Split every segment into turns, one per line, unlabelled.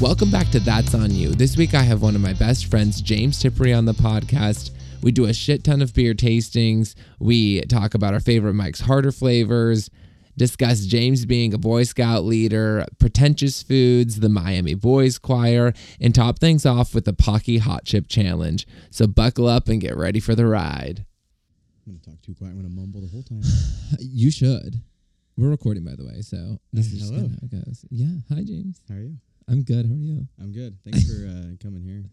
Welcome back to That's On You. This week I have one of my best friends, James Tippery, on the podcast. We do a shit ton of beer tastings. We talk about our favorite Mike's Harder flavors, discuss James being a Boy Scout leader, pretentious foods, the Miami Boys Choir, and top things off with the Pocky Hot Chip Challenge. So buckle up and get ready for the ride.
I'm gonna talk too quiet. I'm gonna mumble the whole time.
You should. We're recording, by the way, so this is just
Hello.
kinda how it goes. Yeah. Hi, James.
How are you?
I'm good. How are you?
I'm good. Thanks for uh, coming here.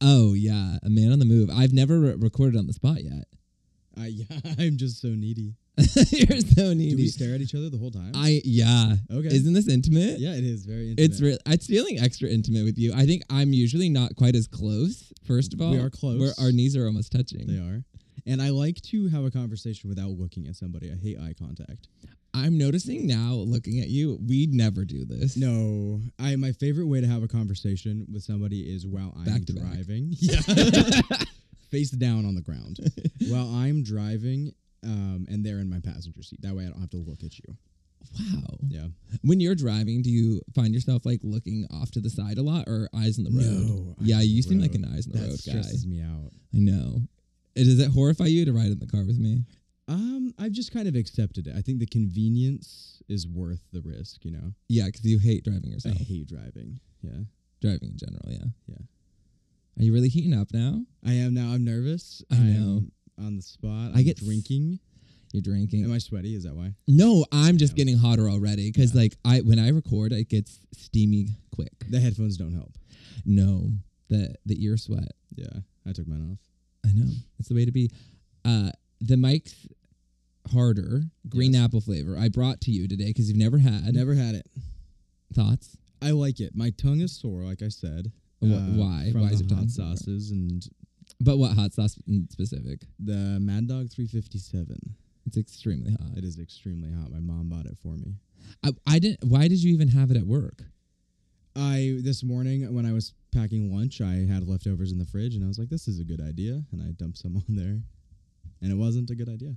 Oh yeah, a man on the move. I've never re- recorded on the spot yet.
I yeah, I'm just so needy.
You're so
Do we
needy.
stare at each other the whole time?
I yeah.
okay.
Isn't this intimate?
yeah, it is very. Intimate.
It's real. It's feeling extra intimate with you. I think I'm usually not quite as close. First of
We
all,
are close.
Where our knees are almost touching.
They are. And I like to have a conversation without looking at somebody. I hate eye contact.
I'm noticing now, looking at you, we never do this.
No, I my favorite way to have a conversation with somebody is while I'm
Back to back.
driving. Yeah. Face down on the ground while I'm driving, um, and they're in my passenger seat. That way, I don't have to look at you.
Wow.
Yeah.
When you're driving, do you find yourself like looking off to the side a lot, or eyes on the road?
No, eyes
yeah,
on
you
the
seem like
road.
an eyes on the
That
road guy.
stresses me out.
I know. It, does it horrify you to ride in the car with me?
Um, I've just kind of accepted it. I think the convenience is worth the risk, you know.
Yeah, because you hate driving
I
yourself.
hate driving. Yeah.
driving in general. Yeah.
Yeah.
Are you really heating up now?
I am now I'm nervous.
I know.
I'm on the spot.
I
I'm
get s-
drinking.
You're drinking.
Am I sweaty? Is that why?
no, I'm just
Damn.
getting hotter already because like I when I record, it gets steamy quick.
The headphones don't help.
No, the the ear sweat.
Yeah. I took mine off.
I know it's the way to be. Uh, the Mike's harder green
Yes.
apple flavor I brought to you today because you've never
I
had.
never had it.
thoughts.
I like it. My tongue is sore, like I said. uh,
Wh- why?
From
Why
the
is your tongue
hot
sore?
sauces and
But what hot sauce in specific?
the Mad Dog 357.
It's extremely hot.
It is extremely hot. My mom bought it for me.
I, I didn't. Why did you even have it at work?
I this morning when I was packing lunch, I had leftovers in the fridge, and I was like, "This is a good idea," and I dumped some on there, and it wasn't a good idea.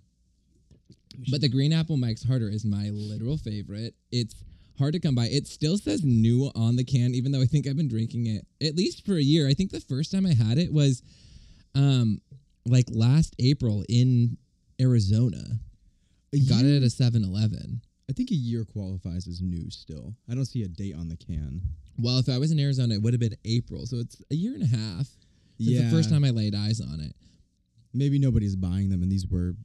But the green apple Mike's Harder is my literal favorite. It's hard to come by. It still says new on the can, even though I think I've been drinking it at least for a year. I think the first time I had it was um like last April in Arizona. Got it at a 7 Eleven.
I think a year qualifies as new still. I don't see a date on the can.
Well, if I was in Arizona, it would have been April. So it's a year and a half. It's the first time I laid eyes on it.
Maybe nobody's buying them, and these were.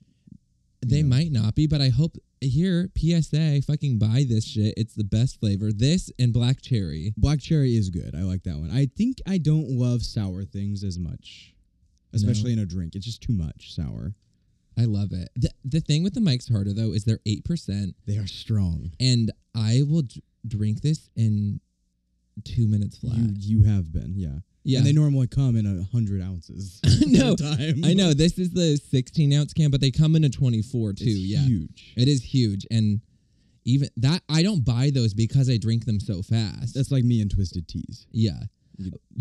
They
Yeah.
might not be, but I hope here, PSA, fucking buy this shit. It's the best flavor. This and black cherry.
Black cherry is good. I like that one. I think I don't love sour things as much, especially in a drink. It's just too much sour.
I love it. The, the thing with the Mike's Harder though is they're eight percent,
They are strong.
and I will d- drink this in two minutes flat.
You you have been yeah.
yeah,
And they normally come in a hundred ounces.
No,
at a time.
I know this is the sixteen ounce can, but they come in a twenty four too.
It's
yeah,
huge.
it is huge, and even that I don't buy those because I drink them so fast.
That's like me and Twisted Teas.
yeah.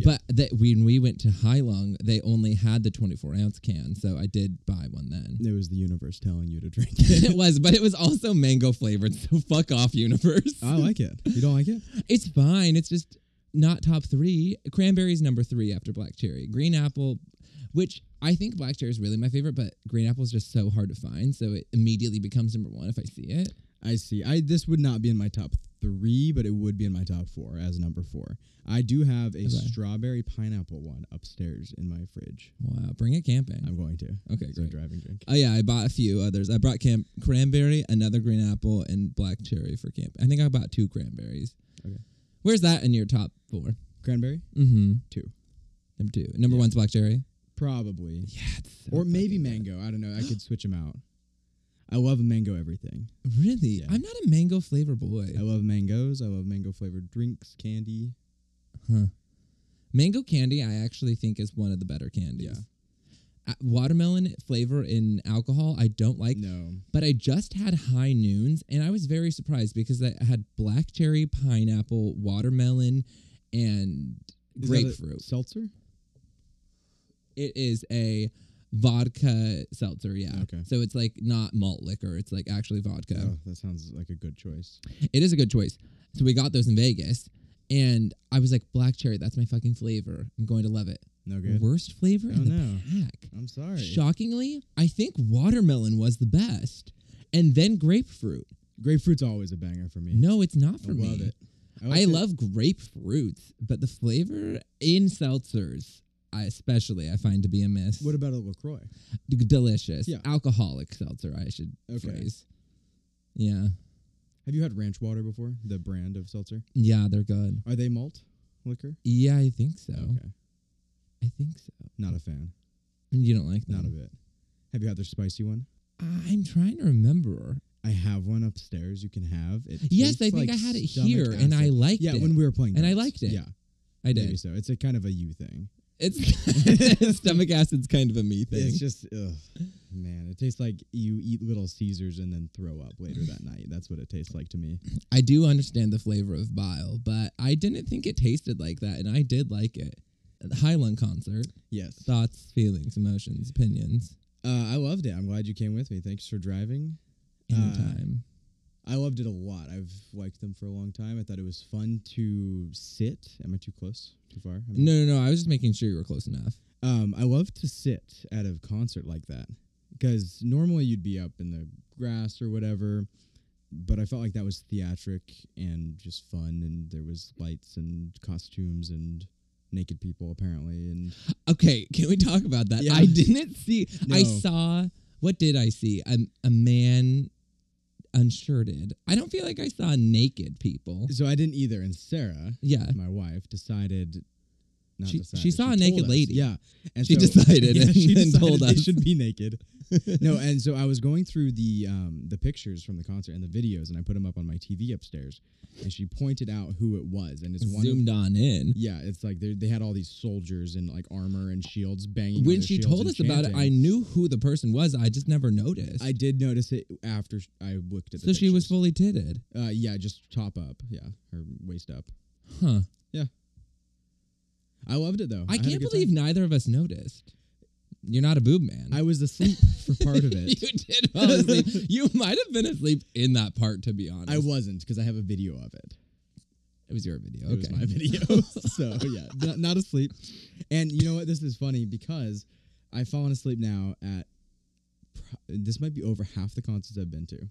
But that when we went to Hai Long, they only had the 24 ounce can, so I did buy one then.
it was the universe telling you to drink it.
it was, but it was also mango flavored, so fuck off, universe.
I like it. You don't like it?
It's fine. It's just not top three. Cranberry's number three after black cherry. Green apple, which I think black cherry is really my favorite, but green apple is just so hard to find. So it immediately becomes number one if I see it.
I see. I this would not be in my top three, but it would be in my top four as number four. I do have a
Okay.
strawberry pineapple one upstairs in my fridge.
Wow. Bring it camping.
I'm going to.
Okay,
It's a
great.
driving drink.
Oh, yeah. I bought a few others. I brought camp- cranberry, another green apple, and black cherry for camp. I think I bought two cranberries.
Okay.
Where's that in your top four?
Cranberry?
Mm hmm.
Two.
Number two. Number one's black cherry.
Probably.
Yeah. It's so
or maybe
fucking good.
mango. I don't know. I could switch them out. I love mango everything.
Really?
Yeah.
I'm not a mango flavor boy.
I love mangoes. I love mango flavored drinks, candy.
Mango candy, I actually think is one of the better candies. Uh, watermelon flavor in alcohol, I don't like.
no.
But I just had high noons, and I was very surprised because I had black cherry, pineapple, watermelon, and
Is that a
grapefruit.
Seltzer?
it is a vodka seltzer, yeah.
Okay.
So it's like not malt liquor; it's like actually vodka.
Oh, that sounds like a good choice.
It is a good choice. So we got those in Vegas, And I was like, black cherry, that's my fucking flavor. I'm going to love it.
No good.
Worst flavor
Oh,
in the
no.
pack.
I'm sorry.
Shockingly, I think watermelon was the best, and then grapefruit.
Grapefruit's always a banger for me.
No, it's not for
I
me.
love it.
I
like it.
love grapefruits, but the flavor in seltzers, I especially, I find to be a miss.
What about a Lacroix?
D- Delicious,
Yeah.
alcoholic seltzer, I should
Okay.
phrase. Yeah,
Have you had ranch water before? The brand of seltzer.
yeah, they're good.
Are they malt liquor?
Yeah, I think so.
Okay.
I think so.
Not a fan.
You don't like them?
Not a bit. Have you had their spicy one?
I'm trying to remember.
I have one upstairs. You can have it.
Yes,
tastes
I think
like
I had it
stomach
here, and I
acid.
liked
yeah
it.
when we were playing
And I
darts.
liked it.
Yeah,
I did.
maybe so. It's a kind of a you thing.
It's stomach acid's kind of a me thing.
It's just, ugh, man, it tastes like you eat Little Caesars and then throw up later that night. That's what it tastes like to me.
I do understand the flavor of bile, but I didn't think it tasted like that, and I did like it. At the Highland concert,
Yes, uh,
thoughts, feelings, emotions, opinions,
I loved it. I'm glad you came with me. Thanks for driving. Uh,
anytime.
I loved it a lot. I've liked them for a long time. I thought it was fun to sit. Am I too close? Too far? I mean-
no, no, no. I was just making sure you were close enough.
Um, I love to sit at a concert like that because normally you'd be up in the grass or whatever, but I felt like that was theatric and just fun, and there was lights and costumes and naked people apparently, and
Okay, can we talk about that?
Yeah.
I didn't see. I
No.
saw. What did I see? A, a man unshirted. I don't feel like I saw naked people.
so I didn't either. And Sarah,
Yeah.
my wife, decided. Not
She-
decided,
she saw a
told
naked
us.
lady.
Yeah, and
She decided and then told
they
us.
should be naked. no, and so I was going through the um, the pictures from the concert and the videos, and I put them up on my TV upstairs. And she pointed out who it was, and it's one of
Zoomed on in.
yeah, it's like they they had all these soldiers in like armor and shields banging. on
When
their
she
shields
told
and
us about it, I
chanting.
knew who the person was. I just never noticed.
I did notice it after sh- I looked at.
so
the
she was
pictures.
fully titted.
uh, yeah, just top up, yeah, or waist up.
Huh.
I loved it though.
I
had a
can't
good
believe
time.
neither of us noticed. You're not a boob man.
I was asleep for part of it.
you did fall asleep. you might have been asleep in that part, to be honest.
I wasn't because I have a video of it.
it was your video.
It was
okay.
my video. so yeah, not, not asleep. And you know what? This is funny because I've fallen asleep now at pro- this might be over half the concerts I've been to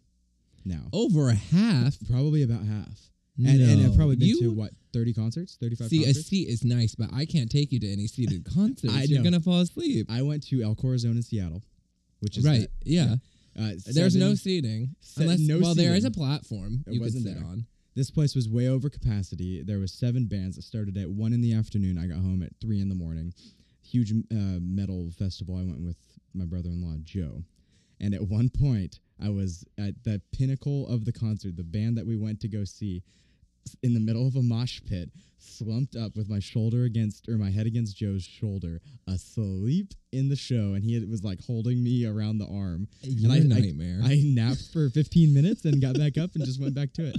now.
Over half.
Probably about half. And, and I've
No.
probably been
you,
to what thirty concerts, thirty five
See, a
concerts.
seat is nice, but I can't take you to any seated concerts.
I
You're
know.
gonna fall asleep.
I went to El Corazon in Seattle, which is
right.
that,
yeah.
Uh,
There's no
seven-
seating.
se-
Unless
no
well, there is a
seating.
platform
It
you could
wasn't
sit
there.
on.
This place was way over capacity. There was seven bands that started at one in the afternoon. I got home at three in the morning. Huge uh, metal festival. I went with my brother-in-law Joe, and at one point I was at the pinnacle of the concert. The band that we went to go see, s- in the middle of a mosh pit, slumped up with my shoulder against or my head against Joe's shoulder, asleep in the show, and he had- was like holding me around the arm.
You're
I-
a nightmare.
I napped for 15 minutes and got back up and just went back to it.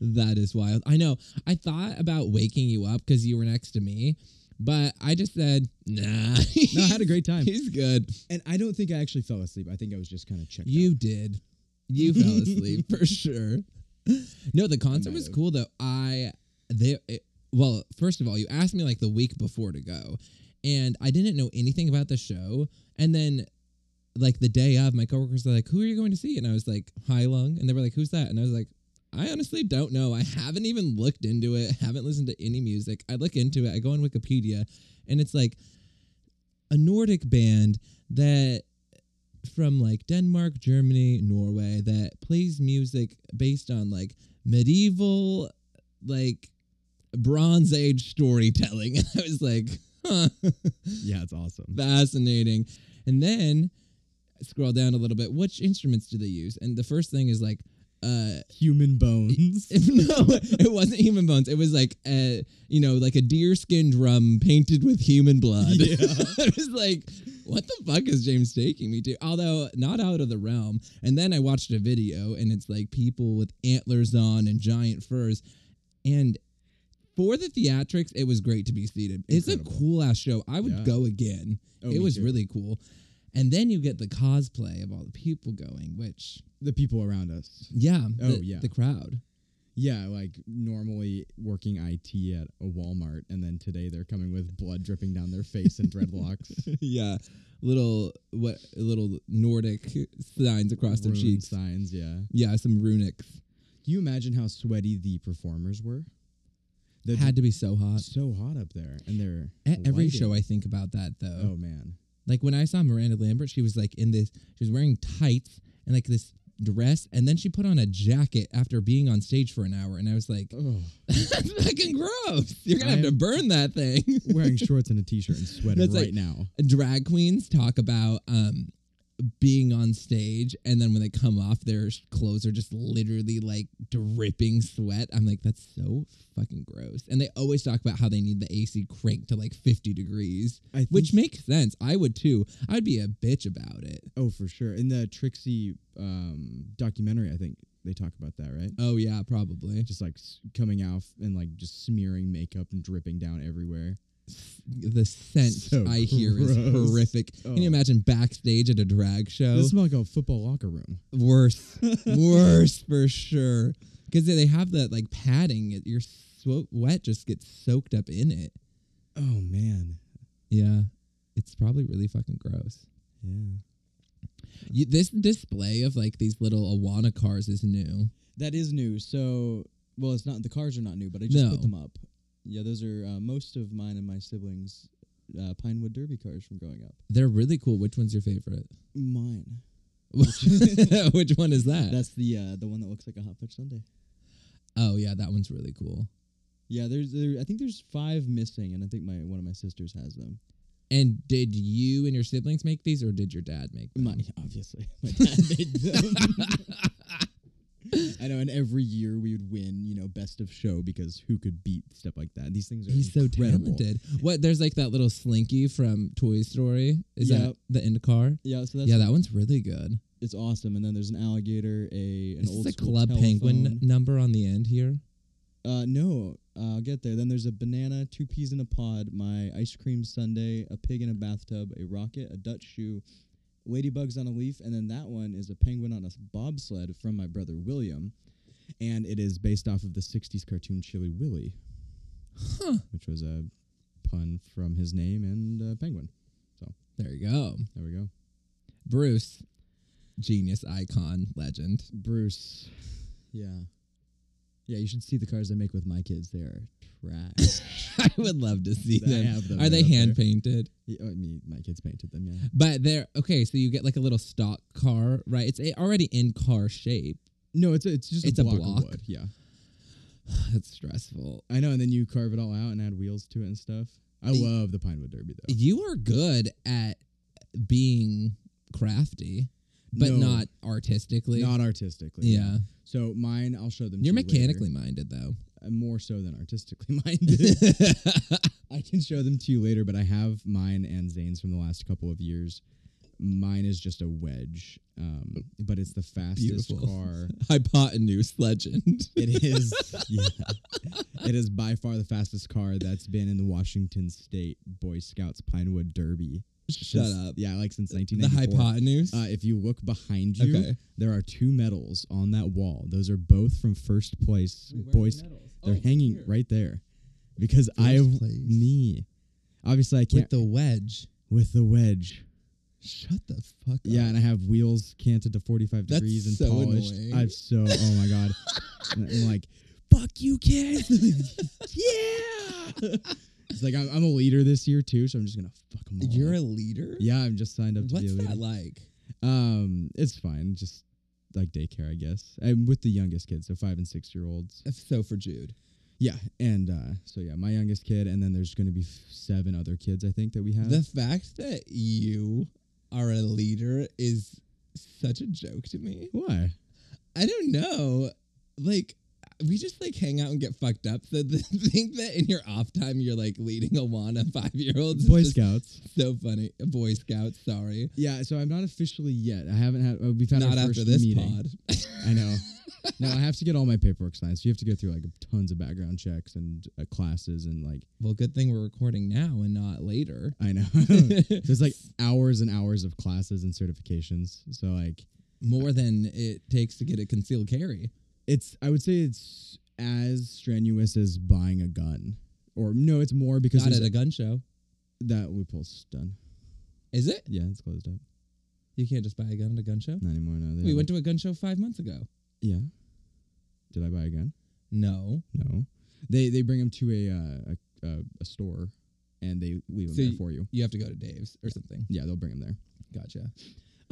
That is wild. I know. I thought about waking you up because you were next to me, but I just said, nah.
No, I had a great time.
He's good.
And I don't think I actually fell asleep. I think I was just kind of checked
You
out.
did. You fell asleep for sure. No, the concert
might
was
have.
cool though. I they it, well, first of all, you asked me like the week before to go, and I didn't know anything about the show. And then, like the day of, my coworkers were like, "Who are you going to see?" And I was like, "High Lung," and they were like, "Who's that?" And I was like. I honestly don't know. I haven't even looked into it. Haven't listened to any music. I look into it. I go on Wikipedia, and it's like a Nordic band that from like Denmark, Germany, Norway that plays music based on like medieval, like Bronze Age storytelling. And I was like, huh,
Yeah, it's awesome.
fascinating. And then scroll down a little bit. Which instruments do they use? And the first thing is like, uh,
Human bones.
no, it wasn't human bones. It was like a, you know, like a deer skin drum painted with human blood.
Yeah.
it was like, what the fuck is James taking me to? Although not out of the realm. And then I watched a video, and it's like people with antlers on and giant furs, and for the theatrics, it was great to be seated. It's
Incredible.
a cool ass show. I would
Yeah.
go again.
Oh,
it
me
was
too.
really cool. And then you get the cosplay of all the people going, which
the people around us.
yeah,
Oh,
the-
yeah.
the crowd.
Yeah, like normally working IT at a Walmart, and then today they're coming with blood dripping down their face and dreadlocks,
yeah, uh, little what little Nordic signs across their
rune
cheeks.
signs. Yeah,
Yeah, some runics.
can you imagine how sweaty the performers were? They're
Had to be so hot.
so hot up there, and they're
At every show,
lighting.
I think about that though.
oh man,
Like when I saw Miranda Lambert, she was like in this. She was wearing tights and like this dress, and then she put on a jacket after being on stage for an hour, and I was like,
oh,
"That's fucking gross! You're gonna have
I
to
am-
burn that thing."
wearing shorts and a t-shirt and sweater
That's like-
right now.
drag queens talk about um being on stage and then when they come off their sh- clothes are just literally like dripping sweat i'm like that's so fucking gross and they always talk about how they need the ac cranked to like 50 degrees
I think,
which makes sense i would too i'd be a bitch about it
oh for sure in the Trixie um, documentary, I think they talk about that, right?
Uh,
oh yeah probably
Just like s- coming off and like just smearing makeup and dripping down everywhere.
the scent
So
i hear is
gross.
horrific can
Oh.
you imagine backstage at a drag show
This smells like a football locker room.
worse, worse for sure. Because they have that like padding, it- your swo- wet just gets soaked up in it.
Oh man,
Yeah, it's probably really fucking gross.
yeah.
You, this display of like these little Awana cars is new.
That is new. So, well, it's not the cars are not new, but I just
No.
put them up. Yeah, those are uh, most of mine and my siblings' uh, Pinewood Derby cars from growing up.
They're really cool. Which one's your favorite?
Mine.
Which one is that?
That's the uh, the one that looks like a hot fudge sundae.
oh yeah, that one's really cool.
Yeah, there's there. I think there's five missing, and I think my one of my sisters has them.
And did you and your siblings make these, or did your dad make them?
My obviously, my dad made them.
I know, and every year we would win, you know, best of show because who could beat stuff like that? These things are
He's so
incredible.
talented. What? There's like that little Slinky from Toy Story. Is
Yep.
that the end car?
yeah, so that's
yeah, that one's really good.
it's awesome. And then there's an alligator, a an
Is
old
this a
school
Club Penguin n-
telephone.
number on the end here?
Uh, no, uh, I'll get there. Then there's a banana, two peas in a pod, my ice cream sundae, a pig in a bathtub, a rocket, a Dutch shoe, ladybugs on a leaf, and then that one is a penguin on a s- bobsled from my brother William.
And it is based off of the '60s cartoon Chili Willy, which was a pun from his name and uh, penguin.
There you go.
There we go.
Bruce, genius, icon, legend.
Bruce,
Yeah. Yeah, you should see the cars I make with my kids. They are trash.
I would love to see
I
them.
have them
Are they
right up there.
hand painted?
Yeah, I mean, my kids painted them. Yeah,
But they're okay. So you get like a little stock car, right? It's a- already in car shape.
no, it's a, it's just
It's a
a block,
block?
of wood. Yeah,
That's stressful.
I know. And then you carve it all out and add wheels to it and stuff. I
Y-
love the Pinewood Derby though.
You are good at being crafty, but
No,
not artistically.
not artistically.
yeah,
So mine, I'll show them.
you're
to you later.
mechanically minded though.
Uh, more so than artistically minded. I can show them to you later, but I have mine and Zane's from the last couple of years. Mine is just a wedge, um, but it's the fastest
Beautiful.
car.
Hypotenuse legend.
It is, yeah, it is by far the fastest car that's been in the Washington State Boy Scouts Pinewood Derby.
Shut
since-
up.
Yeah, like since
The
1994.
hypotenuse.
uh, if you look behind you,
Okay.
there are two medals on that wall. Those are both from first place Boy Scouts. They're
Oh,
hanging right there because I
First place.
me. Obviously, I can't
with the wedge.
with the wedge.
Shut the fuck up.
Yeah, and I have wheels canted to 45
That's
degrees and
so
polished.
annoying.
I've so oh my god. And I'm like, fuck you kids.
yeah.
it's like I'm, I'm a leader this year too, so I'm just gonna fuck them all.
You're
up.
a leader.
yeah, I'm just signed up to be
What's
a
that
leader.
like?
Um, it's fine. Just like daycare, I guess. I'm with the youngest kids, so five and six year olds.
If so for Jude.
Yeah, and uh, so yeah, my youngest kid, and then there's gonna be f- seven other kids I think that we have.
The fact that you are a leader is such a joke to me.
Why?
I don't know. Like we just like hang out and get fucked up. So the think that in your off time you're like leading Awana five year olds.
Boy
Scouts.
Scouts.
So funny. Boy Scouts. Sorry.
Yeah, so I'm not officially yet. I haven't had. Uh, we've had
Not
our
after
first
this
meeting.
pod.
I know. No, I have to get all my paperwork signed. So you have to go through like tons of background checks and uh, classes and like
Well, good thing we're recording now and not later.
I know. so it's like hours and hours of classes and certifications. So like
More than it takes to get a concealed carry.
it's I would say it's as strenuous as buying a gun. Or no, it's more because
Not
there's
at a gun show.
that loophole's done.
Is it?
Yeah, it's closed up.
You can't just buy a gun at a gun show.
Not anymore. No, they
We
have-
went to a gun show five months ago.
Yeah. Did I buy a gun?
No.
No. They they bring them to a uh, a, a, a store, and they leave them
So
there
you-
for you.
You have to go to Dave's or something.
Yeah, they'll bring them there.
Gotcha.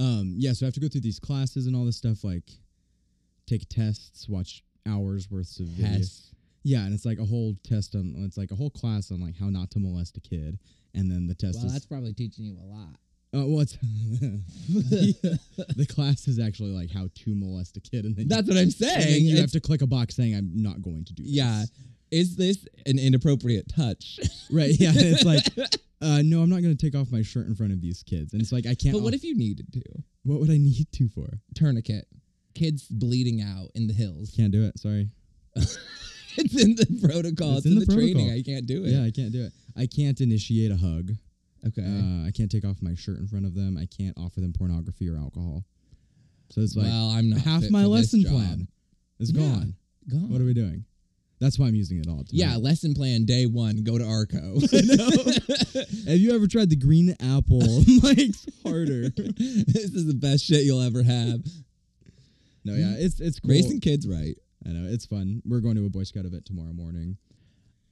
Um, yeah, so I have to go through these classes and all this stuff, like take tests, watch hours worth of videos.
Hess.
Yeah, and it's like a whole test on it's like a whole class on like how not to molest a kid, and then the test
Well,
is
that's probably teaching you a lot.
uh, well, it's the class is actually like how to molest a kid, and then
That's what I'm
you, and
saying.
then you
It's-
have to click a box saying I'm not going to do. This.
yeah. Is this an inappropriate touch?
right. Yeah, it's like uh, no, I'm not going to take off my shirt in front of these kids, and it's like I can't.
But what
off-
if you needed to?
what would I need to for?
Tourniquet. Kids bleeding out in the hills.
Can't do it. Sorry.
It's in the protocol. It's, in, the, training.
protocol.
I can't do it.
Yeah, I can't do it. I can't initiate a hug.
Okay.
Uh, I can't take off my shirt in front of them. I can't offer them pornography or alcohol. So it's like
well, I'm not
half
fit
my
for this
lesson
job.
plan is
Yeah.
gone.
Gone.
What are we doing? That's why I'm using it all.
yeah,
tonight.
lesson plan day one. Go to Arco.
Have you ever tried the green apple? Mike's harder.
this is the best shit you'll ever have.
No, yeah, it's it's cool.
Raising kids right.
I know it's fun. We're going to a Boy Scout event tomorrow morning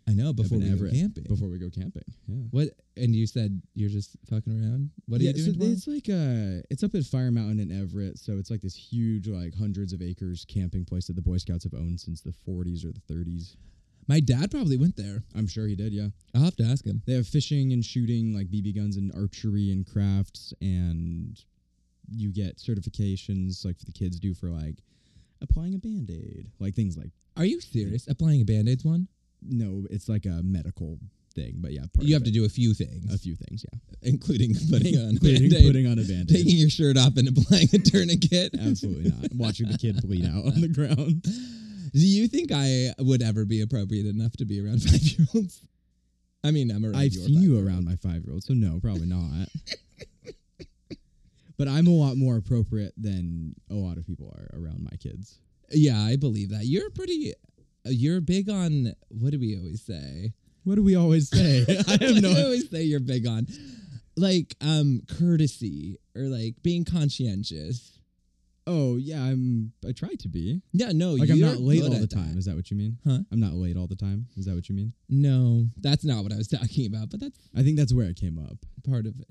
I know.
up
Before
in
we go
Everett,
camping.
Before we go camping, yeah.
What? And you said you're just fucking around. What are
yeah,
you doing
so
tomorrow?
It's like uh it's up at Fire Mountain in Everett, so it's like this huge, like hundreds of acres camping place that the Boy Scouts have owned since the 40s or the 30s.
My dad probably went there.
I'm sure he did, yeah.
I'll have to ask him.
They have fishing and shooting, like BB guns and archery and crafts, and you get certifications like the kids do for like applying a band aid, like things like
Are you serious? Applying a band aids one?
no, it's like a medical thing, but yeah, part
you
of
have to
it.
do a few things,
a few things, yeah,
including putting on a
including
band aid,
putting on a band aid.
taking your shirt off, and applying a tourniquet.
Absolutely not. Watching the kid bleed out on the ground.
Do you think I would ever be appropriate enough to be around five year olds? I mean, I'm around.
I've
your
seen you
five-year-old.
around my five year old, so no, probably not. but I'm a lot more appropriate than a lot of people are around my kids.
Yeah, I believe that. You're pretty. You're big on what do we always say?
What do we always say? I have
I
no.
always say you're big on, like um courtesy or like being conscientious.
Oh yeah, I'm. I try to be.
Yeah, no,
Like I'm
you're
not late
good
all
at
the
that.
time. Is that what you mean?
Huh?
I'm not late all the time. Is that what you mean?
No, that's not what I was talking about, but that's
I think that's where it came up.
part of it.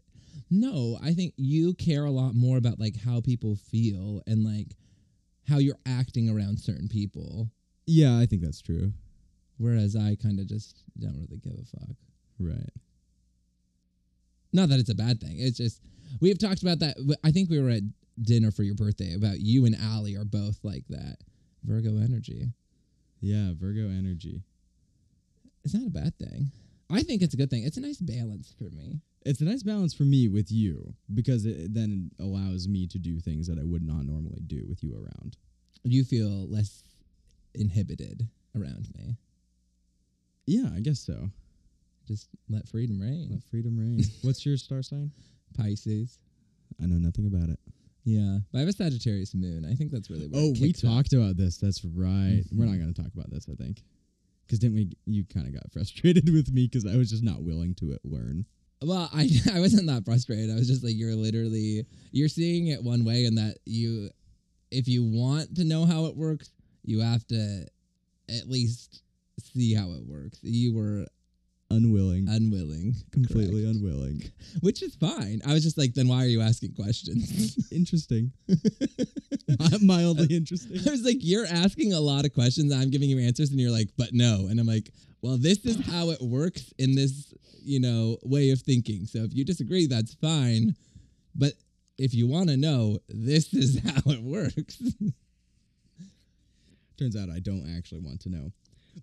No, I think you care a lot more about like how people feel and like how you're acting around certain people,
Yeah, I think that's true.
whereas I kind of just don't really give a fuck.
Right.
Not that it's a bad thing. It's just we've talked about that. w- I think we were at dinner for your birthday about you and Allie are both like that Virgo energy.
Yeah, Virgo energy.
It's not a bad thing. I think it's a good thing. It's a nice balance for me.
It's a nice balance for me with you because it then allows me to do things that I would not normally do with you around.
You feel less inhibited around me.
Yeah, I guess so.
Just let freedom reign.
Let freedom reign. What's your star sign?
Pisces.
I know nothing about it.
Yeah, but I have a Sagittarius moon. I think that's really where
Oh,
it
we
kicks up.
talked about this. That's right. We're not going to talk about this, I think. Because didn't we? You kind of got frustrated with me because I was just not willing to uh, learn.
Well, I I wasn't that frustrated. I was just like, you're literally you're seeing it one way, and that you, if you want to know how it works, you have to at least see how it works. You were
Unwilling.
unwilling,
completely
correct.
unwilling.
which is fine. I was just like, then why are you asking questions?
interesting. Mi- Mildly interesting.
I was like, you're asking a lot of questions. I'm giving you answers, and you're like, but no. And I'm like, well, this is how it works in this, you know, way of thinking. So if you disagree, that's fine. But if you want to know, this is how it works.
Turns out I don't actually want to know.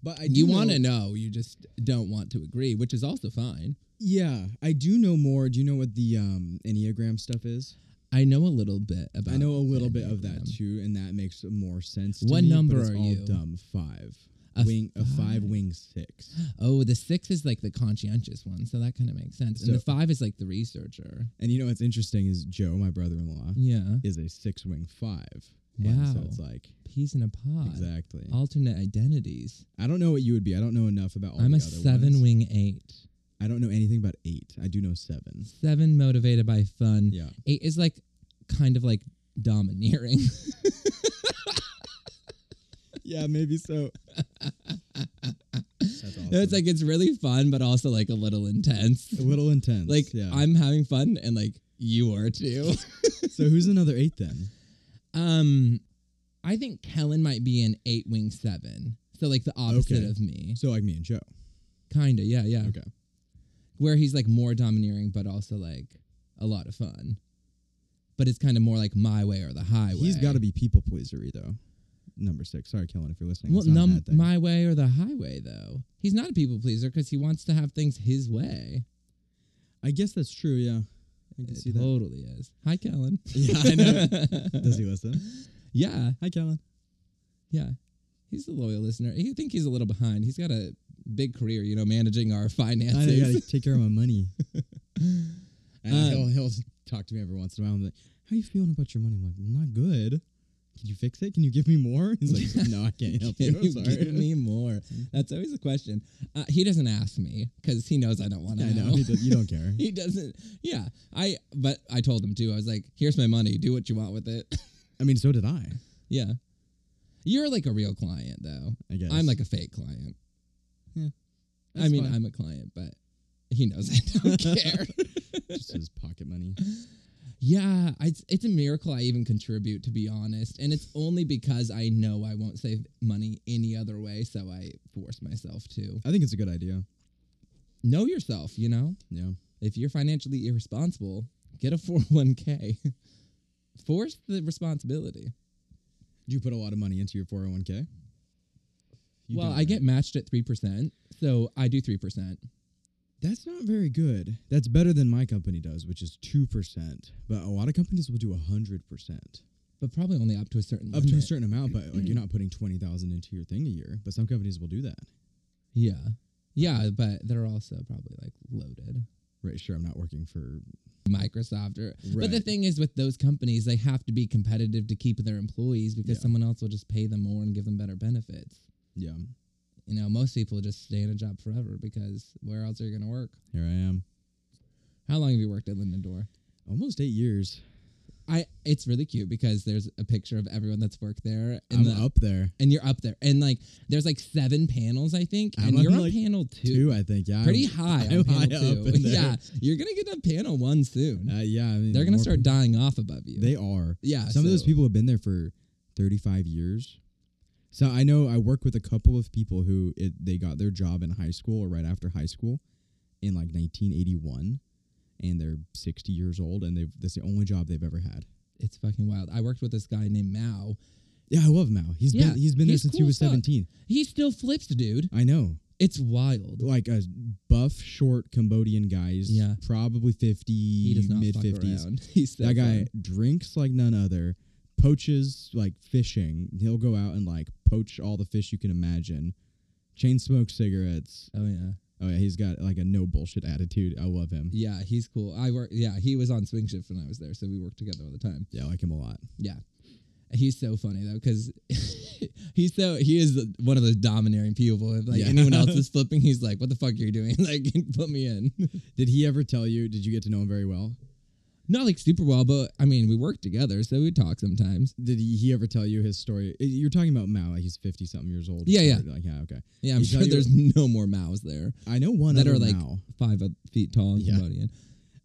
But I do
you want to know, you just don't want to agree, which is also fine.
Yeah, I do know more. Do you know what the um, Enneagram stuff is?
I know a little bit about.
I know a little bit of that
Enneagram.
too, and that makes more sense. To
What
me, but
number
it's
are
all
you?
Dumb five.
A f-
wing a five wing six,
Oh, the six is like the conscientious one, so that kind of makes sense.
So-
and the five is like the researcher.
and you know what's interesting is Joe, my brother in law,
Yeah.
is a six wing five, And so
Wow. Oh.
it's like
Peas in a pod.
exactly.
Alternate identities.
I don't know what you would be. I don't know enough about. All
I'm
the
a
other
seven
ones.
wing eight.
I don't know anything about eight. I do know seven.
Seven motivated by fun.
Yeah.
Eight is like kind of like domineering.
Yeah, maybe so. That's awesome.
it's like it's really fun, but also like a little intense.
a little intense.
Like
yeah.
I'm having fun and like you are too.
so who's another eight then?
um I think Kellen might be an eight wing seven. So like the opposite
Okay.
of me.
So like me and Joe.
Kinda, yeah, yeah.
Okay.
Where he's like more domineering but also like a lot of fun. But it's kind of more like my way or the highway.
He's got to be people pleasery though. Number six. Sorry, Kellen, if you're listening.
Well,
It's not a
num-
bad thing.
my way or the highway, though. He's not a people pleaser because he wants to have things his way.
I guess that's true. Yeah. I can
It
see that.
totally is. Hi, Kellen.
Yeah, I know. Does he listen?
yeah,
Hi, Kellen.
yeah. He's a loyal listener. I think he's a little behind. He's got a big career, you know, managing our
I
finances.
gotta take care of my money. and
Um,
he'll he'll talk to me every once in a while. I'm like, "How you feeling about your money?" I'm like, "Not good." Can you fix it? Can you give me more? He's like, "No, I can't help you.
Can
I'm
you
sorry."
give me more? That's always a question. Uh, he doesn't ask me because he knows I don't want
I
to
know he does- you don't care.
He doesn't. Yeah, I. But I told him too. I was like, "Here's my money. Do what you want with it."
I mean, so did I.
yeah, you're like a real client though.
I guess
I'm like a fake client.
Yeah,
I
that's
mean,
fine.
I'm a client, but he knows I don't care.
just his pocket money.
yeah, I, it's- it's a miracle I even contribute, to be honest. And it's only because I know I won't save money any other way. So I force myself to
I think it's a good idea.
know yourself, you know?
Yeah,
If you're financially irresponsible, get a 401k. force the responsibility.
you put a lot of money into your 401k. You
well,
don't,
I get
right?
matched at 3%. So I do 3%.
that's not very good. That's better than my company does, which is two percent. But a lot of companies will do hundred percent.
But probably only up to a certain
up to a
limit.
certain amount, but like you're not putting twenty thousand into your thing a year. But some companies will do that.
Yeah. Yeah, but they're also probably like loaded.
Right? Sure, I'm not working for.
Microsoft or but the
Right.
thing is with those companies, they have to be competitive to keep their employees because
Yeah.
someone else will just pay them more and give them better benefits.
Yeah,
You know, most people just stay in a job forever because where else are you gonna work?
here I am,
How long have you worked at Lindendor?
almost eight years.
I it's really cute because there's a picture of everyone that's worked there
I'm
and the,
up there
and you're up there. And like there's like seven panels, I think.
I'm
and
on,
you're on
like,
panel two.
too. I think. Yeah,
Pretty high
I'm
on panel
high up
two.
in there.
Yeah. You're gonna get on panel one soon.
Uh, yeah, I mean,
They're gonna
more
start
people-
dying off above you.
They are.
yeah.
Some of those
so-
people have been there for thirty-five years. So I know I work with a couple of people who it, they got their job in high school or right after high school, in like 1981, and they're 60 years old, and they that's the only job they've ever had.
It's fucking wild. I worked with this guy named Mao.
Yeah, I love Mao. He's
Yeah,
been he's been there
he's
since he
cool
was
as fuck.
17.
He still flips, dude.
I know.
It's wild.
Like a buff, short Cambodian guys.
Yeah.
Probably 50,
He does not
mid
fuck
50s.
around. He's so
That guy
fun.
drinks like none other, poaches like fishing. He'll go out and like poach all the fish you can imagine, chain smoke cigarettes.
Oh yeah,
Oh, yeah. He's got like a no bullshit attitude. I love him.
yeah. He's cool. I work. Yeah, he was on swing shift when I was there, so we worked together all the time.
Yeah, I like him a lot.
Yeah, he's so funny though, because he's so he is the- one of those domineering people. If like
Yeah.
anyone else is flipping, he's like, "What the fuck are you doing? like, put me in."
Did he ever tell you? Did you get to know him very well?
Not like super well, but I mean, we work together, so we talk sometimes.
Did he, he ever tell you his story? You're talking about Mao, like he's 50 something years old.
Yeah, yeah.
Or, Like, yeah, okay.
Yeah, I'm
He tell
sure
you-
there's no more Mao's there.
I know one
That
other
are, like-
Mao.
Five uh, feet tall,
Yeah.
Cambodian.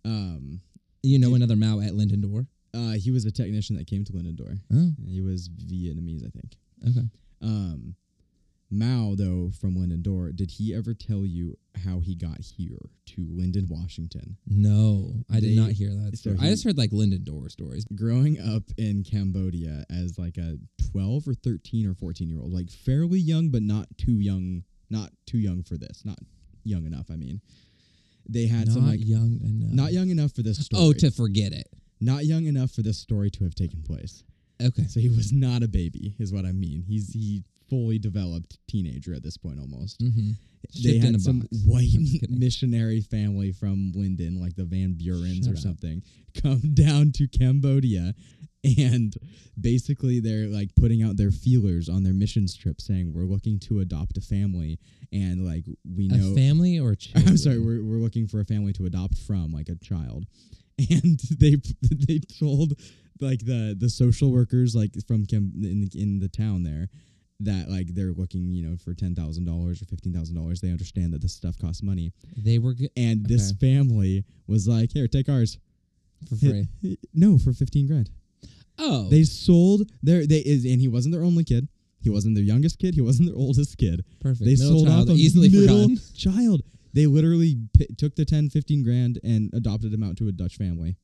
Um,
You know another Mao at Lindendor?
uh, he was a technician that came to Lindendor.
Oh,
He was Vietnamese, I think.
okay.
Um, Mao, though, from Lindendor, did he ever tell you how he got here to Linden, Washington?
No, I did
They-
not hear that
so
story. I
he-
just heard like Lyndon Door stories.
Growing up in Cambodia as like a 12 or 13 or 14 year old, like fairly young, but not too young, not too young for this, not young enough, I mean. They had
not
some like
young enough.
not young enough for this story.
Oh, to forget it.
not young enough for this story to have taken place.
Okay.
So he was not a baby, is what I mean. He's he fully developed teenager at this point almost.
Mm-hmm.
they
Shipped
had
in a
some
box.
white
I'm just kidding.
missionary family from Linden, like the Van Burens
Shut
or
up.
something, come down to Cambodia and basically they're like putting out their feelers on their missions trip saying we're looking to adopt a family and like we
A
know
family or children?
I'm sorry, we're, we're looking for a family to adopt from, like a child. And they they told like the the social workers like from Kim in in the town there that like they're looking you know for ten thousand dollars or fifteen thousand dollars. They understand that this stuff costs money,
They were g-
and this family was like, "Here, take ours."
for free.
No, for fifteen grand.
Oh,
They sold their they is and he wasn't their only kid. He wasn't their youngest kid. He wasn't their oldest kid.
perfect.
They
Middle
sold
child,
off a
easily
middle
forgotten.
child. They literally p- took the 10, 15 grand and adopted him out to a Dutch family.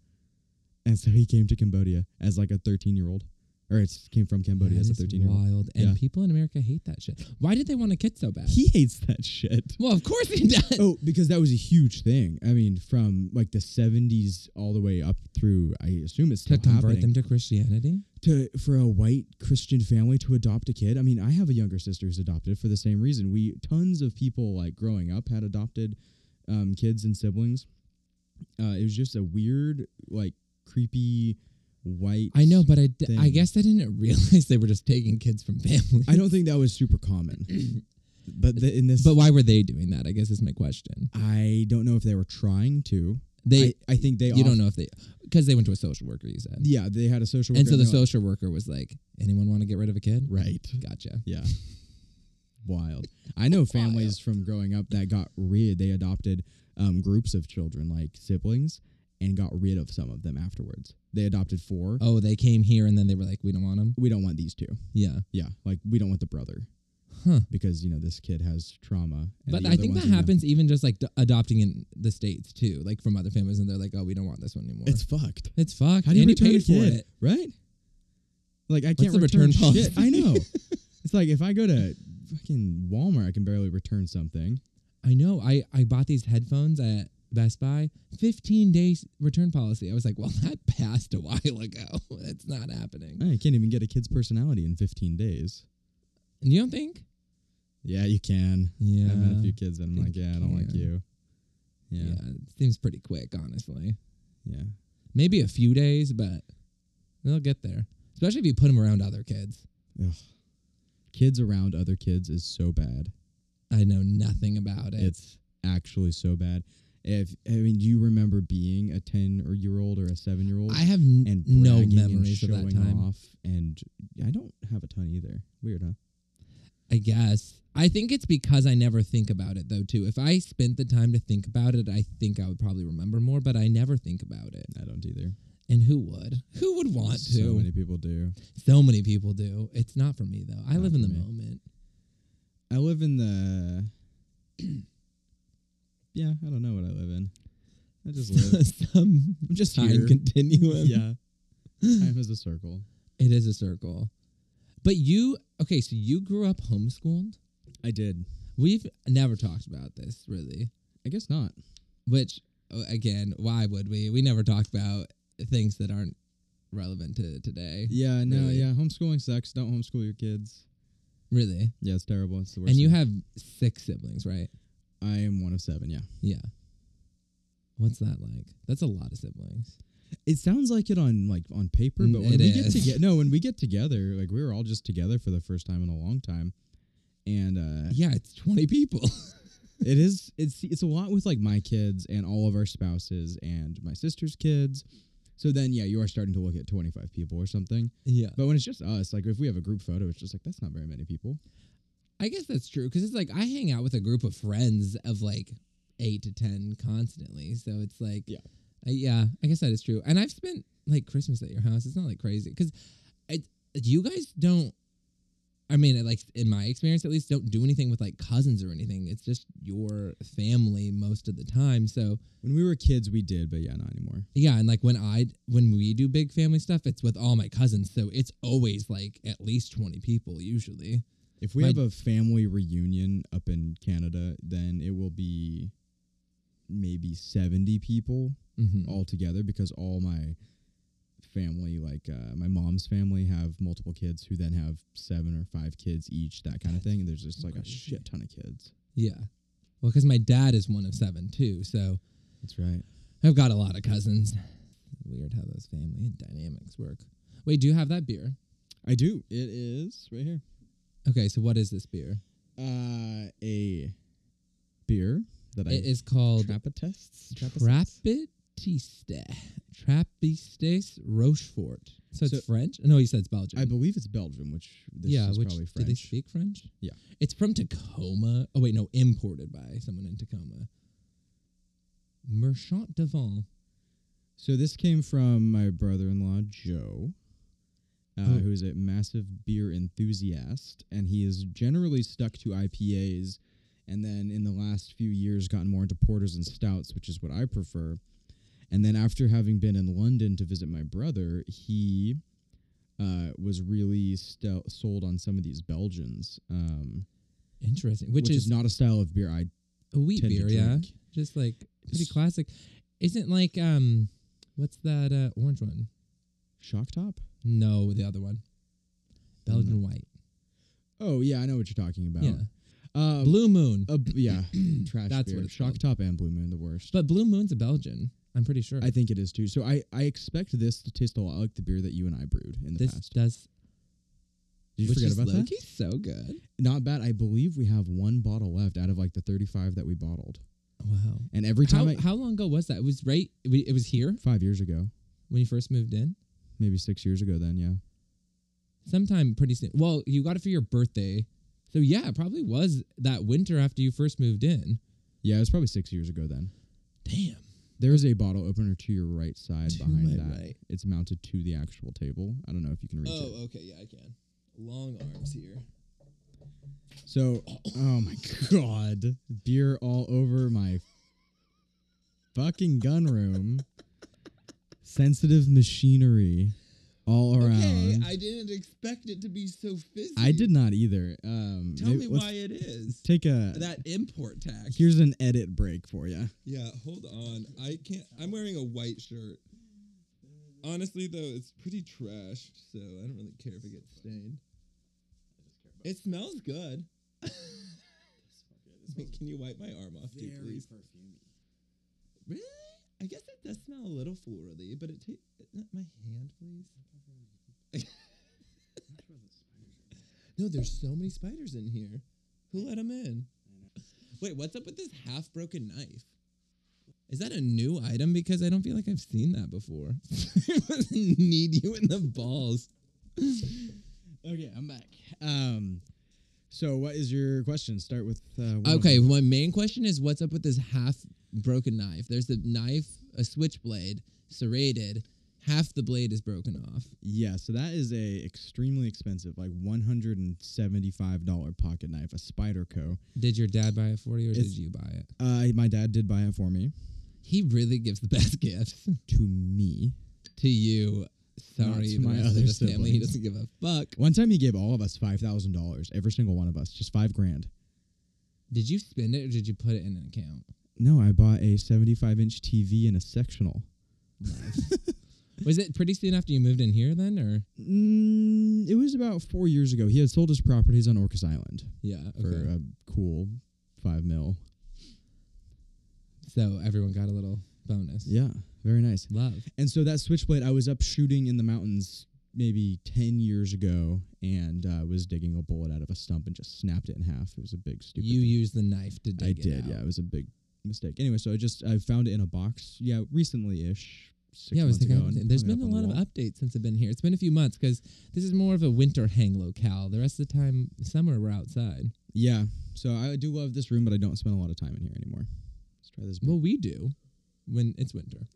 And so he came to Cambodia as like a 13 year old. Or it came from Cambodia
That
as a
is
13 year old.
wild. And
Yeah.
people in America hate that shit. Why did they want a kid so bad?
He hates that shit.
well, of course he does.
Oh, because that was a huge thing. I mean, from like the 70s all the way up through, I assume it's
to
still
convert
happening.
them to Christianity.
to for a white Christian family to adopt a kid. I mean, I have a younger sister who's adopted for the same reason. We tons of people like growing up had adopted um, kids and siblings. Uh, it was just a weird, like creepy white.
I know, but I, d- I
thing.
guess I didn't realize they were just taking kids from families.
I don't think that was super common. but the, in this,
But why were they doing that? I guess is my question.
I don't know if they were trying to.
They,
I, I think they.
you
off-
don't know if they, because they went to a social worker. You said,
Yeah, they had a social.
and
worker
so the
they were
social worker was like, "Anyone want to get rid of a kid?"
like, right.
Gotcha.
Yeah. Wild. I know families from growing up that got rid, they adopted um, groups of children, like siblings, and got rid of some of them afterwards. They adopted four. Uh,
Oh, they came here and then they were like, "We don't want them."
We don't want these two.
Yeah.
Yeah. Like, we don't want the brother.
Huh.
Because, you know, this kid has trauma. and
But
the
I
other
think
ones
that
are young.
happens even just like d- adopting in the states too, like from other families, and they're like, "Oh, we don't want this one anymore."
It's fucked.
it's fucked.
How do you
and
return
he
a
paid for
kid?
it.
Right? Like, I
What's
can't
the
return,
return policy?
shit. I know. it's like if I go to fucking Walmart, I can barely return something.
I know. I I bought these headphones at Best Buy. Fifteen days return policy. I was like, "Well, that passed a while ago. That's not happening."
I can't even get a kid's personality in 15 days.
And you don't think?
Yeah, you can.
Yeah.
I've met a few kids and I'm
think
like,
you
yeah, I don't like
can.
you.
Yeah.
Yeah,
it seems pretty quick, honestly.
yeah,
Maybe a few days, but they'll get there. Especially if you put them around other kids.
Kids around other kids is so bad.
I know nothing about it.
It's actually so bad. If I mean, do you remember being a ten or year old or a seven year old
I have n-
and
no
bragging and
memories of that
showing
time.
off? And I don't have a ton either. Weird, huh?
I guess. I think it's because I never think about it though too. If I spent the time to think about it, I think I would probably remember more, but I never think about it.
I don't either.
And who would? Who would want
so
to?
many people do.
So many people do. It's not for me though. I
Not
live in
for
the
me.
moment.
I live in the. yeah, I don't know what I live in. I just live.
Some
I'm just
time
here.
continuum.
yeah, time is a circle.
It is a circle. But you okay, so you grew up homeschooled?
I did.
We've never talked about this really.
I guess not.
Which uh, again, why would we? We never talk about things that aren't relevant to today.
Yeah, no,
Really.
yeah. Homeschooling sucks. Don't homeschool your kids.
Really.
Yeah, it's terrible. It's the worst.
And you
thing.
have six siblings, right?
I am one of seven. Yeah.
Yeah. What's that like? That's a lot of siblings.
It sounds like it on like on paper,
Mm,
but when
it
we
is.
get together, no, when we get together, like we were all just together for the first time in a long time, and uh
Yeah, it's 20 people.
it is it's it's a lot with like my kids and all of our spouses and my sister's kids. So then, yeah, you are starting to look at twenty five people or something.
yeah.
But when it's just us, like if we have a group photo, it's just like that's not very many people.
I guess that's true because it's like I hang out with a group of friends of like eight to ten constantly, so it's like
Yeah.
I- yeah. I guess that is true. And I've spent like Christmas at your house. It's not like crazy because you guys don't. I mean, like in my experience, at least, don't do anything with like cousins or anything. It's just your family most of the time. So
When we were kids, we did, but yeah, not anymore.
yeah, and like when I when we do big family stuff, it's with all my cousins. So it's always like at least twenty people usually.
If we
My-
have a family reunion up in Canada, then it will be maybe 70 people
Mm-hmm.
altogether because all my family, like uh, my mom's family, have multiple kids who then have seven or five kids each, that kind of thing. And there's just like a
crazy.
shit ton of kids.
Yeah. Well, because my dad is one of seven too, so
That's right.
I've got a lot of cousins. Weird how those family dynamics work. Wait, do you have that beer?
I do.
It is right here.
Okay, so what is this beer?
Uh, a beer that
It
I
is called
Trapatists.
Trappiste. Trappistes Rochefort. So,
So-
it's French? No, you said it's Belgian.
I believe it's Belgium, which this
yeah,
is
which
probably
do
French.
they speak French?
Yeah.
It's from Tacoma. Oh wait, no, imported by someone in Tacoma. Merchant de Vin.
So this came from my brother-in-law Joe, uh,
Oh.
who is a massive beer enthusiast, and he is generally stuck to IPAs, and then in the last few years gotten more into porters and stouts, which is what I prefer. And then after having been in London to visit my brother, he uh, was really stel- sold on some of these Belgians, um,
Interesting.
which,
Which,
is, not a style of beer I
a wheat
tend
beer,
to
yeah.
drink.
Just like pretty
It's-
classic. Isn't like um what's that uh, orange one?
Shock top.
No, the other one.
Mm,
Belgian white.
Oh yeah, I know what you're talking about.
Yeah.
Um,
Blue Moon.
Uh, b- yeah, trash
That's
beer.
what it's
Shock
called.
Top and Blue Moon, the worst.
but Blue Moon's a Belgian. I'm pretty sure.
I think it is too. So I, I expect this to taste a lot like the beer that you and I brewed in the
this
past.
does
Did you
which
forget
is
about that?
low-key so good.
Not bad. I believe we have one bottle left out of like the 35 that we bottled.
Wow.
And every time
How,
I
how long ago was that? It was right we- it was here
five years ago,
when you first moved in?
maybe six years ago, then yeah.
sometime pretty soon. Well, you got it for your birthday. So yeah, it probably was that winter after you first moved in.
Yeah, it was probably six years ago then.
Damn.
There is a bottle opener to your right side
To
behind
my
that.
right. Oh,
It's mounted to the actual table. I don't know if you can reach it.
okay, yeah, I can. Long arms here.
So, oh my god, beer all over my fucking gun room. Sensitive machinery all around. I,
didn't expect it to be so fizzy.
did not either. Um, maybe- let's
it is.
Take a.
import tax.
here's an edit break for you.
Yeah, hold on. I can't. I'm wearing a white shirt. Honestly, though, it's pretty trashed, so I don't really care if it gets stained. It smells good. Can you wipe my arm off, dude, please? Really? I guess it does smell a little florally, but it tastes. My hand, please. no, there's so many spiders in here. Who let them in? Wait, what's up with this half broken knife? Is that a new item? Because I don't feel like I've seen that before. Need you in the balls.
Okay, I'm back. Um, so what is your question? Start with. Uh, one of
Okay,
them.
my main question is what's up with this half broken knife? There's a knife, a switchblade, serrated. Half the blade is broken off.
Yeah, so that is a extremely expensive, like one hundred and seventy-five dollar pocket knife, a Spyderco.
Did your dad buy it for you, or
It's-
did you buy it?
Uh, my dad did buy it for me.
He really gives the best gifts
to me.
to you.
Not
Sorry,
to
the
my
rest of
other
the family. He
siblings.
doesn't give a fuck.
One time he gave all of us five thousand dollars, every single one of us, just five grand.
Did you spend it, or did you put it in an account?
No, I bought a seventy-five inch TV and a sectional.
Was it pretty soon after you moved in here then, or
Mm, it was about four years ago. He had sold his properties on Orcas Island
yeah?
for uh,
Okay.
a cool five mil.
so everyone got a little bonus.
Yeah, very nice.
Love.
And so that switchblade, I was up shooting in the mountains maybe ten years ago, and uh, was digging a bullet out of a stump and just snapped it in half. It was a big stupid.
You
thing.
used the knife to dig
I
it
did.
out.
Yeah, it was a big mistake. Anyway, so I just I found it in a box. Yeah, recently ish.
Yeah, I was
ago,
thinking.
and
There's
hung it
been
up
a
on the
lot of
wall.
updates since I've been here. It's been a few months because this is more of a winter hang locale. The rest of the time, summer we're outside.
Yeah, so I do love this room, but I don't spend a lot of time in here anymore. Let's try this.
Well, we do when it's winter.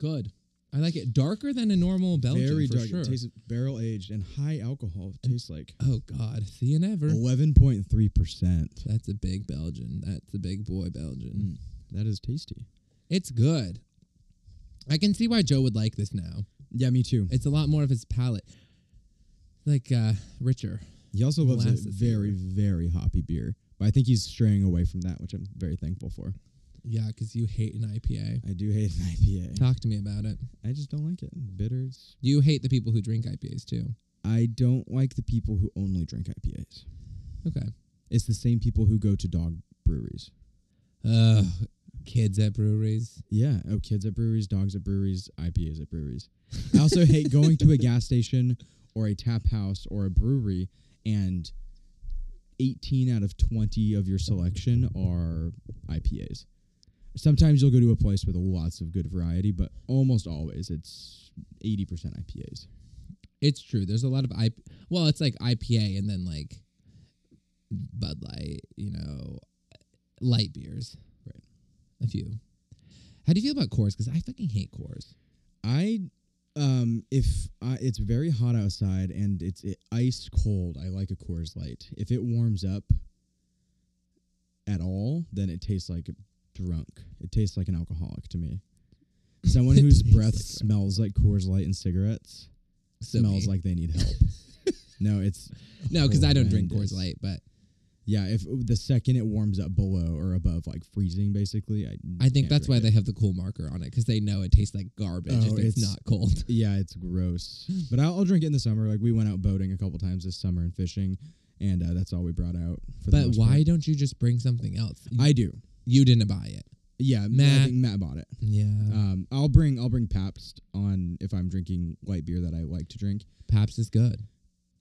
Good. I like it darker than a normal
beer.
Belgian
very
for
dark.
sure.
It tastes barrel aged and high alcohol. It tastes like
oh God, see you never.
eleven point three percent.
That's a big Belgian. That's a big boy
Mm.
Belgian.
That is tasty.
It's good. I can see why Joe would like this now.
Yeah, me too.
It's a lot more of his palate, like uh richer.
He also loves a
Molasses
very very hoppy beer, but I think he's straying away from that, which I'm very thankful for.
Yeah, because you hate an IPA.
I do hate an IPA.
Talk to me about it.
I just don't like it. Bitters.
You hate the people who drink IPAs too.
I don't like the people who only drink IPAs.
Okay.
It's the same people who go to dog breweries.
Ugh, kids at breweries.
Yeah. Oh, kids at breweries, dogs at breweries, IPAs at breweries. I also hate going to a gas station or a tap house or a brewery and 18 out of 20 of your selection are IPAs. Sometimes you'll go to a place with lots of good variety, but almost always it's 80% IPAs.
It's true. There's a lot of IP. Well, it's like IPA and then like Bud Light, you know, light beers.
Right.
A few. How do you feel about Coors? Because I fucking hate Coors.
I um if I, it's very hot outside and it's i ice cold, I like a Coors Light. If it warms up at all, then it tastes like drunk. It tastes like an alcoholic to me. Someone
It
whose
tastes
breath
like drunk.
smells like Coors Light and cigarettes
So
smells
me.
like they need help. no, it's
no, because I don't drink Coors
horrendous.
Light, but
yeah. If the second it warms up below or above like freezing, basically, I
I think
can't
that's why
drink
they
it.
have the cool marker on it because they know it tastes like garbage
Oh,
if it's,
it's-
not cold.
Yeah, it's gross. But I'll, I'll drink it in the summer. Like we went out boating a couple times this summer and fishing, and uh, that's all we brought out. For the
But
most
why
part.
don't you just bring something else? You,
I do.
you didn't buy it. Uh,
Yeah, Matt.
Matt. Oh.
I think Matt bought it.
Yeah.
Um, I'll bring I'll bring Pabst on if I'm drinking light beer that I like to drink.
Pabst is good.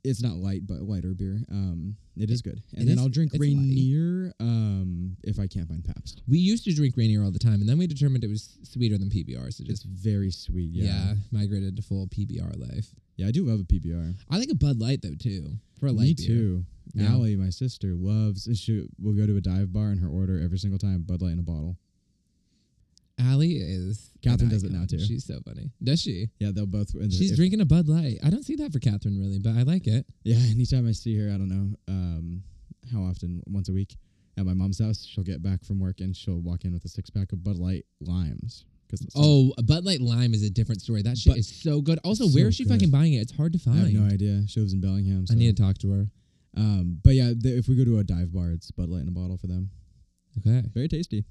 It's not light, but lighter beer. Um, it is good. And
it
then
is-
I'll drink
it's light.
Rainier. Um, if I can't find Pabst,
We used to drink Rainier all the time, and then we determined it was sweeter than PBR, so
it's
just
very sweet.
yeah,
Yeah. yeah,
migrated to full PBR life.
I do love a PBR.
I like a Bud Light though too for a
Me
light beer.
too.
Yeah.
Allie, my sister, loves. She will go to a dive bar and her order every single time Bud Light in a bottle.
Allie is an
Catherine does it now,
icon.
too.
She's so funny. Does she?
Yeah, they'll both. and
She's
if-
drinking a Bud Light. I don't see that for Catherine really, but I like it.
Yeah, anytime I see her, I don't know um, how often, once a week, at my mom's house, she'll get back from work and she'll walk in with a six pack of Bud Light limes. Cause it's-
Oh, a Bud Light Lime is a different story. That shit
But-
is so good. Also,
so
where is she
good.
fucking buying it? It's hard to
I
find.
have no idea. She lives in Bellingham. So.
I need to talk to her.
Um, but yeah, th- if we go to a dive bar, it's Bud Light in a bottle for them.
Okay.
Very tasty.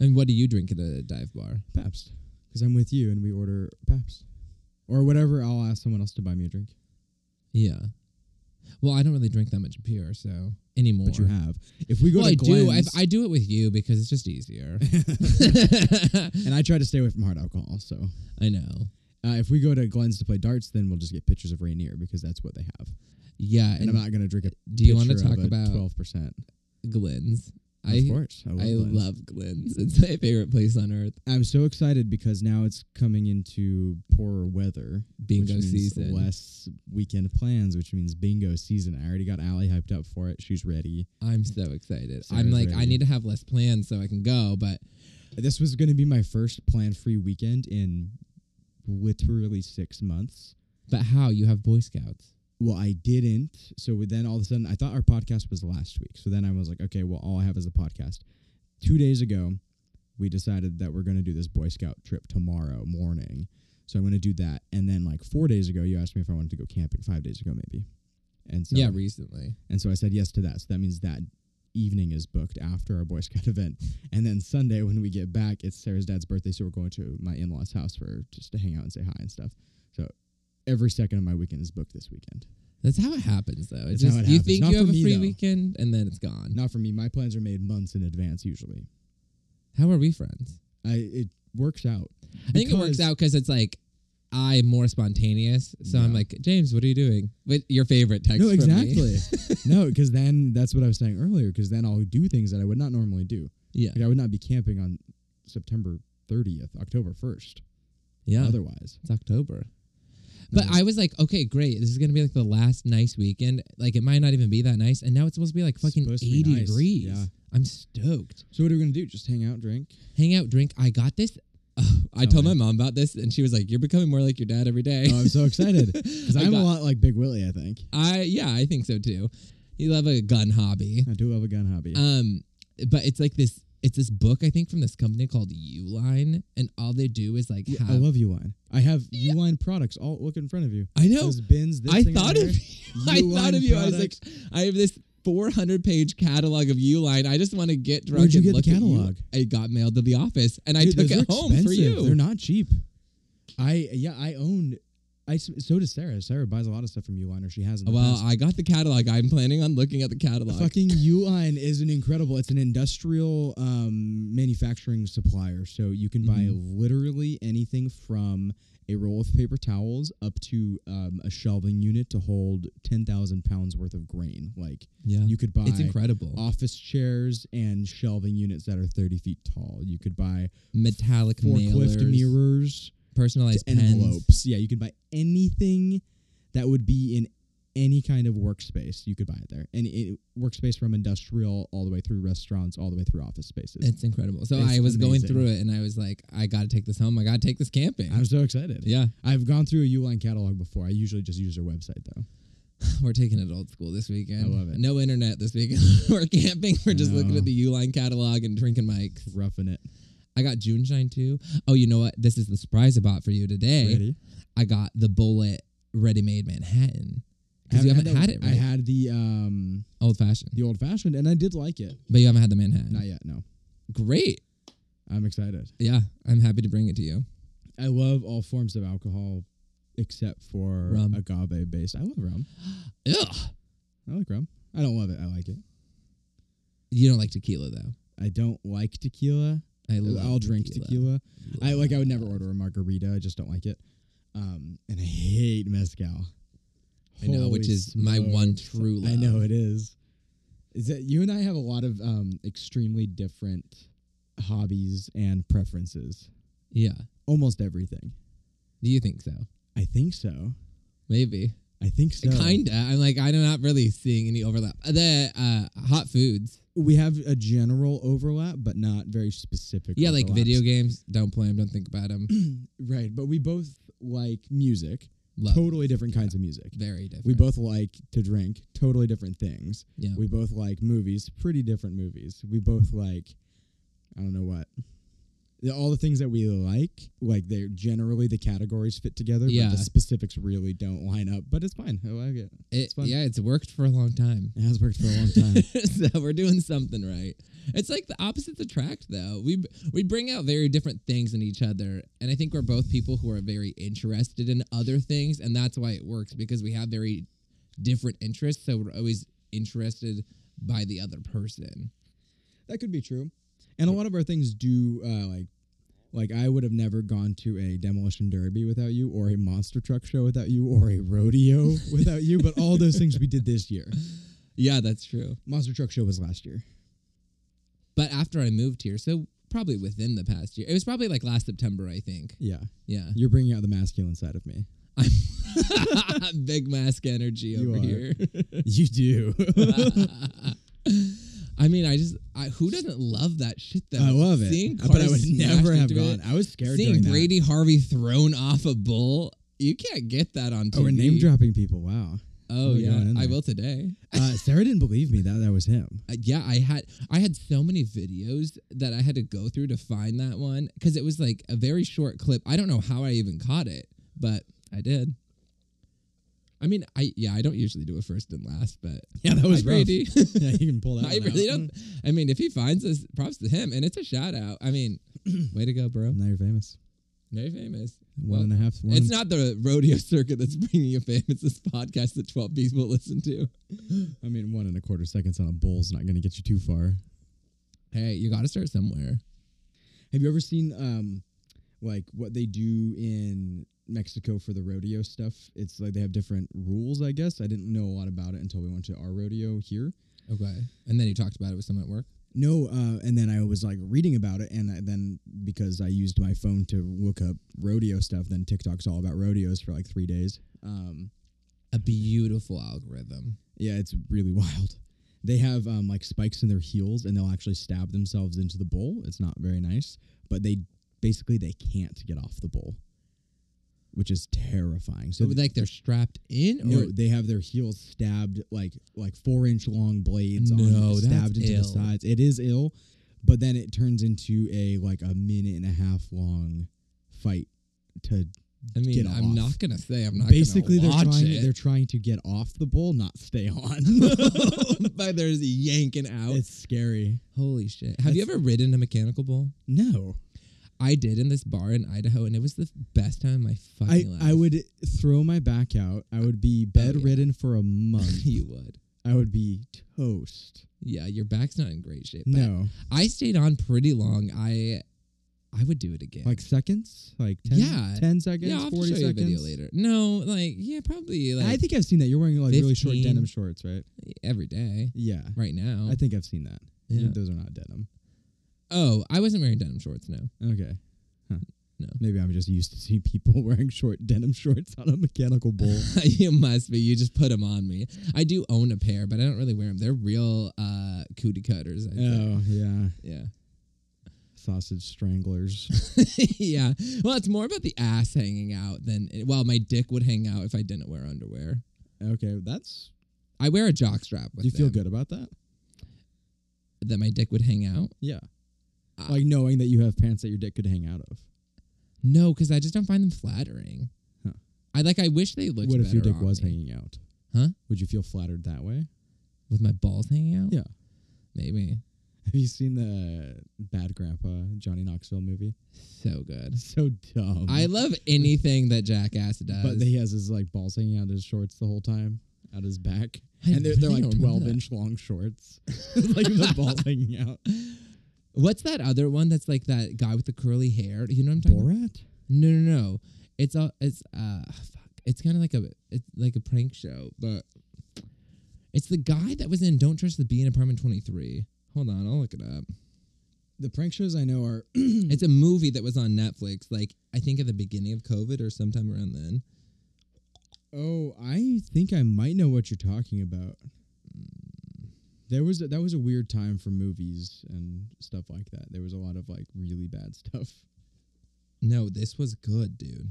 And what do you drink at a dive bar?
Pabst. Because I'm with you and we order Pabst. Or whatever, I'll ask someone else to buy me a drink.
Yeah. Well, I don't really drink that much beer, so anymore.
But you have. If we go
well,
to
I do. I,
Glenn's,
I do it with you because it's just easier.
and I try to stay away from hard alcohol, so.
I know.
Uh, if we go to Glenn's to play darts, then we'll just get pictures of Rainier because that's what they have.
Yeah.
And, I'm not gonna drink a.
do you want to talk about
twelve percent?
Glens?
Of
I
course, I love.
I
Glenn's.
love Glens. It's my favorite place on earth.
I'm so excited because now it's coming into poorer weather,
Bingo
which means
season.
less weekend plans, which means bingo season. I already got Allie hyped up for it. She's ready.
I'm so excited. I'm
Sarah's
like, I
ready.
need to have less plans so I can go, but
This was gonna be my first plan-free weekend in literally six months.
but how? You have Boy Scouts.
Well, I didn't. So we- then all of a sudden, I thought our podcast was last week. So then I was like, okay, well, all I have is a podcast. Two days ago, we decided that we're going to do this Boy Scout trip tomorrow morning. So I'm going to do that. And then like four days ago, you asked me if I wanted to go camping. Five days ago, maybe. And so
Yeah, recently.
and so I said yes to that. So that means that evening is booked after our Boy Scout event. And then Sunday when we get back, it's Sarah's dad's birthday, so we're going to my in laws' house for just to hang out and say hi and stuff. So every second of my weekend is booked this weekend.
That's how it happens, though. It's
That's how
just
it
you
happens.
think
Not
you
for
have a
me,
free
though.
weekend and then it's gone.
Not for me. My plans are made months in advance usually.
How are we friends?
I it works out.
I think it works
Because-
out because it's like I'm more spontaneous. So I'm
Yeah.
like, James, what are you doing? With your favorite text.
No,
from me.
exactly. no, because then that's what I was saying earlier. Because then I'll do things that I would not normally do.
yeah.
Like I would not be camping on September 30th, October 1st.
Yeah.
Otherwise,
It's October. But
Nice.
I was like, okay, great. This is gonna be like the last nice weekend. Like it might not even be that nice, and now it's supposed to be like fucking
Supposed to be
eighty
nice,
degrees.
yeah.
I'm stoked.
so what are we gonna do? Just hang out, drink.
Hang out, drink. I got this. I
Oh,
told my
yeah.
mom about this, and she was like, "You're becoming more like your dad every day."
Oh, I'm so excited because
I
I'm
got-
a lot like Big Willie. I think
I yeah, I think so too. You love a gun hobby.
I do love a gun hobby.
Um, but it's like this. It's this book I think from this company called Uline, and all they do is like
Yeah,
have.
I love Uline. I have Uline products all look in front of you.
I know.
Those bins. This
I
thing
thought
over
of
here,
you. I thought
Uline
of you. I was like,
products.
I have this 400 page catalog of Uline. I just want to get drunk
Where'd you
and
get the
look at you.
catalog?
It got mailed to the office, and I
Dude,
took
those
it
are
home for
expensive. They're
you.
not cheap. I yeah, I owned. I s- so does Sarah. Sarah buys a lot of stuff from Uline, or she has. In the
Oh, Well,
past.
I got the catalog. I'm planning on looking at the catalog.
Fucking Uline is an incredible. It's an industrial um, manufacturing supplier, so you can buy
Mm-hmm.
literally anything from a roll of paper towels up to um, a shelving unit to hold ten thousand pounds worth of grain. Like
yeah,
you could buy
it's incredible.
office chairs and shelving units that are thirty feet tall. You could buy
Metallic
forklift
mailers,
mirrors,
personalized pens.
envelopes. Yeah, you can buy anything that would be in any kind of workspace. You could buy it there. And it, workspace from industrial all the way through restaurants, all the way through office spaces.
It's incredible. So
It's
I was going
amazing.
through it, and I was like, I got to take this home. I got to take this camping.
I'm so excited.
yeah,
I've gone through a Uline catalog before. I usually just use their website though.
we're taking it old school this weekend.
I love it.
No internet this weekend. we're camping. We're just looking
No.
at the Uline catalog and drinking Mike's.
Roughing it.
I got June Shine too. Oh, you know what? This is the surprise I bought for you today.
Ready?
I got the Bullet Ready Made Manhattan because you haven't had,
that-
it.
I
Right?
had the um
old fashioned,
the old fashioned and I did like it.
but you haven't had the Manhattan.
Not yet, no.
Great.
I'm excited.
Yeah, I'm happy to bring it to you.
I love all forms of alcohol except for
Rum.
agave based. I love rum.
Ugh.
I like rum. I don't love it. I like it.
You don't like tequila though.
I don't like tequila.
I
I'll
love
drink tequila. I like. I would never order a margarita. I just don't like it. Um, and I hate mezcal.
I know, which
Holy
is my one
smokes.
true
I
love.
know it is. Is that you and I have a lot of um extremely different hobbies and preferences.
Yeah.
Almost everything.
Do you think so?
I think so.
Maybe.
I think so.
Kinda. I'm like I'm not really seeing any overlap. The uh, hot foods.
We have a general overlap, but not very specific.
Yeah, like video
overlaps.
games. Don't play them. Don't think about them.
Right, but we both like music.
Love. 'em.
totally different kinds of music.
Very different.
We both like to drink, totally different things.
Yeah.
We both like movies, pretty different movies. We both like, I don't know what. The- All the things that we like, like they're generally the categories fit together,
Yeah.
but the specifics really don't line up. But it's fine. I like it.
It,
fun.
yeah, it's worked for a long time.
It has worked for a long time.
so we're doing something right. It's like the opposites attract, though. We we bring out very different things in each other, and I think we're both people who are very interested in other things, and that's why it works because we have very different interests. So we're always interested by the other person.
that could be true. And a lot of our things do uh, like. Like I would have never gone to a demolition derby without you, or a monster truck show without you, or a rodeo without you. But all those things we did this year.
Yeah, that's true.
Monster Truck Show was last year.
But after I moved here, so probably within the past year, it was probably like last September, I think.
Yeah.
Yeah,
You're bringing out the masculine side of me.
big mask energy
You
over
are.
here.
you do.
I mean, I just I, who doesn't love that shit though?
I love it.
Seeing
but I
cars
would
smashed
never have
into
gone.
it,
I was scared
Seeing
during
Brady Harvey thrown off a bull, you can't get that on TV.
that. Oh, we're name dropping people. Wow.
Oh
We're going
yeah,
in
I
there.
will today.
Uh, Sarah didn't believe me that that was him.
Uh, yeah, I had I had so many videos that I had to go through to find that one because it was like a very short clip. I don't know how I even caught it, but I did. I mean, I yeah, I don't usually do a first and last, but
Yeah, that
Hi,
was rough.
Brady.
yeah, you can pull that.
I
one
really
out.
don't. I mean, if he finds us, props to him, and it's a shout out. I mean, way to go, bro.
Now you're famous.
Very famous. Well,
One and a half. one
It's
and-
not the rodeo circuit that's bringing you fame. It's this podcast that twelve people listen to.
I mean, one and a quarter seconds on a bull's not going to get you too far.
Hey, you got to start somewhere.
Have you ever seen um, like what they do in Mexico for the rodeo stuff? It's like they have different rules. I guess I didn't know a lot about it until we went to our rodeo here.
Okay. And then you talked about it with someone at work.
No, uh, and then I was like reading about it, and I, then because I used my phone to look up rodeo stuff, then TikTok's all about rodeos for like three days. Um,
A beautiful algorithm.
yeah, it's really wild. They have um, like spikes in their heels, and they'll actually stab themselves into the bull. It's not very nice, but they basically they can't get off the bull, which is terrifying.
So
So
like they're strapped in, or
No, they have their heels stabbed like like four inch long blades
No,
on
that's
stabbed into
ill.
the sides. It is ill, but then it turns into a like a minute and a half long fight to
I mean,
get
I'm
off.
not gonna say I'm not.
Basically,
gonna
they're
watch
trying
it.
they're trying to get off the bull, not stay on.
by there's yanking out.
it's scary.
Holy shit! Have you
That's-
ever ridden a mechanical bull?
No,
I did in this bar in Idaho, and it was the best time of my
I,
fucking life.
I would throw my back out. I would be bedridden for a month.
you would.
I would be toast.
Yeah, your back's not in great shape. but
No,
I stayed on pretty long. I I would do it again.
like seconds, like 10,
Yeah.
10 seconds,
yeah, I'll have to
forty
show you a
seconds.
video later. No, like yeah, probably like
I think I've seen that. You're wearing like really short
15.
denim shorts, right?
every day
Yeah,
right now.
I think I've seen that.
Yeah.
Those are not denim.
oh, I wasn't wearing denim shorts. No,
Okay. Huh.
No.
Maybe I'm just used to see people wearing short denim shorts on a mechanical bull.
you must be. You just put them on me. I do own a pair, but I don't really wear them. They're real uh cootie cutters. I think.
oh yeah,
Yeah.
sausage stranglers.
yeah. Well, it's more about the ass hanging out than well, my dick would hang out if I didn't wear underwear.
okay, that's.
I wear a jock strap with
Do you feel
them,
good about that?
that my dick would hang out.
Yeah.
Uh,
like knowing that you have pants that your dick could hang out of.
No, because I just don't find them flattering.
Huh.
I like. I wish they looked.
What if your
better
dick
on
was
me.
hanging out?
Huh?
Would you feel flattered that way?
with my balls hanging out?
Yeah.
maybe.
Have you seen the Bad Grandpa Johnny Knoxville movie?
So good.
So dumb.
I love anything that Jackass does.
But he has his like balls hanging out of his shorts the whole time, out his back,
I
and they're, they're
really
like
don't remember
twelve inch long shorts, like the balls hanging out.
What's that other one that's like that guy with the curly hair? You know what I'm talking about?
Borat.
No, no, no. It's a, it's uh, fuck. It's kind of like a, it's like a prank show, but it's the guy that was in Don't Trust the Bee in Apartment 23. Hold on, I'll look it up.
The prank shows I know are
It's a movie that was on Netflix, like I think at the beginning of COVID or sometime around then.
Oh, I think I might know what you're talking about. There was a, that was a weird time for movies and stuff like that. There was a lot of like really bad stuff.
No, this was good, dude.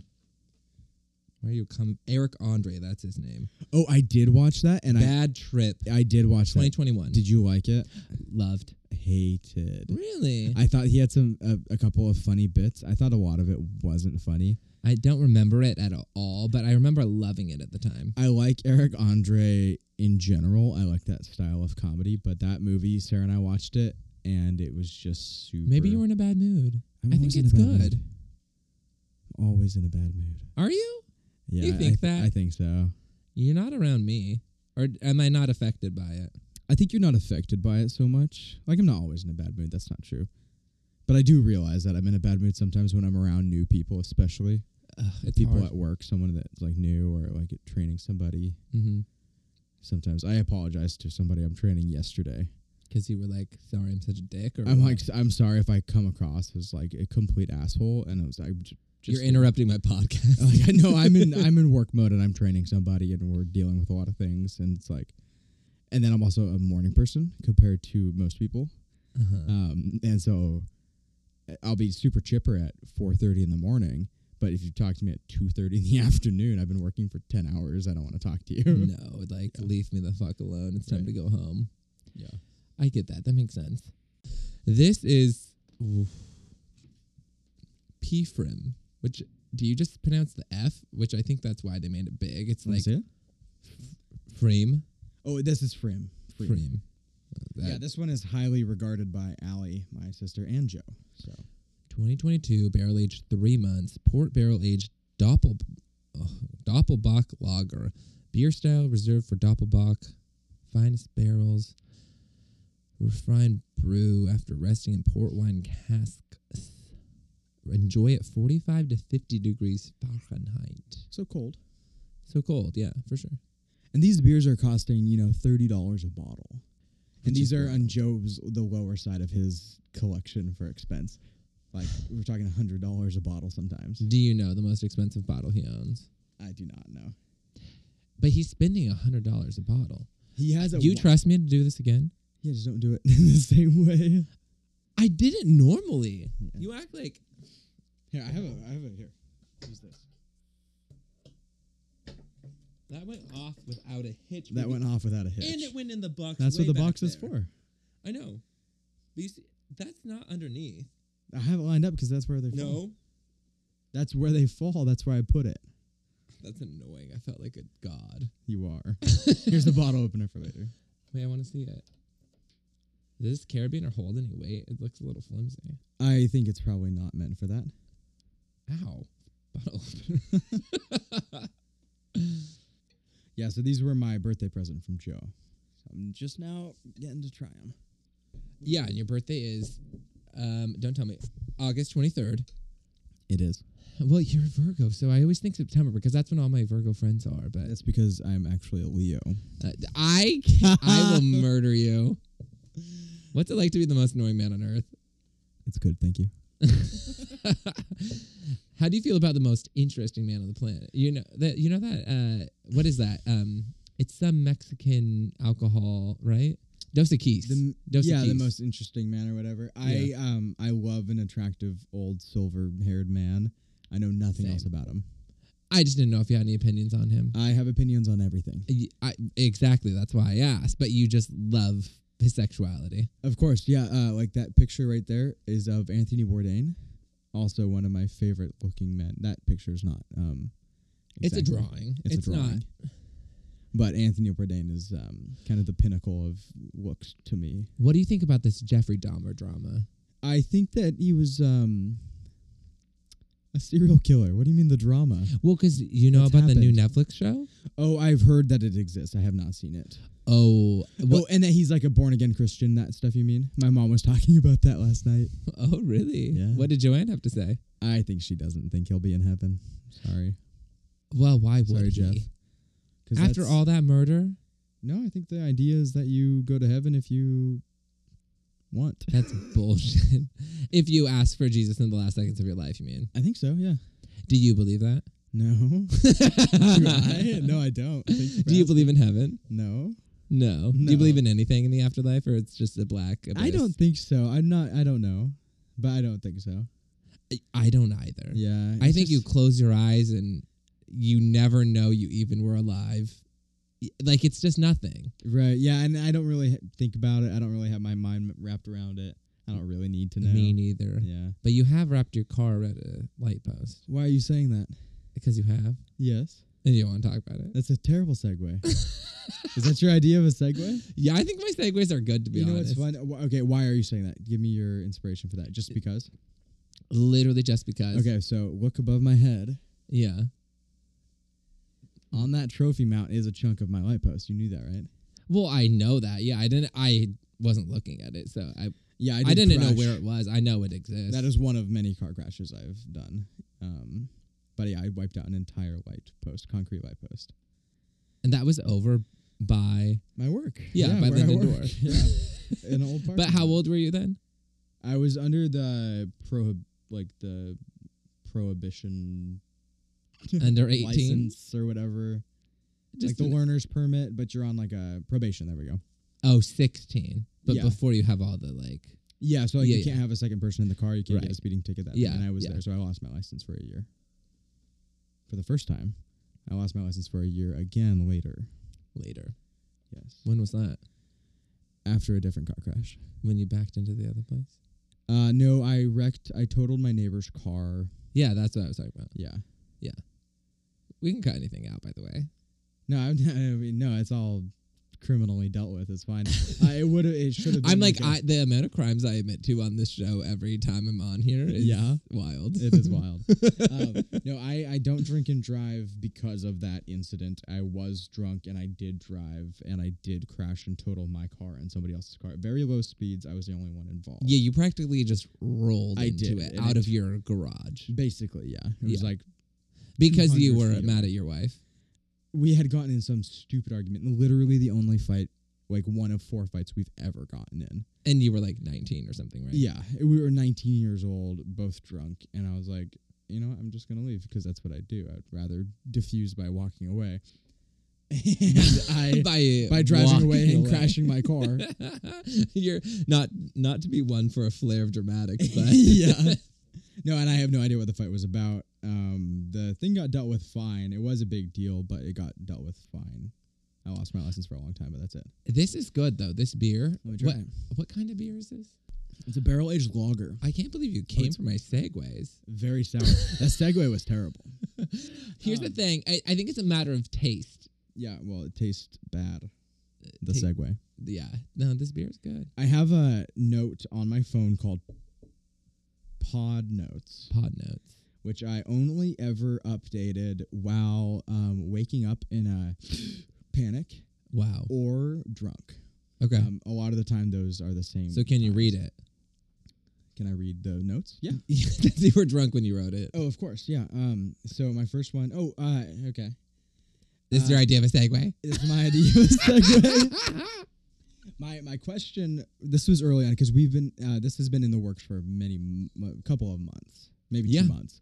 Where you come, Eric Andre, that's his name.
Oh, I did watch that, and
Bad Trip,
I I did watch that.
2021.
Did you like it?
loved?
Hated.
Really?
I thought he had some a, a couple of funny bits. I thought a lot of it wasn't funny.
I don't remember it at all, but I remember loving it at the time.
I like Eric Andre in general. I like that style of comedy, but that movie, Sarah and I watched it, and it was just super.
Maybe you were in a bad mood.
I'm
I think
always in a
it's
bad
good.
mood. I'm always in a bad mood.
Are you?
Yeah,
You
I- I
think
th-
that?
I think so.
You're not around me. Or am I not affected by it?
I think you're not affected by it so much. Like I'm not always in a bad mood. That's not true. But I do realize that I'm in a bad mood sometimes when I'm around new people, especially
Ugh, it's
people
hard.
at work, someone that's like new or like at training somebody.
Mhm.
Sometimes I apologize to somebody I'm training yesterday.
'Cause you were like, sorry, I'm such a dick. Or
I'm
what?
like, s- I'm sorry if I come across as like a complete asshole, and I was like, j- just
you're interrupting my podcast.
like I know I'm in I'm in work mode and I'm training somebody and we're dealing with a lot of things and it's like and then I'm also a morning person compared to most people.
Uh-huh.
Um and so eh, I'll be super chipper at 4:30 in the morning, but if you talk to me at 2:30 in the afternoon, I've been working for 10 hours, I don't want to talk to you.
no, like, leave me the fuck alone. It's time
Mm-hmm. Right.
to go home.
Yeah.
I get that. That makes sense. This is oof, Pfrim, which do you just pronounce the F? Which I think that's why they made it big. It's
Wanna
like
see it?
Frame.
Oh, this is Frim. Frim.
Frame.
Yeah,
That
this one is highly regarded by Allie, my sister, and Joe. So
2022 barrel aged three months port barrel aged doppel oh, doppelbock lager beer style reserved for doppelbock finest barrels refined brew after resting in port wine casks enjoy at 45 to 50 degrees fahrenheit
so cold.
so cold yeah for sure
And these beers are costing, you know, thirty dollars a bottle.
Which
And these
is
are on
wild.
Joe's the lower side of his collection for expense. Like we're talking hundred dollars a bottle sometimes.
do you know the most expensive bottle he owns
I do not know.
but he's spending a hundred dollars a bottle
He has a
you
wa-
trust me to do this again
Yeah, just don't do it in the same way.
I didn't normally.
Yeah.
You act like
Here, I have a I have a here. Use this.
that went off without a hitch.
That
baby.
went off without a hitch.
and it went in the box.
That's
way
what the
back
box is
there.
for.
I know, but you see, that's not underneath.
I have it lined up because that's where they're from.
No,
That's where they fall. That's where I put it.
That's annoying. I felt like a god.
You are. Here's the bottle opener for later.
Wait, I want to see it. Does this carabiner hold any weight? It looks a little flimsy.
I think it's probably not meant for that.
Ow. Bottle opener.
Yeah, so these were my birthday present from Joe.
I'm just now getting to try them.
yeah, and your birthday is, um, don't tell me, August 23rd.
It is.
Well, you're a Virgo, so I always think September because that's when all my Virgo friends are. But
That's because I'm actually a Leo.
uh, I, ca-
Uh,
I will murder you. What's it like to be the most annoying man on earth?
It's good, thank you.
How do you feel about the most interesting man on the planet? You know that you know that uh, what is that? Um, it's some Mexican alcohol, right? Dos Equis.
The, m-
Dos
yeah, the
Equis.
most interesting man or whatever. I um I love an attractive old silver haired man. I know nothing
Same.
else about him.
I just didn't know if you had any opinions on him.
I have opinions on everything.
Y- I, exactly, that's why I asked. But you just love his sexuality.
Of course, yeah. Uh, like that picture right there is of Anthony Bourdain, also one of my favorite looking men. That picture's not. Um,
It's a
exactly-
drawing.
It's, a drawing.
not.
But Anthony Bourdain is um, kind of the pinnacle of looks to me.
What do you think about this Jeffrey Dahmer drama?
I think that he was um, a serial killer. What do you mean the drama?
Well, because you know
What's
about the new Netflix show.
Oh, I've heard that it exists. I have not seen it.
Oh,
Oh, and that he's like a born again Christian. That stuff you mean? My mom was talking about that last night.
wh- oh, really?
Yeah.
What did Joanne have to say?
I think she doesn't think he'll be in heaven. Sorry.
Well, why would
Sorry,
he?
Jeff. 'Cause
After
that's-
all that murder,
No, I think the idea is that you go to heaven if you want.
that's bullshit. If you ask for Jesus in the last seconds of your life, you mean?
I think so. Yeah.
Do you believe that?
No. Do I? No, I don't. Thank for
Do you
asking.
believe in heaven?
No.
No. Do
No.
you believe in anything in the afterlife, or it's just a black? Abyss?
I don't think so. I'm not. I don't know, but I don't think so.
I- I don't either.
Yeah.
I
it's
think you
just-
close your eyes and you never know you even were alive. Y- Like it's just nothing.
Right. Yeah, and I don't really h- think about it. I don't really have my mind wrapped around it. I don't really need to know.
Me neither.
Yeah.
But you have wrapped your car around a light post
Why are you saying that?
because you have,
Yes.
and you don't want to talk about it.
That's a terrible segue. is that your idea of a segue?
Yeah, I think my segues are good to be
you know
honest.
what's fun? Wh- Okay, why are you saying that? Give me your inspiration for that. Just because?
Literally just because.
Okay, so look above my head.
Yeah.
On that trophy mount is a chunk of my light post. You knew that, right?
Well, I know that. Yeah, I didn't. I wasn't looking at it, so I
Yeah,
I, did not know where it was. I know it exists.
That is one of many car crashes I've done. Um, but yeah, I wiped out an entire light post, concrete light post.
and that was over by.
My work.
Yeah, by
where I
Linden
work.
Door.
yeah, an old park.
But how old were you then?
I was under the prohib, like the prohibition
Under eighteen.
license or whatever,
Just
like the
an-
learner's permit, but you're on like a probation. There we go.
Oh, 16. But
Yeah.
before you have all the like,
Yeah, so like
Yeah,
you can't have a second person in the car. You can't get
Right.
a speeding ticket. That
Yeah,
yeah, and I was
yeah.
there, so I lost my license for a year. For the first time, I lost my license for a year again later.
later.
Yes,
When was that?
after a different car crash.
When you backed into the other place?
Uh, no, I wrecked. I totaled my neighbor's car.
Yeah, that's what I was talking about.
Yeah.
We can cut anything out, by the way.
No, I, I mean, no, it's all criminally dealt with. It's fine. uh, it would. It should have.
I'm like,
a-
I, the amount of crimes I admit to on this show every time I'm on here is
Yeah.
wild.
It is wild. um, no, I, I don't drink and drive because of that incident. I was drunk and I did drive and I did crash and total my car and somebody else's car. At very low speeds. I was the only one involved.
yeah, you practically just rolled
I
into
did,
it
and
out
it-
of your garage
Basically, yeah. It was
Yeah.
like
because you
200
were
feet
mad
away.
at your wife.
we had gotten in some stupid argument. Literally the only fight, like one of four fights we've ever gotten in.
And you were like 19 or something, right?
Yeah. We were 19 years old, both drunk. And I was like, you know, what, I'm just going to leave because that's what I do. I'd rather diffuse by walking away. and I.
by
by driving away
walking
and crashing my car.
You're not not to be one for a flair of dramatics, but
yeah. No, and I have no idea what the fight was about. Um, the thing got dealt with fine. It was a big deal, but it got dealt with fine. I lost my license for a long time, but that's it.
This is good though. This beer.
Let me try
What
it.
what kind of beer is this?
It's a barrel aged lager.
I can't believe you came for my segues.
Very sour. that segue was terrible.
Here's the
Um,
thing. I, I think it's a matter of taste.
Yeah, well, it tastes bad. The
Take-
segue.
Yeah. No, this beer's good.
I have a note on my phone called Pod Notes.
Pod notes.
which I only ever updated while um, waking up in a panic
Wow.
or drunk.
Okay.
Um, a lot of the time, those are the same.
so can you read it?
can I read the notes? Yeah.
Mm. you were drunk when you wrote it.
Oh, of course. Yeah. Um. So my first one. Oh. Uh. Okay.
This is your
uh,
idea of a segue?
It's my idea. of a segue. my my question. This was early on because we've been. Uh, this has been in the works for many, m- a couple of months, maybe
Yeah.
two months.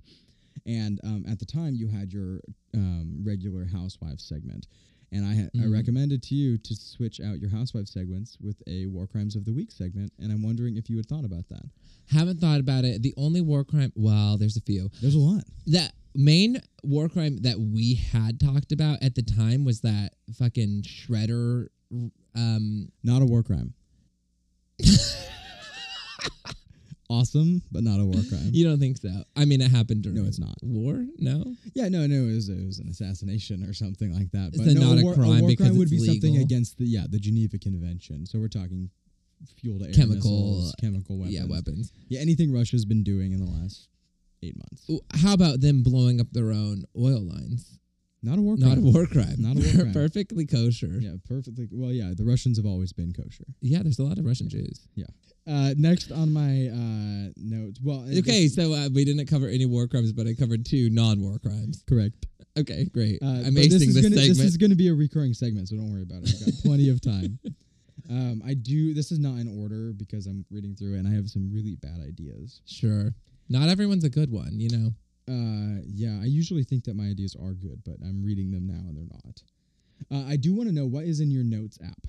And um, at the time, you had your um, regular housewife segment, and I had I
Mhm.
recommended to you to switch out your housewife segments with a war crimes of the week segment. And I'm wondering if you had thought about that.
Haven't thought about it. The only war crime, well, there's a few.
There's a lot.
That main war crime that we had talked about at the time was that fucking shredder. Um,
Not a war crime. awesome, but not a war crime.
you don't think so? I mean, it happened during.
No, it's not.
War? No.
Yeah, no, no, it was, it was an assassination or something like that.
It's
But
a
no,
not a
war,
crime
war
because
crime would
it's
be something
legal.
against the yeah the Geneva Convention. So we're talking fuel to air
Chemical- uh,
missiles, chemical weapons.
Yeah, weapons.
Yeah, anything Russia's been doing in the last eight months.
Ooh, How about them blowing up their own oil lines?
Not a war crime.
Not a war crime.
Not a war
They're
crime.
Perfectly kosher. Yeah.
Yeah, perfectly. Well, yeah, the Russians have always been kosher.
there's a lot of Russian Jews.
Uh, next on my uh, notes. Well, it-
Okay, so uh, we didn't cover any war crimes, but I covered two non-war crimes.
correct.
Okay, great.
Uh,
I'm
but
acing
this is
this,
gonna,
segment.
This is going to be a recurring segment, so don't worry about it. We've got plenty of time. Um, I do. This is not in order because I'm reading through it, and I have some really bad ideas.
sure. Not everyone's a good one, you know.
Uh, yeah, I usually think that my ideas are good, but I'm reading them now and they're not. Uh, I do want to know what is in your notes app.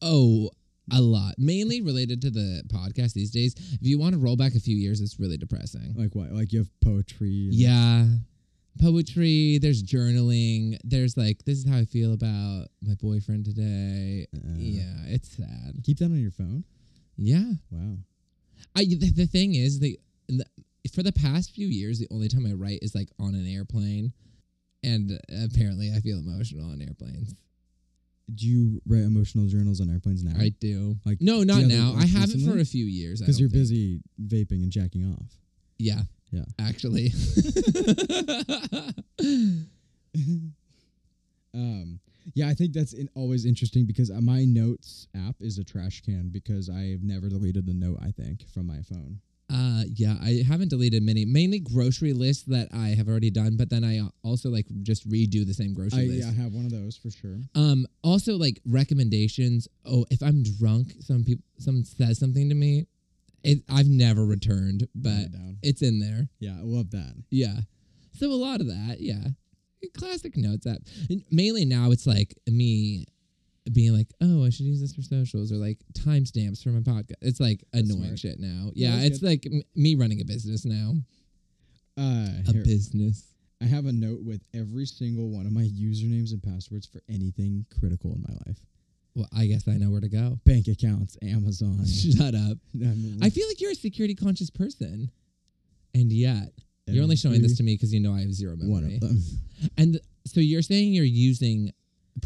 Oh, a lot. Mainly related to the podcast these days. If you want to roll back a few years, it's really depressing.
Like what? Like you have poetry. and-
Yeah. Poetry, there's journaling, there's like, this is how I feel about my boyfriend today.
Uh,
yeah, it's sad.
Keep that on your phone.
Yeah.
Wow.
I the, the thing is the, the for the past few years the only time I write is like on an airplane and apparently I feel emotional on airplanes.
Do you write emotional journals on airplanes now?
I do.
Like,
Mm-hmm. no,
do
not
you have
now.
it,
I
like,
haven't for
recently?
a few years I
Because
don't
you're
think.
busy vaping and jacking off.
Yeah.
Yeah.
Actually.
Um, yeah, I think that's in, always interesting because uh, my notes app is a trash can because I have never deleted the note. I think from my phone.
uh yeah, I haven't deleted many, mainly grocery lists that I have already done, but then I also like just redo the same grocery
I
list.
yeah, I have one of those for sure.
Um, also like recommendations. Oh, if I'm drunk, some people someone says something to me. It, I've never returned,
Write
but
it down.
it's in there.
Yeah, I love that.
Yeah. So a lot of that, yeah. Classic notes app. And mainly now it's like me being like, oh, I should use this for socials or like timestamps for my podcast. It's like
That's
annoying
smart.
shit now. Yeah,
Yeah, that's
it's like m- me running a business now.
Uh,
A
here,
business.
I have a note with every single one of my usernames and passwords for anything critical in my life:
Well, I guess I know where to go.
bank accounts, Amazon.
Shut up.
I'm
I feel like you're a security conscious person, and yet you're only showing
every
this to me because you know I have zero
one
memory.
of them.
And th- so you're saying you're using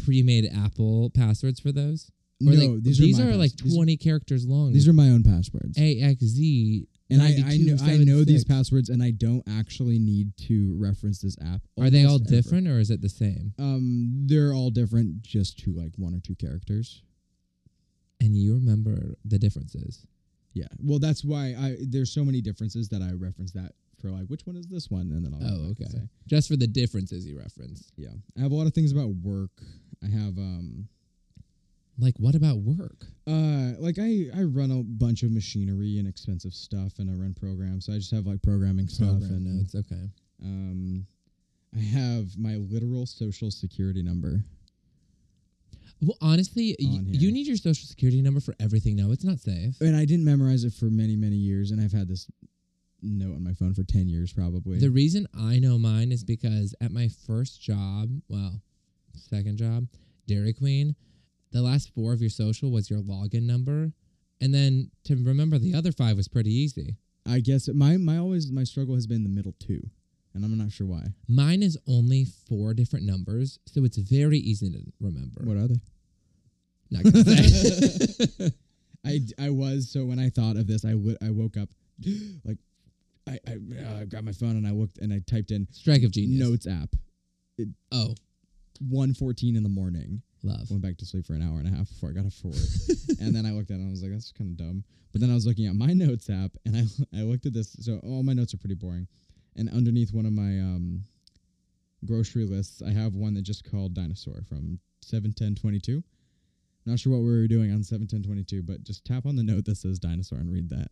pre-made Apple passwords for those? Or
no,
like,
these are my pass-
like
these-
20 characters long.
These are my own passwords.
AXZ.
And I, I know I know
9276.
these passwords, and I don't actually need to reference this app.
Are they all
almost ever.
different or is it the same?
Um, they're all different, just to like one or two characters.
And you remember the differences.
Yeah. Well, that's why I there's so many differences that I reference that for like which one is this one, and then I'll
Oh,
go back and
okay.
say.
Just for the differences you referenced.
Yeah, I have a lot of things about work. I have um
Like, what about work?
uh like I I run a bunch of machinery and expensive stuff, and I run programs, so I just have like programming stuff
Program
and
notes. Okay.
um. I have my literal social security number.
Well, honestly, y-
On here.
you need your social security number for everything now. It's not safe.
and I didn't memorize it for many, many years, and I've had this note on my phone for ten years probably.
The reason I know mine is because at my first job, well, second job, Dairy Queen, the last four of your social was your login number. And then to remember the other five was pretty easy.
I guess my my always my struggle has been the middle two, and I'm not sure why.
Mine is only four different numbers, so it's very easy to remember.
What are they?
Not gonna say.
I, d- I was so when I thought of this, I wo- I woke up like I I, uh, I grabbed my phone and I looked and I typed in
Strike of genius.
notes app
Oh,
one fourteen in the morning.
love.
Went back to sleep for an hour and a half before I got up for work, and then I looked at it and I was like, that's kind of dumb. But then I was looking at my notes app and I I looked at this. So all my notes are pretty boring, and underneath one of my um grocery lists, I have one that just called dinosaur from seven ten twenty two. Not sure what we were doing on seven ten twenty two, but just tap on the note that says dinosaur and read that.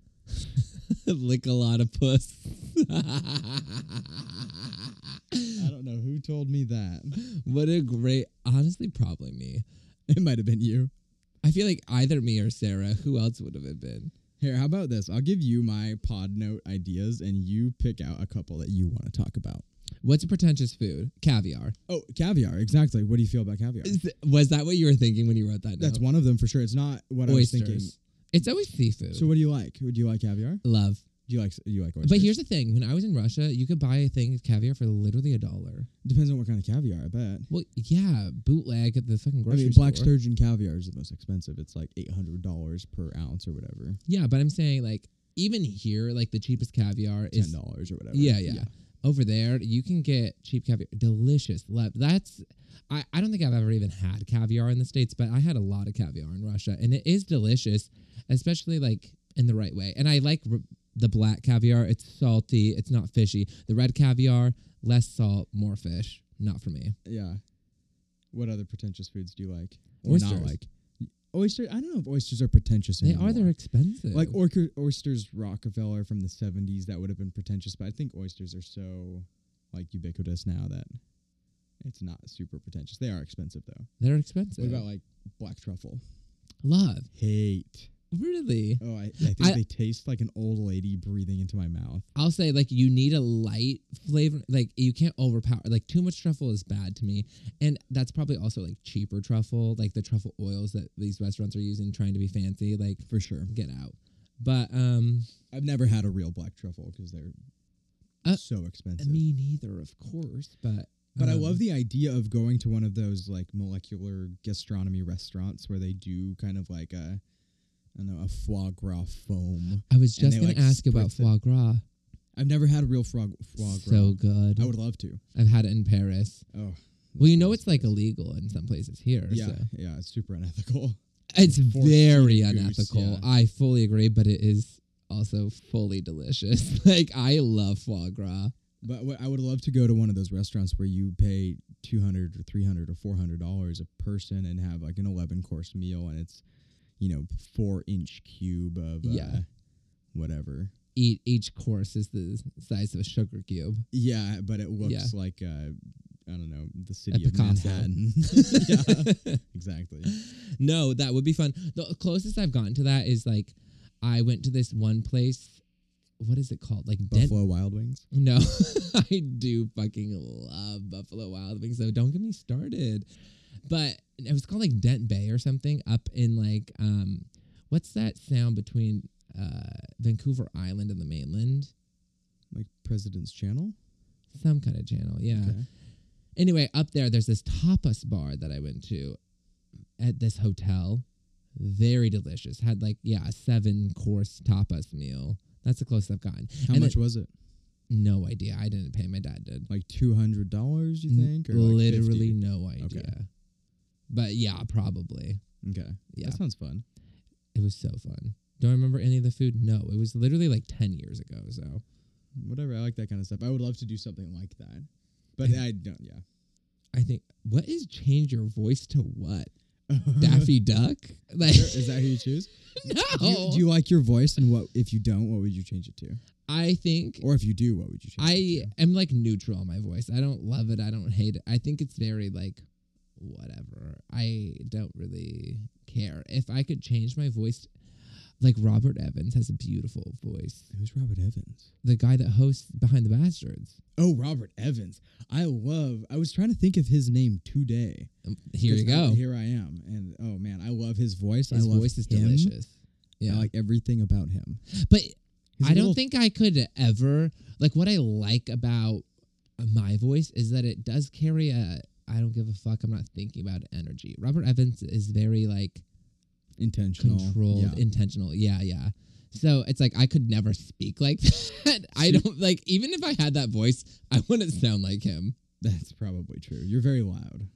Lick a lot of puss.
I don't know who told me that.
what a great, honestly, probably me.
It might have been you.
I feel like either me or Sarah. Who else would have it been?
Here, how about this? I'll give you my pod note ideas and you pick out a couple that you want to talk about.
What's a pretentious food? Caviar.
Oh, caviar. Exactly. What do you feel about caviar?
Is th- was that what you were thinking when you wrote that?
That's
down?
one of them for sure. It's not what I was
oysters.
thinking.
It's always seafood.
So what do you like? Would you like caviar?
love.
Do you like you like oysters?
But here's the thing: when I was in Russia, you could buy a thing of caviar for literally a dollar.
depends on what kind of caviar, I bet.
Well, yeah, bootleg at the fucking
I
grocery
mean, black
store.
sturgeon caviar is the most expensive. It's like eight hundred dollars per ounce or whatever,
Yeah, but I'm saying like even here, like the cheapest caviar
ten
is
dollars or whatever.
yeah, yeah, Over there, you can get cheap caviar, delicious. Love that's. I, I don't think I've ever even had caviar in the states, but I had a lot of caviar in Russia, and it is delicious, especially like in the right way. And I like r- the black caviar; it's salty, it's not fishy. The red caviar, less salt, more fish. Not for me.
Yeah. What other pretentious foods do you like or not
Oysters.
like? Oysters. I don't know if oysters are pretentious
They
anymore.
are they're expensive.
like orca- oysters Rockefeller from the '70s. That would have been pretentious, but I think oysters are so like ubiquitous now that it's not super pretentious. They are expensive though.
they're expensive.
What about like black truffle?
love?
Hate.
Really?
Oh, I, I think
I-
they taste like an old lady breathing into my mouth.
I'll say like you need a light flavor. Like you can't overpower. Like too much truffle is bad to me, and that's probably also like cheaper truffle, like the truffle oils that these restaurants are using, trying to be fancy. Like
For sure.
get out. But um,
I've never had a real black truffle because they're
Uh,
so expensive.
me neither, of course. But
But I
um,
love the idea of going to one of those like molecular gastronomy restaurants where they do kind of like a, I don't know, a foie gras foam.
I was
and
just
they,
gonna
like,
ask about
spritz it.
foie gras.
I've never had a real frog foie gras.
So good.
I would love to.
I've had it in Paris.
Oh,
Well, you know it's like illegal in some places here.
yeah,
so.
yeah, it's super unethical.
It's
Forced
very
goose,
unethical.
yeah.
I fully agree, but it is also fully delicious. like I love foie gras.
But what- I would love to go to one of those restaurants where you pay two hundred or three hundred or four hundred dollars a person and have like an eleven course meal and it's, you know, four inch cube of uh,
Yeah.
whatever.
Eat each course is the size of a sugar cube.
Yeah, but it looks
Yeah.
like uh, I don't know the city
A
of
Picasso.
Manhattan. yeah, exactly.
No, that would be fun. The closest I've gotten to that is like I went to this one place. What is it called? Like Den-
Buffalo Wild Wings.
No, I do fucking love Buffalo Wild Wings, so don't get me started. But it was called like Dent Bay or something up in like um, what's that sound between uh Vancouver Island and the mainland?
Like President's Channel.
Some kind of channel, yeah.
Okay.
Anyway, up there, there's this tapas bar that I went to at this hotel. Very delicious. Had like yeah, a seven course tapas meal. That's the closest I've gotten.
How
And
much
it-
was it?
no idea. I didn't pay. My dad did.
Like two hundred dollars, you
N-
think? Or like
literally
50?
no idea. But yeah, probably.
Okay,
Yeah.
that sounds fun.
It was so fun. Do I remember any of the food? No, it was literally like 10 years ago. So
Whatever. I like that kind of stuff. I would love to do something like that, but I don't. Yeah.
I think, what is change your voice to what? Daffy Oh. Duck? Like,
Is that who you choose?
no.
Do, you, do you like your voice? And what if you don't? What would you change it to?
I think
Or if you do, what would you change?
I
it
am like neutral on my voice. I don't love it. I don't hate it. I think it's very like whatever. I don't really care. If I could change my voice, like Robert Evans has a beautiful voice.
to? Who's Robert Evans?
the guy that hosts Behind the Bastards.
Oh, Robert Evans. I love. I was trying to think of his name today.
Um, Here you
'Cause I-
go.
here I am, and oh man, I love love his voice.
His
I love
voice is
him.
delicious. Yeah,
I like everything about him.
but
He's a
I
little-
don't think I could ever like what I like about my voice is that it does carry a I don't give a fuck I'm not thinking about it energy. Robert Evans is very like
intentional.
controlled,
Yeah.
intentional. Yeah, yeah. So it's like I could never speak like that. I don't like even if I had that voice, I wouldn't sound like him.
That's probably true. You're very loud.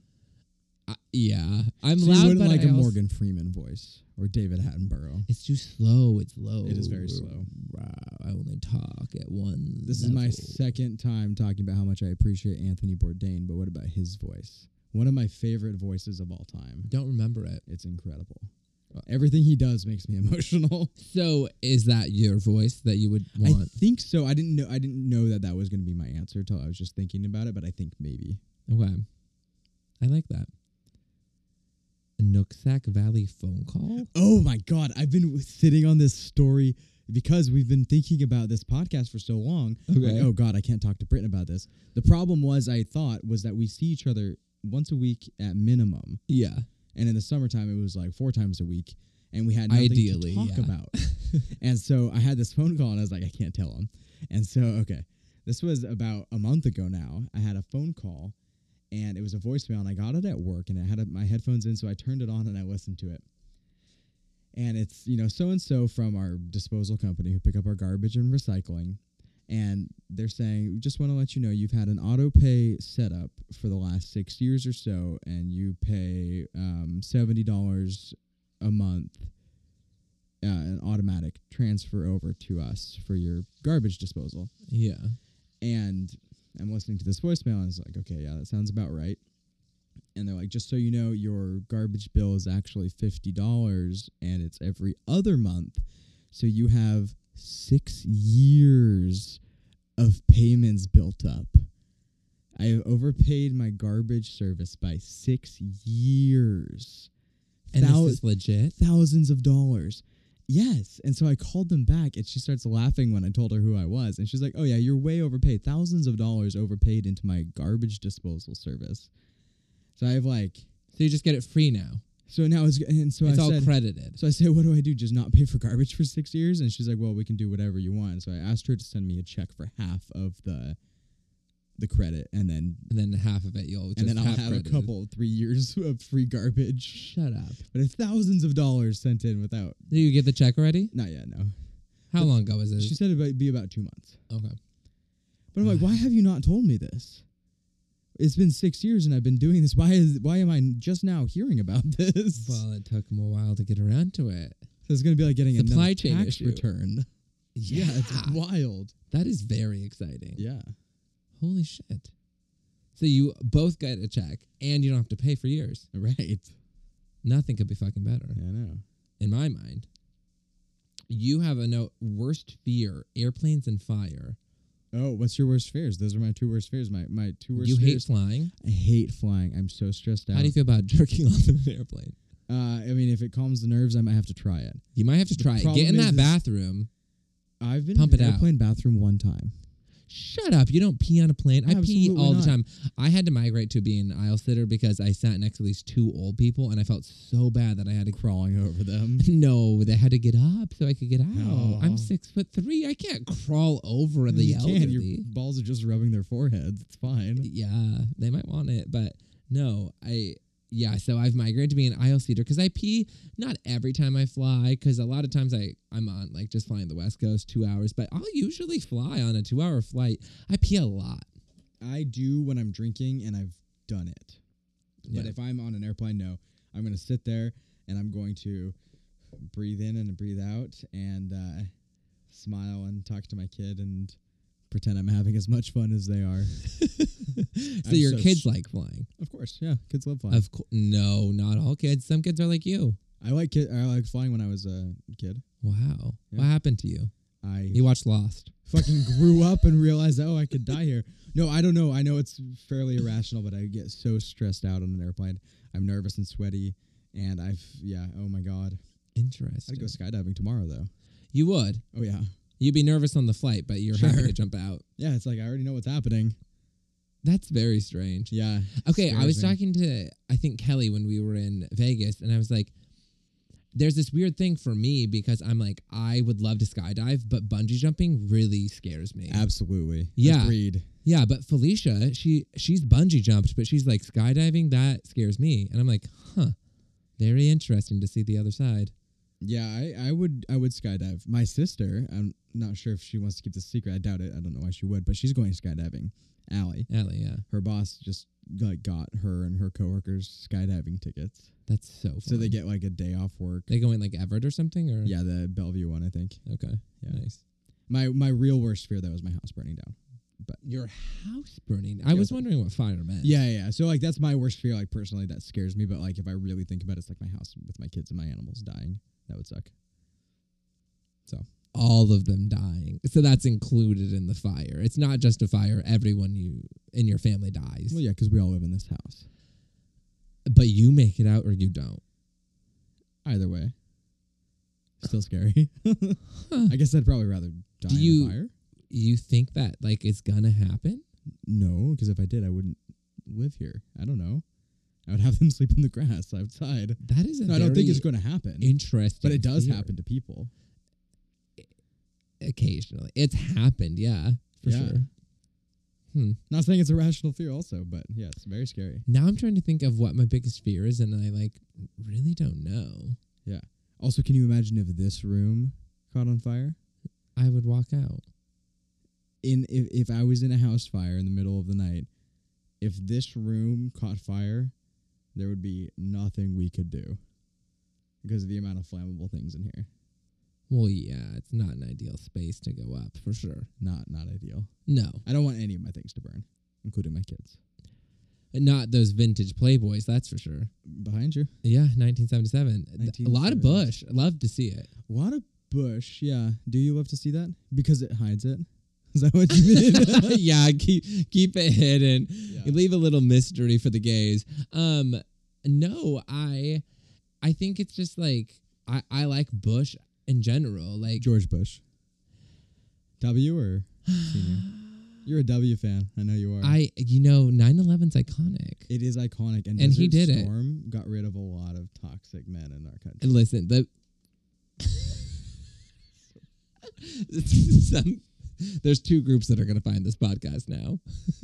I, yeah, I'm
So you
loud,
wouldn't
but
like
I
a
also-
Morgan Freeman voice or David Attenborough.
It's too slow. It's low.
It is very slow.
Wow, I only talk at one.
This is my
level.
second time talking about how much I appreciate Anthony Bourdain, but what about his voice? One of my favorite voices of all time.
Don't remember it.
It's incredible. Uh, Everything he does makes me emotional.
So is that your voice that you would want?
I think so. I didn't know. I didn't know that that was going to be my answer till I was just thinking about it. But I think maybe.
Okay. I like that. Nooksack Valley phone call?
Oh my god! I've been w- sitting on this story because we've been thinking about this podcast for so long. I'm like,
Okay.
oh god, I can't talk to Britain about this. The problem was, I thought, was that we see each other once a week at minimum.
Yeah.
and in the summertime it was like four times a week and we had nothing
Ideally,
to talk
yeah.
about and so i had this phone call and i was like i can't tell him and so okay this was about a month ago now i had a phone call and it was a voicemail and i got it at work and i had uh, my headphones in so i turned it on and i listened to it and it's you know so and so from our disposal company who pick up our garbage and recycling and they're saying we just want to let you know you've had an auto pay setup for the last six years or so and you pay um, $70 a month uh, an automatic transfer over to us for your garbage disposal
Yeah.
and i'm listening to this voicemail and i was like okay yeah that sounds about right and they're like just so you know your garbage bill is actually $50 and it's every other month so you have six years of payments built up. I have overpaid my garbage service by six years.
And
Thou-
this is legit?
thousands of dollars. Yes. And so I called them back and she starts laughing when I told her who I was. And she's like, Oh, yeah, you're way overpaid. Thousands of dollars overpaid into my garbage disposal service. So I have like,
So you just get it free now.
so now it's, and so
it's
I
all
said,
credited.
so I said, "What do I do? Just not pay for garbage for six years?" And she's like, "Well, we can do whatever you want." So I asked her to send me a check for half of the the credit, and then
And then half of it you'll just
and then I'll have
credited.
a couple three years of free garbage.
Shut up.
But it's thousands of dollars sent in without.
Did you get the check already?
Not yet, no.
How long ago was this?
She said it would be about two months.
okay.
But I'm like, why have you not told me this? It's been six years and I've been doing this. Why is why am I just now hearing about this?
Well, it took him a while to get around to it.
so it's gonna be like getting
supply
another
chain
tax
issue. Ah.
return.
Yeah.
it's wild.
that is very exciting.
Yeah.
Holy shit. So you both get a check and you don't have to pay for years.
Right.
Nothing could be fucking better.
I know.
in my mind. You have a no worst fear: airplanes and fire.
Oh, what's your worst fears? Those are my two worst fears. My my two worst
you hate
fears.
flying.
I hate flying. I'm so stressed out.
How do you feel about jerking off in an airplane?
uh, I mean, if it calms the nerves, I might have to try it.
You might have to
The
try it.
problem
Get in
is
that
is-
bathroom.
I've been
Pump
in
it
an
out.
airplane bathroom one time.
Shut up. You don't pee on a plane. I pee
Absolutely
all
not.
the time. I had to migrate to being an aisle sitter because I sat next to these two old people and I felt so bad that I had to
Crawling over them.
No, they had to get up so I could get out.
Aw.
I'm six foot three. I can't crawl over the
you
elderly.
can. Your balls are just rubbing their foreheads. It's fine.
Yeah, they might want it, but no, I yeah. So I've migrated to be an aisle seater because I pee not every time I fly because a lot of times I I'm on like just flying the West Coast two hours, but I'll usually fly on a two hour flight. I pee a lot.
I do when I'm drinking, and I've done it. But
Yeah.
if I'm on an airplane, no, I'm gonna sit there and I'm going to breathe in and breathe out and uh, smile and talk to my kid and pretend I'm having as much fun as they are.
so
I'm
your
so
kids
sh-
like flying?
Of course, yeah, kids love flying.
Of course, no, not all kids. Some kids are like you.
I like kid, I like flying when I was a kid.
Wow,
Yeah.
what happened to you?
I
You watched Lost.
fucking grew up and realized, oh, I could die here. No, I don't know. I know it's fairly irrational, but I get so stressed out on an airplane. I'm nervous and sweaty, and I've yeah. Oh my god, I'd
Interesting.
go skydiving tomorrow though.
you would.
Oh yeah.
You'd be nervous on the flight, but you're happy
Sure.
to jump out.
Yeah, it's like I already know what's happening.
That's very strange.
Yeah.
Okay, I was
Scares me.
talking to I think Kelly when we were in Vegas, and I was like, there's this weird thing for me because I'm like, I would love to skydive, but bungee jumping really scares me.
Absolutely.
Yeah.
Agreed.
yeah, but Felicia, she she's bungee jumped, but she's like skydiving that scares me, and I'm like, huh, very interesting to see the other side.
Yeah, I, I would I would skydive. My sister, I'm not sure if she wants to keep this secret. I doubt it. I don't know why she would, but she's going skydiving. Allie,
Allie, yeah,
her boss just like got her and her coworkers skydiving tickets,
that's so. Fun.
so they get like a day off work.
they go in like Everett or something, or
Yeah, the Bellevue one, I think.
okay,
Yeah.
nice.
My my real worst fear though is my house burning down.
Your house burning. I was wondering what fire meant.
Yeah, yeah. yeah. So like that's my worst fear. Like personally, that scares me. But like if I really think about it, it's like my house with my kids and my animals dying. That would suck.
all of them dying. So that's included in the fire. It's not just a fire, everyone you in your family dies.
Well, yeah, because we all live in this house.
But you make it out or you don't.
Either way, still scary. I guess I'd probably rather die
Do
in
you-
a fire.
You think that like it's gonna happen?
No, because if I did, I wouldn't live here. I don't know. I would have them sleep in the grass outside.
That is a
No, I don't think it's
very
going to happen.
interesting.
But it does
theory.
happen to people.
occasionally. It's happened, yeah, for
Yeah.
sure. Hmm.
Not saying it's a rational fear, also, but yeah, it's very scary.
Now I'm trying to think of what my biggest fear is, and I like really don't know.
Also, can you imagine if this room caught on fire?
I would walk out.
in if, if I was in a house fire in the middle of the night, if this room caught fire, there would be nothing we could do because of the amount of flammable things in here.
Well, yeah, it's not an ideal space to go up for sure.
Not not ideal.
No,
I don't want any of my things to burn, including my kids.
not those vintage Playboys, that's for sure.
Behind you,
Yeah, 1977. Th- A lot of
1977.
Bush. Love to see it.
a lot of bush. Yeah, do you love to see that because it hides it? Is that what you mean?
yeah, keep keep it hidden.
Yeah.
You leave a little mystery for the gays. Um, no, I I think it's just like I I like Bush in general. Like
George Bush. W or senior? You're a W fan. I know you are.
I you know 9/11's iconic.
It is iconic, and,
And he
Desert
did it.
Storm got rid of a lot of toxic men in our country.
And listen, the some there's two groups that are gonna find this podcast now.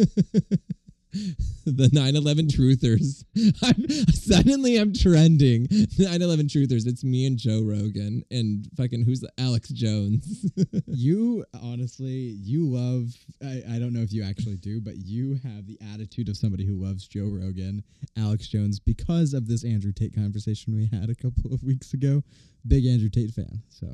the 9/11 truthers. I'm, suddenly, I'm trending. 9/11 truthers. It's me and Joe Rogan and fucking who's the, Alex Jones.
you honestly, you love. I, I don't know if you actually do, but you have the attitude of somebody who loves Joe Rogan, Alex Jones, because of this Andrew Tate conversation we had a couple of weeks ago. Big Andrew Tate fan. So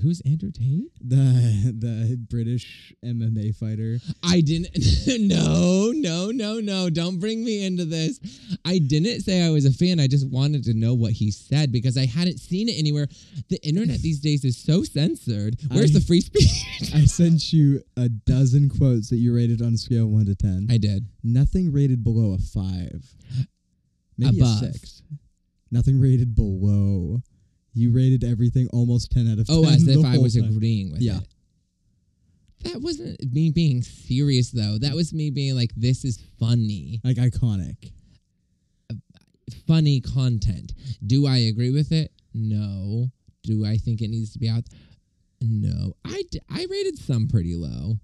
who's Andrew Tate?
the the British MMA fighter.
I didn't. No, no, no, no. Don't bring me into this. I didn't say I was a fan. I just wanted to know what he said because I hadn't seen it anywhere. The internet these days is so censored. Where's
I-
the free speech?
I sent you a dozen quotes that you rated on a scale of one to ten.
I did.
Nothing rated below a five. Maybe
Above.
a six. Nothing rated below. You rated everything almost ten out of ten.
Oh, as
the
if I
whole
was
time.
agreeing with
Yeah.
it. That wasn't me being serious though. That was me being like, "This is funny."
like iconic.
funny content. Do I agree with it? No. Do I think it needs to be out? No. I, d- I rated some pretty low.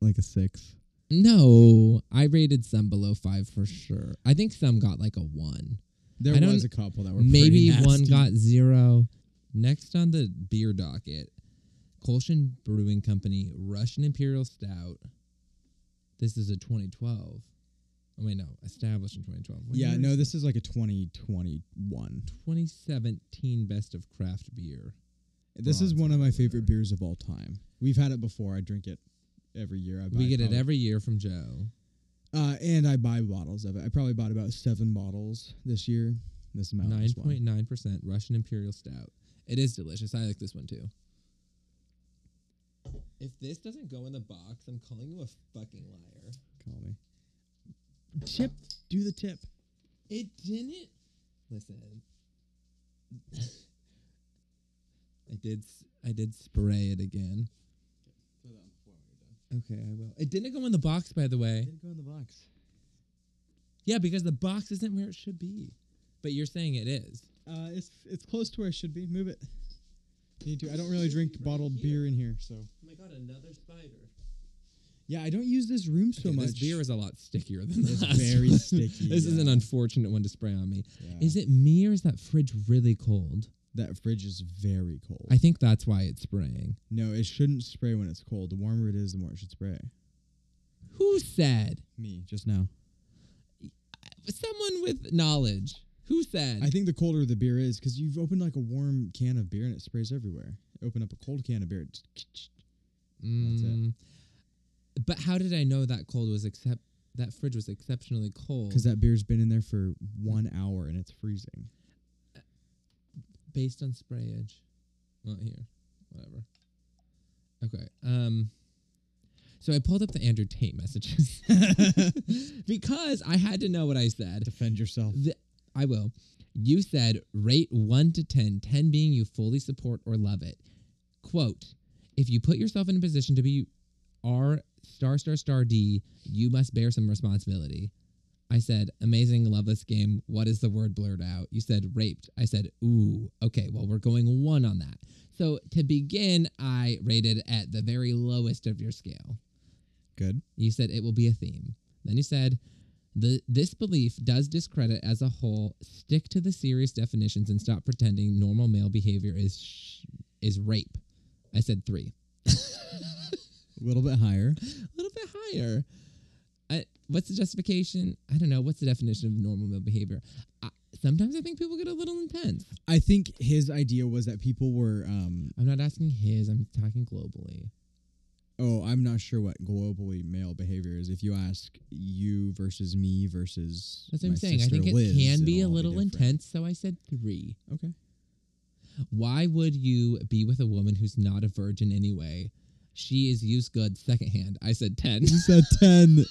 Like a six.
No, I rated some below five for sure. I think some got like a one.
There
I don't-
was a couple that were
Maybe
pretty
one
nasty.
got zero. Next on the beer docket, Colshan Brewing Company Russian Imperial Stout. This is a 2012. Oh wait, no, established in 2012. What
Yeah,
year
no,
is
this is like a twenty twenty one.
2017 best of craft beer.
This is
Bronze
one of my
medal
favorite
winner.
beers of all time. We've had it before. I drink it every year. I buy
We get it
probably-
every year from Joe.
uh, and I buy bottles of it. I probably bought about seven bottles this year. This is my
Nine
last one.
point nine percent Russian Imperial Stout. It is delicious. I like this one too. If this doesn't go in the box, I'm calling you a fucking liar.
Call me. Tip. Do the tip.
It didn't. Listen, I did. s- I did spray it again. Okay, I will. It didn't go in the box, by the way.
Didn't go in the box.
Yeah, because the box isn't where it should be. But you're saying it is.
Uh, it's it's close to where it should be. Move it. Need to. I don't really drink bottled beer in here, so.
Oh my god, another spider.
Yeah, I don't use this room so
Okay,
much.
This beer is a lot stickier than the
It's
last
very
one.
sticky,
this is an
yeah.
unfortunate one to spray on me.
Yeah.
Is it me or is that fridge really cold?
That fridge is very cold.
I think that's why it's spraying.
no, it shouldn't spray when it's cold. The warmer it is, the more it should spray.
Who said?
Me just now.
Someone with knowledge. Who said?
I think the colder the beer is, because you've opened like a warm can of beer and it sprays everywhere. Open up a cold can of beer. it- that's it.
it. Mm. But how did I know that cold was except that fridge was exceptionally cold?
Because that beer's been in there for one hour and it's freezing.
based on sprayage. Not here. Whatever. Okay. Um so I pulled up the Andrew Tate messages because I had to know what I said.
Defend yourself.
The- I will. You said rate 1 to 10, 10 being you fully support or love it. Quote, if you put yourself in a position to be R star star star D, you must bear some responsibility. I said, amazing, love this game. What is the word blurred out? You said raped. I said, ooh, okay, well, we're going one on that. So to begin, I rated at the very lowest of your scale.
Good.
You said it will be a theme. Then you said, the, this belief does discredit as a whole. Stick to the serious definitions and stop pretending normal male behavior is sh- is rape. I said three,
A little bit higher.
a little bit higher. I, what's the justification? I don't know. What's the definition of normal male behavior? I, sometimes I think people get a little intense.
I think his idea was that people were, um,
I'm not asking his. I'm talking globally.
oh, I'm not sure what globally male behavior is. If you ask you versus me versus
That's what I'm
my
saying. I
sister
think it
Liz,
can be a
it'll all
little
different.
intense. So I said three.
Okay.
Why would you be with a woman who's not a virgin anyway? She is used good secondhand. I said 10.
He said 10.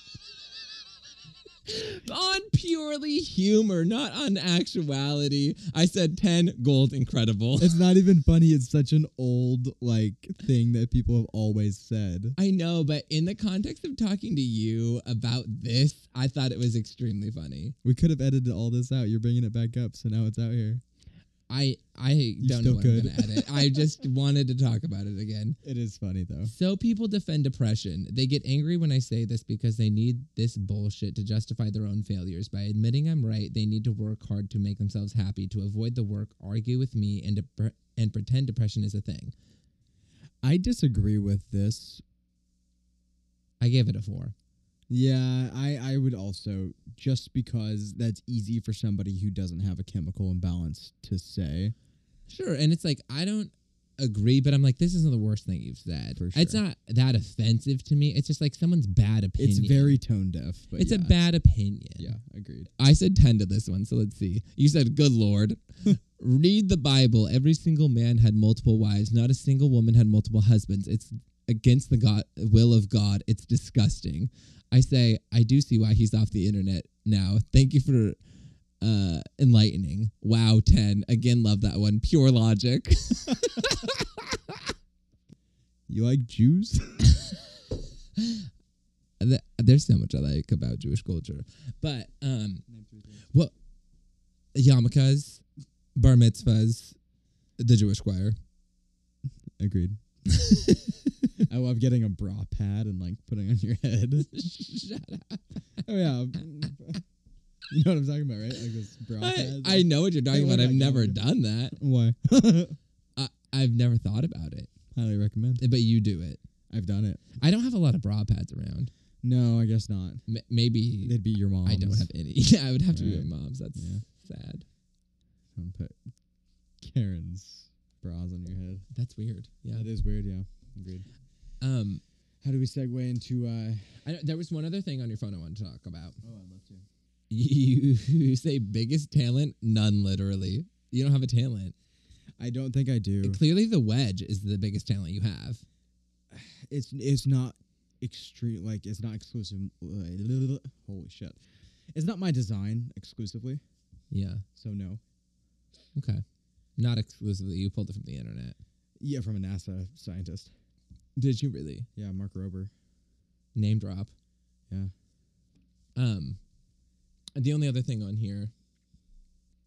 on purely humor, not on actuality. I said 10 gold incredible.
it's not even funny. It's such an old, like, thing that people have always said.
I know, but in the context of talking to you about this, I thought it was extremely funny.
We could have edited all this out. You're bringing it back up, so now it's out here.
I I don't know
still
what I'm
could.
gonna edit. I just wanted to talk about it again.
It is funny, though.
So people defend depression. They get angry when I say this because they need this bullshit to justify their own failures. By admitting I'm right, they need to work hard to make themselves happy, to avoid the work, argue with me, and depre- and pretend depression is a thing.
I disagree with this
I gave it a four.
Yeah, I, I would also just because that's easy for somebody who doesn't have a chemical imbalance to say.
Sure, and it's like I don't agree, but I'm like this isn't the worst thing you've said.
For
It's
sure.
not that offensive to me. It's just like someone's bad opinion.
It's very tone deaf, but
It's a
yeah.
bad opinion.
Yeah, agreed.
I said 10 to this one, so let's see. You said, Good Lord. Read the Bible. Every single man had multiple wives. Not a single woman had multiple husbands. It's against the God, will of God. It's disgusting. I say, I do see why he's off the internet now. Thank you for uh, enlightening. Wow, 10. Again, love that one. Pure logic.
You like Jews?
Th- There's so much I like about Jewish culture. But, um, what? Yarmulkes, bar mitzvahs, the Jewish choir.
agreed. I love getting a bra pad and like putting on your head.
Shut up.
Oh yeah. you know what I'm talking about, right? Like this bra
I,
pad.
I know what you're talking
Hey, why
about. I've
not?
never
Yeah.
done that.
why?
I, I've never thought about it,
Highly recommend.
but you do it.
I've done it.
I don't have a lot of bra pads around.
No, I guess not.
M- maybe
They'd be your mom.
I don't have any. Yeah, I would have to be
Right.
at mom's. That's
Yeah.
sad.
Someone put Karen's bras on your head.
That's weird. Yeah.
That is weird, yeah. Agreed.
Um.
How do we segue into uh
I, don't- there was one other thing on your phone I wanted to talk about.
Oh, I'd love to.
You, you say biggest talent, none literally. You don't have a talent.
I don't think I do.
Clearly, the wedge is the biggest talent you have.
It's it's not extreme like it's not exclusive uh, holy shit. It's not my design exclusively,
Yeah.
so no.
Okay. Not exclusively. You pulled it from the internet.
Yeah, from a NASA scientist.
Did you really?
Yeah, Mark Rober.
name drop.
Yeah.
Um, the only other thing on here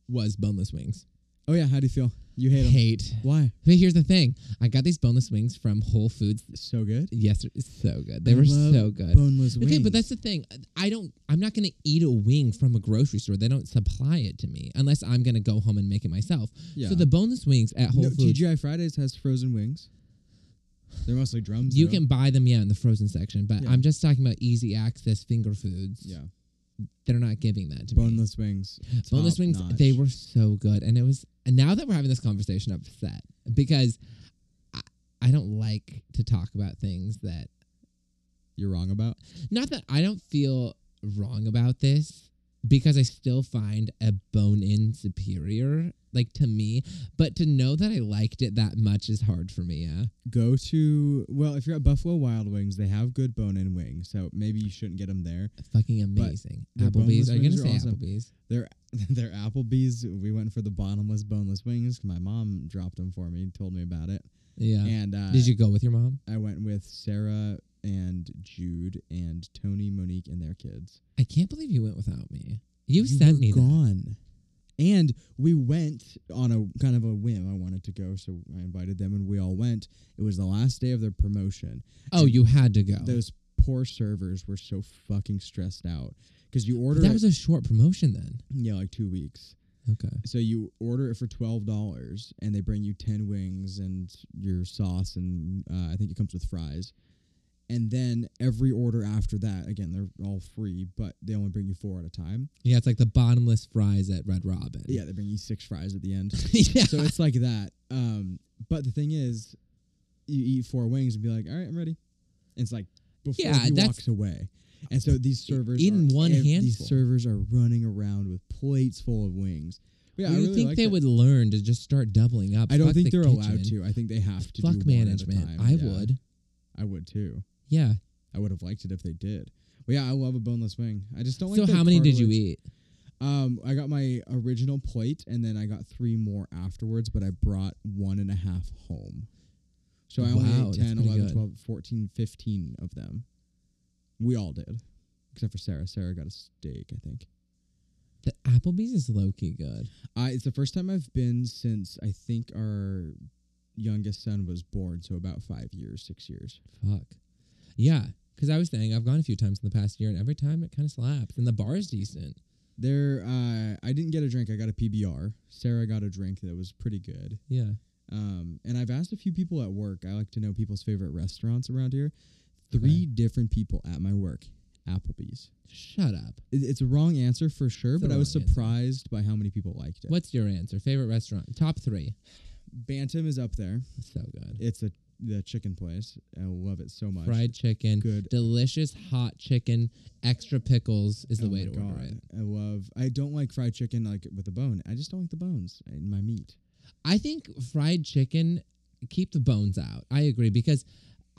was boneless wings.
Oh yeah, how do you feel? You hate them.
Hate.
Why?
But here's the thing: I got these boneless wings from Whole Foods
So good.
yesterday. So good. They
I
were
love
so good.
Boneless wings.
Okay, but that's the thing. I don't. I'm not going to eat a wing from a grocery store. They don't supply it to me unless I'm going to go home and make it myself.
yeah.
So the boneless wings at Whole
no,
Foods,
TGI Fridays has frozen wings. They're mostly drums.
you
though.
can buy them yeah in the frozen section. But
Yeah.
I'm just talking about easy access finger foods.
Yeah.
they're not giving that to me.
Boneless wings.
Boneless
top
wings,
notch.
they were so good, and it was. And now that we're having this conversation, I'm upset because I, I don't like to talk about things that
You're wrong about.
not that I don't feel wrong about this because I still find a bone in superior, like to me, but to know that I liked it that much is hard for me. Yeah.
Go to well, if you're at Buffalo Wild Wings, they have good bone-in wings, so maybe you shouldn't get them there.
Fucking amazing.
their
Applebee's.
boneless
Are you
wings
gonna
are
say
awesome.
Applebee's?
They're they're Applebee's. We went for the bottomless boneless wings. My mom dropped them for me, and told me about it,
Yeah.
and uh,
Did you go with your mom?
I went with Sarah and Jude and Tony, Monique, and their kids.
I can't believe you went without me. You,
You
sent
were
me that.
gone. And we went on a kind of a whim. I wanted to go, so I invited them, and we all went. It was the last day of their promotion.
Oh, you had to go.
Those poor servers were so fucking stressed out because you order
That
it-
was a short promotion then.
yeah, like two weeks.
Okay.
So you order it for twelve dollars, and they bring you ten wings and your sauce, and uh, I think it comes with fries. And then every order after that, again, they're all free, but they only bring you four at a time.
Yeah, it's like the bottomless fries at Red Robin.
Yeah, they bring you six fries at the end.
yeah.
so it's like that. Um, but the thing is, you eat four wings and be like, "All right, I'm ready." And it's like before
Yeah,
he
that's-
walks away, and so these servers
In
are
one
ev-
handful.
These servers are running around with plates full of wings. But Yeah,
Do
I
you
really
think
liked
they
it.
would learn to just start doubling up?
I don't
Fuck
think
the
they're allowed
kitchen.
to. I think they have to. do
Fuck
one
management.
At a time.
I
Yeah,
would.
I would too.
Yeah.
I would have liked it if they did. But yeah, I love a boneless wing. I just don't like.
so
their
how many did you
cartilage.
eat?
Um, I got my original plate, and then I got three more afterwards, but I brought one and a half home. So I
Wow,
only
that's
ate 10,
pretty
11,
good.
12, 14, 15 of them. We all did, except for Sarah. Sarah got a steak, I think.
The Applebee's is low key good.
Uh, it's the first time I've been since I think our youngest son was born, so about five years, six years.
Fuck. Yeah. Because I was saying I've gone a few times in the past year, and every time it kind of slaps, and the bar is decent.
There, uh, I didn't get a drink. I got a PBR. Sarah got a drink that was pretty good.
Yeah.
Um, and I've asked a few people at work. I like to know people's favorite restaurants around here. Three different people at my work, Applebee's.
Shut up.
It, it's a wrong answer for sure,
It's a
but I was
wrong answer.
surprised by how many people liked it.
What's your answer? Favorite restaurant? Top three.
Bantam is up there.
So good.
It's a the chicken place. I love it so much.
Fried chicken.
Good.
Delicious hot chicken. Extra pickles is the
Oh
way
my
to order it.
I love. I don't like fried chicken like with a bone. I just don't like the bones in my meat.
I think fried chicken keep the bones out. I agree because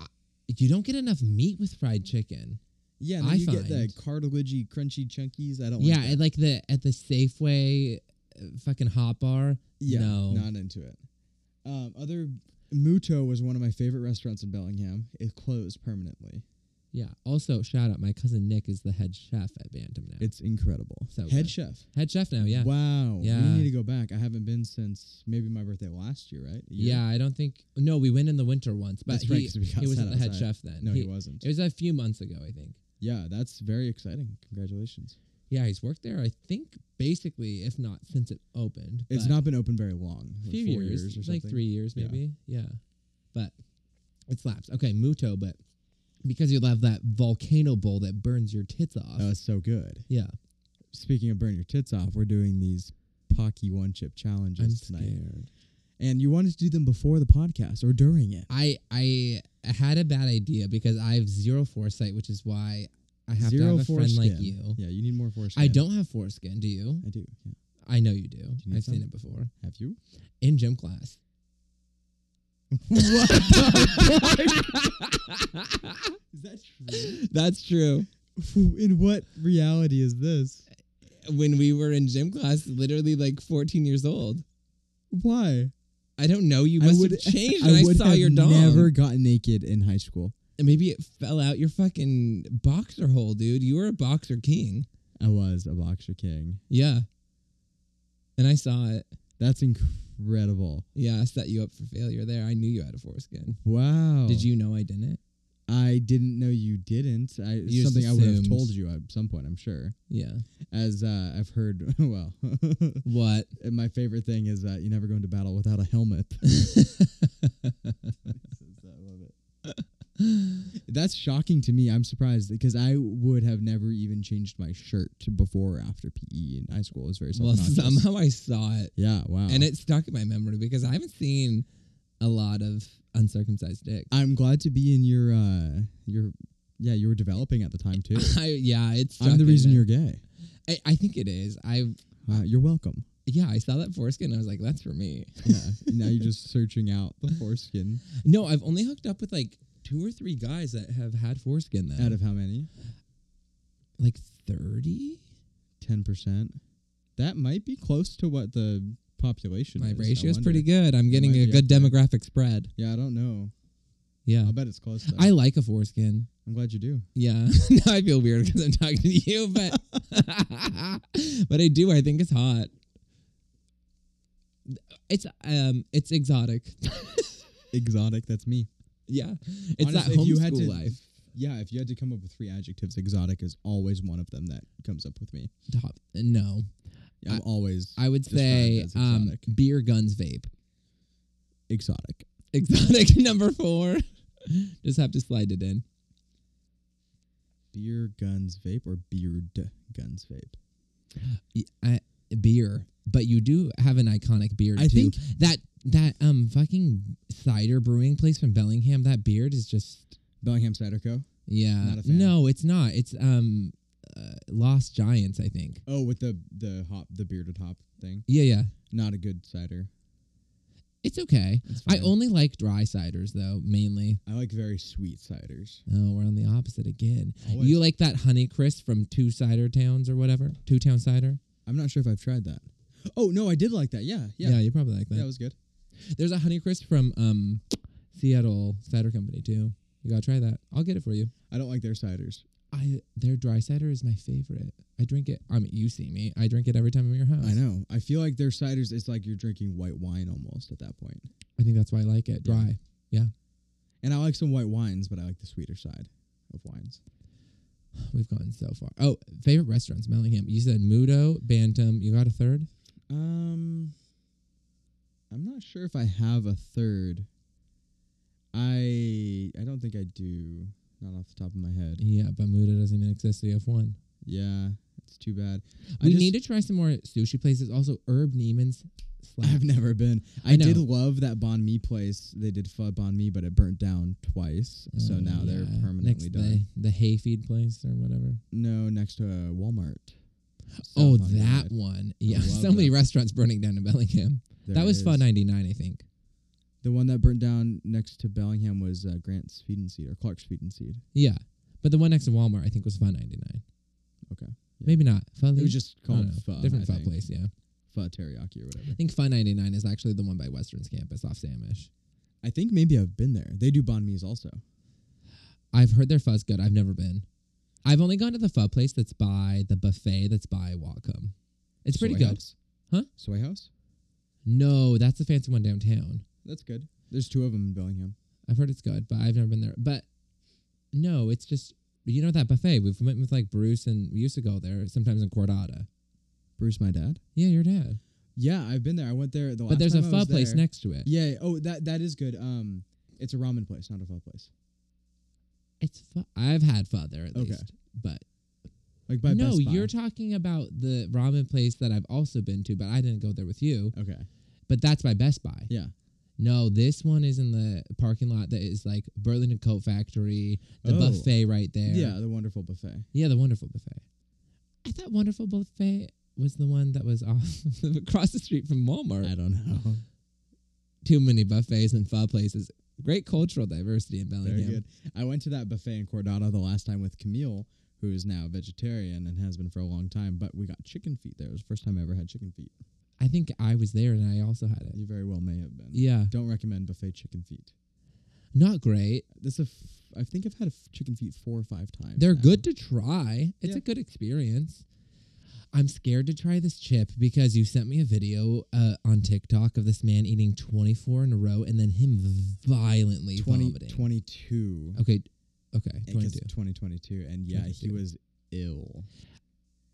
uh, you don't get enough meat with fried chicken.
Yeah, and then
I
you get the
find-
cartilagey, crunchy chunkies. I don't.
yeah,
like
at
that.
like the at the Safeway uh, fucking hot bar.
yeah,
no.
not into it. Um, other Muto was one of my favorite restaurants in Bellingham. It closed permanently.
Yeah. Also, shout out my cousin Nick is the head chef at Bantam now.
It's incredible.
So
Head
good.
chef.
head chef now. Yeah.
Wow.
Yeah.
We need to go back. I haven't been since maybe my birthday last year, right? A year?
Yeah, I don't think no, we went in the winter once, but
That's
he,
right, 'cause we got
he wasn't
sat
the head
outside.
chef then.
No, he, wasn't.
It was a few months ago, I think.
yeah, that's very exciting. Congratulations.
Yeah, he's worked there. I think basically, if not since it opened,
It's
but-
not been open very long.
a
like
few
four
years,
years or
like
something.
three years
Yeah.
maybe. Yeah. but it slaps. Okay, Muto, but because you'll have that volcano bowl that burns your tits off.
Oh, it's so good.
yeah,
Speaking of burn your tits off, we're doing these Pocky one chip
I'm
challenges tonight.
scared.
And you wanted to do them before the podcast or during it.
I I had a bad idea because I have zero foresight, which is why I have to
Zero
have a friend
foreskin.
like you.
Yeah, you need more foreskin.
I don't have foreskin. Do you?
I do. Yeah.
I know you do.
you need
I've seen
some?
it before
Have you?
in gym class.
Is that true?
That's true.
In what reality is this?
When we were in gym class, literally like 14 years old.
Why?
I don't know. You
I
must
would-
have changed when I,
would
saw
have
your dong.
never gotten naked in high school.
And Maybe it fell out your fucking boxer hole, dude. You were a boxer king.
I was a boxer king.
Yeah. And I saw it.
That's incredible.
Yeah, I set you up for failure there. I knew you had a foreskin.
Wow.
Did you know I didn't?
I didn't know you didn't. I
You just
something I would have
assumed.
told you at some point. I'm sure.
Yeah.
As uh, I've heard, well,
What?
my favorite thing is that you never go into battle without a helmet. That's shocking to me. I'm surprised because I would have never even changed my shirt before or after PE in high school. It was very
well,
self-conscious.
somehow I saw it,
yeah, wow.
and it stuck in my memory because I haven't seen a lot of uncircumcised dicks.
I'm glad to be in your uh your yeah, you were developing at the time too.
I, yeah, it's.
I'm the reason you're gay.
I, I think it is. I
Uh, you're welcome.
yeah, I saw that foreskin. I was like, that's for me.
Yeah. now you're just searching out the foreskin
No, I've only hooked up with like two or three guys that have had foreskin though.
out of how many?
like thirty.
10%. That might be close to what the population
My
is. I
ratio's
wonder.
pretty good. I'm getting
might
a
be
good
up there.
demographic spread.
Yeah, I don't know.
Yeah,
I'll bet it's close though.
I like a foreskin.
I'm glad you do.
Yeah, now I feel weird because I'm talking to you, but but I do. I think it's hot. It's um, it's exotic.
Exotic, that's me.
yeah, it's
Honestly,
that
if you
homeschool
had to-
life.
Yeah, if you had to come up with three adjectives, exotic is always one of them that comes up with me.
Top. No,
I'm always
I would
Described
say
as
um,
exotic.
beer guns vape.
exotic.
Exotic number four. Just have to slide it in.
Beer guns vape or beard guns vape.
Y- I, beer, but you do have an iconic beard.
I
too.
think-
that that um fucking cider brewing place from Bellingham. That beard is just
Bellingham Cider Co.
yeah.
Not a fan.
No, it's not. It's um uh, Lost Giants. I think.
Oh, with the the hop, the bearded hop thing.
Yeah, yeah.
Not a good cider.
It's okay.
It's
I
fine.
only like dry ciders though, mainly.
I like very sweet ciders.
Oh, we're on the opposite again.
Always.
You like that honey crisp from Two Cider Towns or whatever? Two Town Cider?
I'm not sure if I've tried that. Oh no, I did like that. Yeah, yeah,
Yeah, you probably like that.
that was good.
There's a Honeycrisp from um, Seattle Cider Company too. You gotta try that. I'll get it for you.
I don't like their ciders.
I their dry cider is my favorite. I drink it. I mean, you see me. I drink it every time I'm at your house.
I know. I feel like their ciders. It's like you're drinking white wine almost at that point.
I think that's why I like it dry.
And I like some white wines, but I like the sweeter side of wines.
We've gone so far. Oh, favorite restaurants, Bellingham. You said Mudo, Bantam. You got a third?
Um, I'm not sure if I have a third. I I don't think I do. Not off the top of my head.
Yeah, but Mudo doesn't even exist. So you have one.
Yeah, it's too bad. I
We
just-
need to try some more sushi places. Also, Herb Neiman's. slaps.
I've never been. I,
I know.
did love that Bon Me place. They did pho Bon Me, but it burnt down twice. so
Oh,
now they're
yeah.
permanently
Next,
done.
The, the hayfeed place or whatever.
No, next to uh, Walmart.
oh,
South on
that
United.
one. Yeah,
love
so many
that.
restaurants burning down in Bellingham.
There
that
it
was
is.
Pho 99, I think.
The one that burnt down next to Bellingham was uh, Grant's Feed and Seed or Clark's Feed and Seed.
Yeah. But the one next to Walmart, I think, was Pho 99.
Okay. Yeah.
Maybe not. Pho
It
Lee?
was just
I don't
called
know.
pho,
Different
I
Pho
think.
place, yeah.
Pho Teriyaki or whatever.
I think Pho 99 is actually the one by Western's campus off Samish.
I think maybe I've been there. They do Bon Me's also.
I've heard their pho's good. I've never been. I've only gone to the pho place that's by the buffet that's by Whatcom. It's pretty
Soy
good.
House?
Huh?
Soy House?
No, that's the fancy one downtown.
That's good. There's two of them in Bellingham.
I've heard it's good, but I've never been there. But no, it's just you know that buffet we've went with like Bruce and we used to go there sometimes in Cordata.
Bruce, my dad.
Yeah, your dad.
Yeah, I've been there. I went there the Oh, last
but there's a
time I
pho
was
place
there.
next to it.
Yeah. Oh, that that is good. Um, it's a ramen place, not a pho place.
It's pho- I've had pho there at
Okay.
least, but
Like by
no,
Best Buy.
you're talking about the ramen place that I've also been to, but I didn't go there with you.
okay.
But that's by Best Buy.
Yeah.
No, this one is in the parking lot that is like Burlington Coat Factory, the
Oh.
buffet right there.
Yeah, the wonderful buffet.
Yeah, the wonderful buffet. I thought wonderful buffet was the one that was off across the street from Walmart.
I don't know.
Too many buffets and pho places. Great cultural diversity in
Very
Bellingham.
good. I went to that buffet in Cordata the last time with Camille, who is now vegetarian and has been for a long time. But we got chicken feet there. It was the first time I ever had chicken feet.
I think I was there and I also had it.
You very well may have been.
Yeah,
Don't recommend buffet chicken feet.
not great.
This a f- I think I've had a f- chicken feet four or five times.
They're
now.
good to try. It's
Yeah.
a good experience. I'm scared to try this chip because you sent me a video uh, on TikTok of this man eating 24 in a row and then him violently
20,
vomiting.
22.
Okay, okay,
And 'cause
22.
2022. And yeah, he
22.
was ill.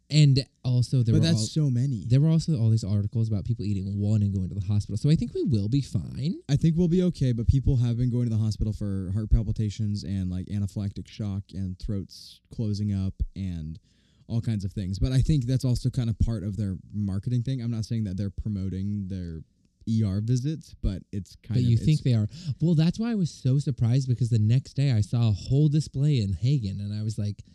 And also there
but
were
that's
all,
so many.
there were also all these articles about people eating one and going to the hospital. So I think we will be fine.
I think we'll be okay, but people have been going to the hospital for heart palpitations and like anaphylactic shock and throats closing up and all kinds of things. But I think that's also kind of part of their marketing thing. I'm not saying that they're promoting their ER visits, but it's kind
But
of
you
it's-
think they are. Well, that's why I was so surprised because the next day I saw a whole display in Hagen and I was like,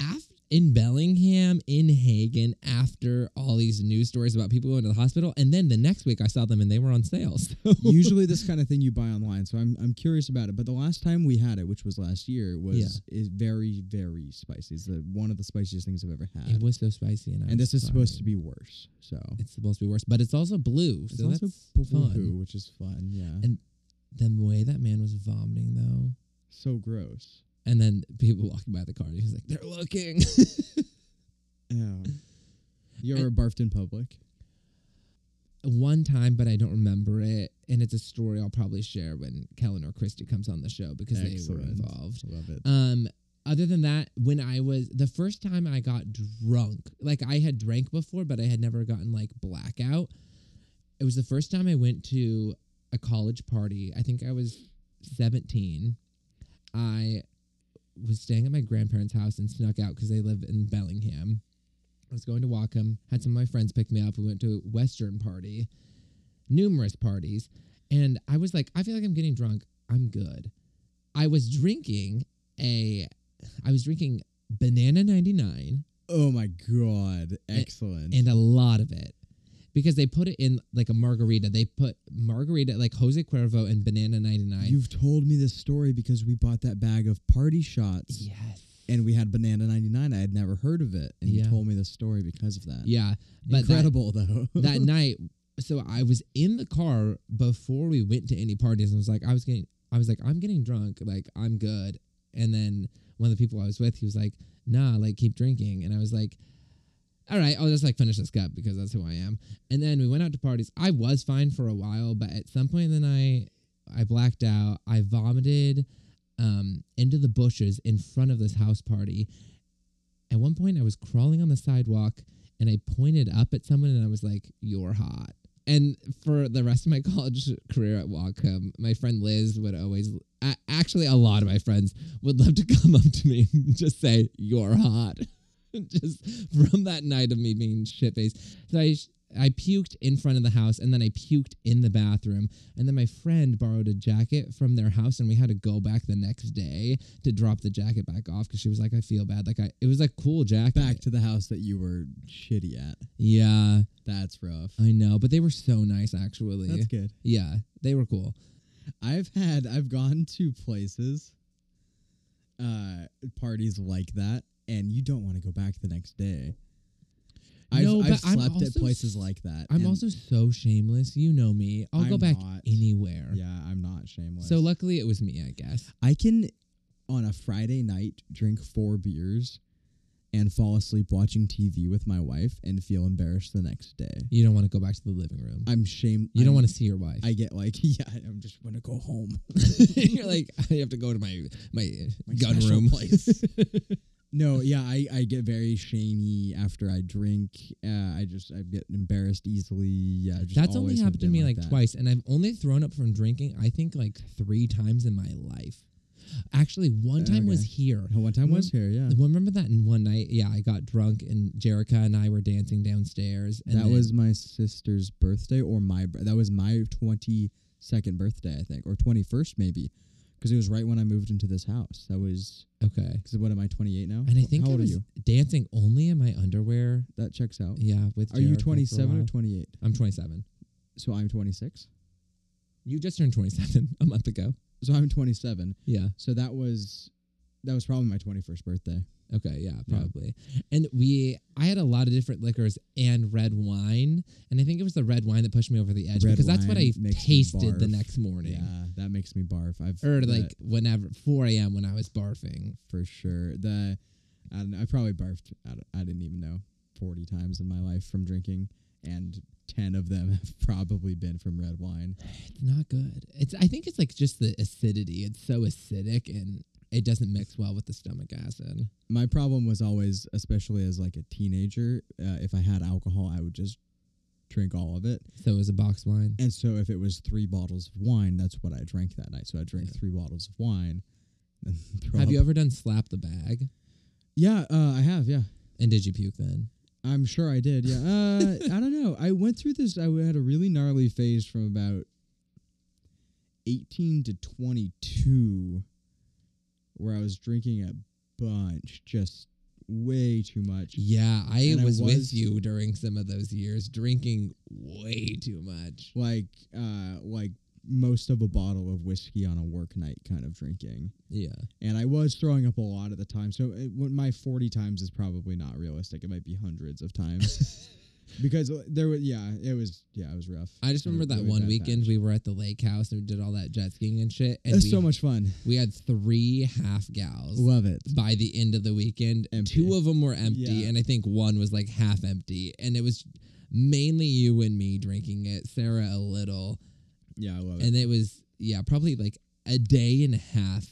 af- in Bellingham, in Hagen, after all these news stories about people going to the hospital. And then the next week I saw them and they were on sale. So
usually this kind of thing you buy online, so I'm I'm curious about it. But the last time we had it, which was last year, was is very very spicy. It's the, one of the spiciest things I've ever had,
it was so spicy. And, I
and
was
this is supposed to
crying.
be worse. So
It's supposed to be worse, but it's also blue.
it's
so
also
that's fun.
which is fun. Yeah,
And- Then the way that man was vomiting though.
so gross.
And then people walking by the car, and he's like, "They're looking."
Yeah. You ever barfed in public?
one time, but I don't remember it. And it's a story I'll probably share when Kellen or Christy comes on the show because they were
Excellent.
involved.
Love it.
Um, other than that, when I was the first time I got drunk, like I had drank before, but I had never gotten like blackout. It was the first time I went to a college party. I think I was 17. I was staying at my grandparents' house and snuck out because they live in Bellingham. I was going to Wacom, had some of my friends pick me up. We went to a Western party, numerous parties. And I was like, I feel like I'm getting drunk. I'm good. I was drinking a I was drinking banana 99
oh my god! Excellent.
and a lot of it because they put it in like a margarita. They put margarita like Jose Cuervo and banana 99.
You've told me this story because we bought that bag of party shots
yes.
and we had banana 99. I had never heard of it and
Yeah.
you told me this story because of that.
Yeah, but that,
Incredible though.
that night so I was in the car before we went to any parties and was like I was getting I was like I'm getting drunk, like I'm good. And then one of the people I was with, he was like, "Nah, like keep drinking." And I was like, all right, I'll just like finish this cup because that's who I am. And then we went out to parties. I was fine for a while, but at some point in the night, I blacked out. I vomited um, into the bushes in front of this house party. At one point, I was crawling on the sidewalk and I pointed up at someone and I was like, You're hot. And for the rest of my college career at Wacom, my friend Liz would always, a- actually, a lot of my friends would love to come up to me and just say, You're hot just from that night of me being shit faced. So I sh- I puked in front of the house and then I puked in the bathroom. And then my friend borrowed a jacket from their house and we had to go back the next day to drop the jacket back off because she was like, I feel bad. Like I it was a cool jacket.
Back to the house that you were shitty at.
yeah,
That's rough.
I know. But they were so nice actually.
That's good.
yeah, they were cool.
I've had I've gone to places uh parties like that and you don't want to go back the next day. I've,
No, but
I've
I'm
slept at
also
places
s-
like that.
I'm
and-
also so shameless. You know me. I'll go
I'm
back
not.
anywhere.
Yeah, I'm not shameless.
So luckily it was me, I guess.
I can on a Friday night drink four beers and fall asleep watching TV with my wife and feel embarrassed the next day.
You don't want to go back to the living room.
I'm shame
you don't
I'm-
want to see your wife.
I get like, yeah, I'm just want to go home.
You're like, I have to go to my my, uh,
My
gun
special
room.
place. no, yeah, I, I get very shamey after I drink. Uh, I just I get embarrassed easily. Yeah, I just
That's only
always have
happened to
been
me like,
that.
twice, and I've only thrown up from drinking. I think like three times in my life. Actually, one time was
Uh, Okay.
here.
One time was here, yeah.
Well, Remember that in one night? Yeah, I got drunk, and Jerica and I were dancing downstairs. And
that
then-
was my sister's birthday or my bir- that was my 22nd birthday i think or 21st maybe because it was right when i moved into this house that was
okay.
because what am i 28 now
And I
Wh-
think
how
I
old
was
are you
dancing only in my underwear.
that checks out
Yeah, with
are you
Jerica for a
27 or
while.
28
I'm 27.
so i'm 26
You just turned 27 a month ago.
so i'm 27
Yeah.
so that was that was probably my 21st birthday
Okay, yeah,
Yeah.
probably. And we, I had a lot of different liquors and red wine, and I think it was the red wine that pushed me over the edge
Red
because that's what I
wine makes me
tasted the
barf.
next morning,
yeah that makes me barf i've
or
that-
like whenever 4 a.m. when I was barfing.
for sure the i don't know i probably barfed i, don't, I didn't even know 40 times in my life from drinking, and 10 of them have probably been from red wine.
It's not good. It's I think it's like just the acidity. It's so acidic and it doesn't mix well with the stomach acid.
My problem was always, especially as like a teenager, uh, if I had alcohol, I would just drink all of it.
So is a box wine.
And so if it was three bottles of wine, that's what I drank that night. So I drank
Yeah.
three bottles of wine. And throw
Have
up.
you ever done slap the bag?
Yeah, uh, I have. Yeah,
And did you puke then?
I'm sure I did. Yeah, uh, I don't know. I went through this. I had a really gnarly phase from about 18 to 22, where I was drinking a bunch, just way too much.
Yeah, I
And I
was, with
was-
you during some of those years, drinking way too much.
Like, uh, like most of a bottle of whiskey on a work night kind of drinking.
Yeah.
and I was throwing up a lot at the time. So it, when my forty times is probably not realistic. It might be hundreds of times because uh, there was yeah, it was yeah, it was rough.
I just
It was
remember that
really
one
bad
weekend
patch.
we were at the lake house and we did all that jet skiing and shit. And
That's
we,
so much fun.
we had three half gals.
Love it.
by the end of the weekend.
Empty.
Two of them were empty,
Yeah.
and I think one was like half empty. And it was mainly you and me drinking it, Sarah a little.
Yeah, I love it.
And it was, yeah, probably like a day and a half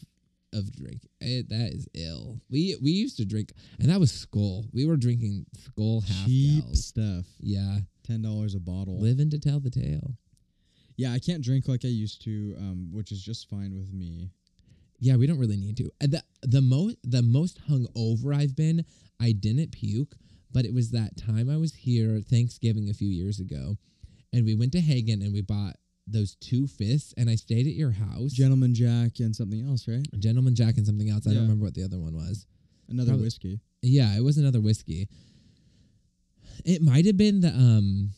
of drink. It, that is ill. We we used to drink, and that was skull. We were drinking skull half
Cheap
gals.
stuff.
Yeah,
Ten dollars a bottle.
living to tell the tale.
Yeah, I can't drink like I used to, um, which is just fine with me.
Yeah, we don't really need to. Uh, The the most the most hungover I've been, I didn't puke, but it was that time I was here Thanksgiving a few years ago, and we went to Hagen and we bought those two fists, and I stayed at your house,
Gentleman Jack and something else, right?
Gentleman Jack and something else. I
Yeah.
don't remember what the other one was.
Another
Probably-
whiskey.
Yeah, it was another whiskey. It might have been the um,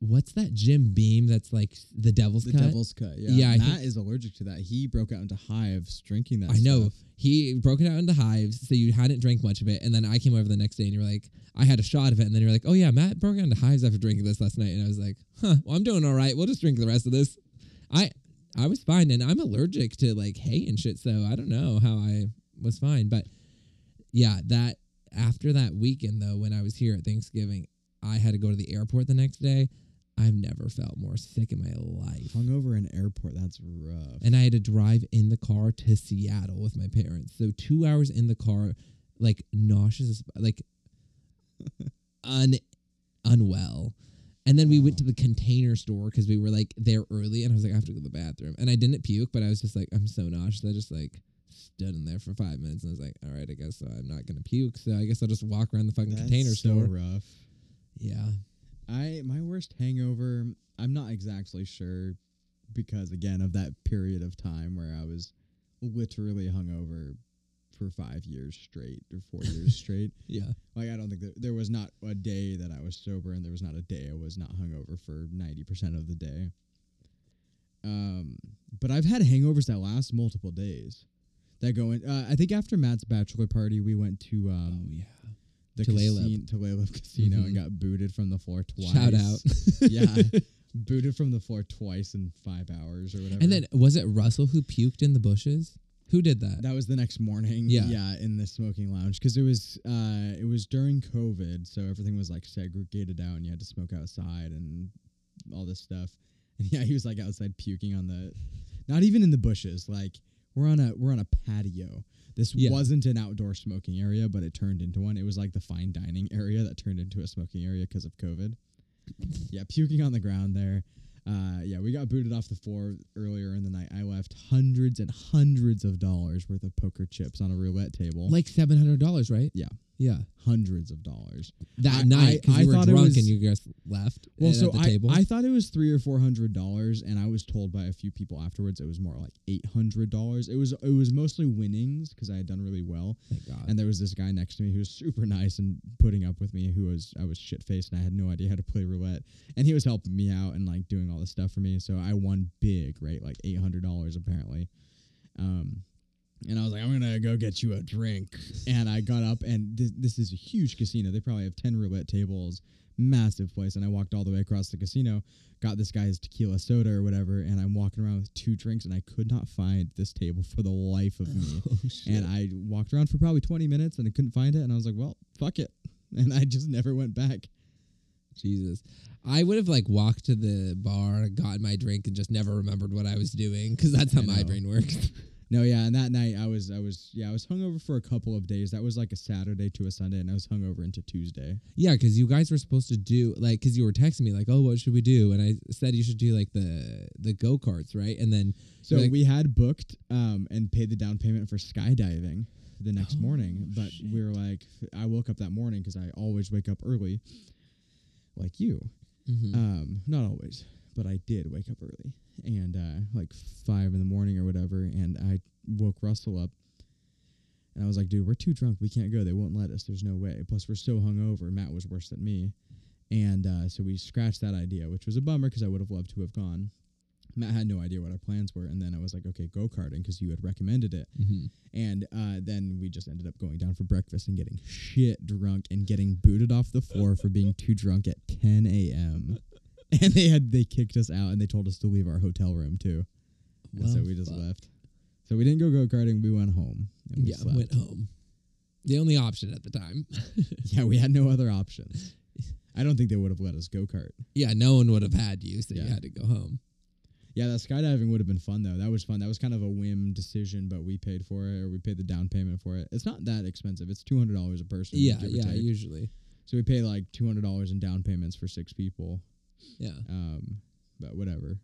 what's that Jim Beam that's like the Devil's
The
Cut?
Devil's Cut. Yeah,
Yeah, I
Matt is allergic to that. He broke out into hives drinking that.
I know.
stuff.
He broke it out into hives, so you hadn't drank much of it. And then I came over the next day and you were like, I had a shot of it. And then you're like, oh, yeah, Matt broke it into hives after drinking this last night. And I was like, huh, well, I'm doing all right. We'll just drink the rest of this. I I was fine. And I'm allergic to like hay and shit. So I don't know how I was fine. But yeah, that after that weekend, though, when I was here at Thanksgiving, I had to go to the airport the next day. I've never felt more sick in my life.
Hungover in airport. That's rough.
And I had to drive in the car to Seattle with my parents. So two hours in the car, like nauseous, as- like un unwell. And then we went to the container store because we were like there early, and I was like, I have to go to the bathroom. And I didn't puke, but I was just like, I'm so nauseous. I just like stood in there for five minutes, and I was like, all right, I guess I'm not gonna puke, so I guess I'll just walk around the fucking
That's
container
so
store.
rough.
Yeah,
I my worst hangover. I'm not exactly sure because again of that period of time where I was literally hungover for five years straight or four years straight.
yeah.
Like I don't think that there was not a day that I was sober and there was not a day I was not hungover for ninety percent of the day. Um, but I've had hangovers that last multiple days. That go in. Uh, I think after Matt's bachelor party, we went to
Oh,
um, the
Tulalip.
Casino, Tulalip Casino
Mhm.
and got booted from the floor twice.
Shout out.
yeah, booted from the floor twice in five hours or whatever.
And then was it Russell who puked in the bushes? Who did that?
that was the next morning.
Yeah.
yeah, in the smoking lounge because it was uh, it was during COVID, so everything was like segregated out, and you had to smoke outside and all this stuff. And yeah, he was like outside puking on the, not even in the bushes. Like we're on a we're on a patio. This
Yeah.
wasn't an outdoor smoking area, but it turned into one. It was like the fine dining area that turned into a smoking area because of COVID. yeah, puking on the ground there. Uh, yeah, we got booted off the floor earlier in the night. I left hundreds and hundreds of dollars worth of poker chips on a roulette table.
like seven hundred dollars, right?
Yeah.
yeah.
hundreds of dollars.
That
I-
night,
I-
because
I
you were
thought it
drunk
was-
and you guys left.
Well,
at
so
the
I,
table.
I thought it was three or four hundred dollars, and I was told by a few people afterwards it was more like eight hundred dollars. It was it was mostly winnings because I had done really well,
Thank God.
and there was this guy next to me who was super nice and putting up with me. Who was I was shit faced and I had no idea how to play roulette, and he was helping me out and like doing all this stuff for me. So I won big, right? Like eight hundred dollars apparently. Um, and I was like, I'm gonna go get you a drink. And I got up, and this, this is a huge casino. They probably have ten roulette tables, massive place. And I walked all the way across the casino, got this guy's tequila soda or whatever, and I'm walking around with two drinks, and I could not find this table for the life of me.
oh shit!
and I walked around for probably 20 minutes, and I couldn't find it. And I was like, well, fuck it. and I just never went back.
Jesus. I would have like walked to the bar, got my drink, and just never remembered what I was doing because that's how
I
my
know.
brain works.
No, yeah, and that night I was I was yeah, I was hungover for a couple of days. That was like a Saturday to a Sunday and I was hungover into Tuesday.
yeah, because you guys were supposed to do like because you were texting me like, oh, what should we do? And I said you should do like the the go karts, right? And then
So
Like-
we had booked um and paid the down payment for skydiving the next morning, but we were like I woke up that morning cuz I always wake up early like you.
Mhm.
Um, not always, but I did wake up early and uh, like five in the morning or whatever. And I woke Russell up and I was like, dude, we're too drunk. We can't go. They won't let us. There's no way. Plus, we're so hungover. Matt was worse than me. And uh, so we scratched that idea, which was a bummer because I would have loved to have gone. Matt had no idea what our plans were. And then I was like, okay, go karting because you had recommended it.
Mhm.
And uh, then we just ended up going down for breakfast and getting shit drunk and getting booted off the floor for being too drunk at 10 a.m. And they had they kicked us out and they told us to leave our hotel room too. And so
Well,
we just
fuck.
left. So we didn't go go karting. We went home. And we
yeah,
slept.
went home. The only option at the time.
yeah, we had no other options. I don't think they would have let us go kart.
yeah, no one would have had you, so you
Yeah.
had to go home.
Yeah, that skydiving would have been fun though. That was fun. That was kind of a whim decision, but we paid for it or we paid the down payment for it. It's not that expensive. It's two hundred dollars a person.
Yeah,
give or
yeah,
take.
usually.
So we pay like two hundred dollars in down payments for six people.
Yeah,
Um, but whatever.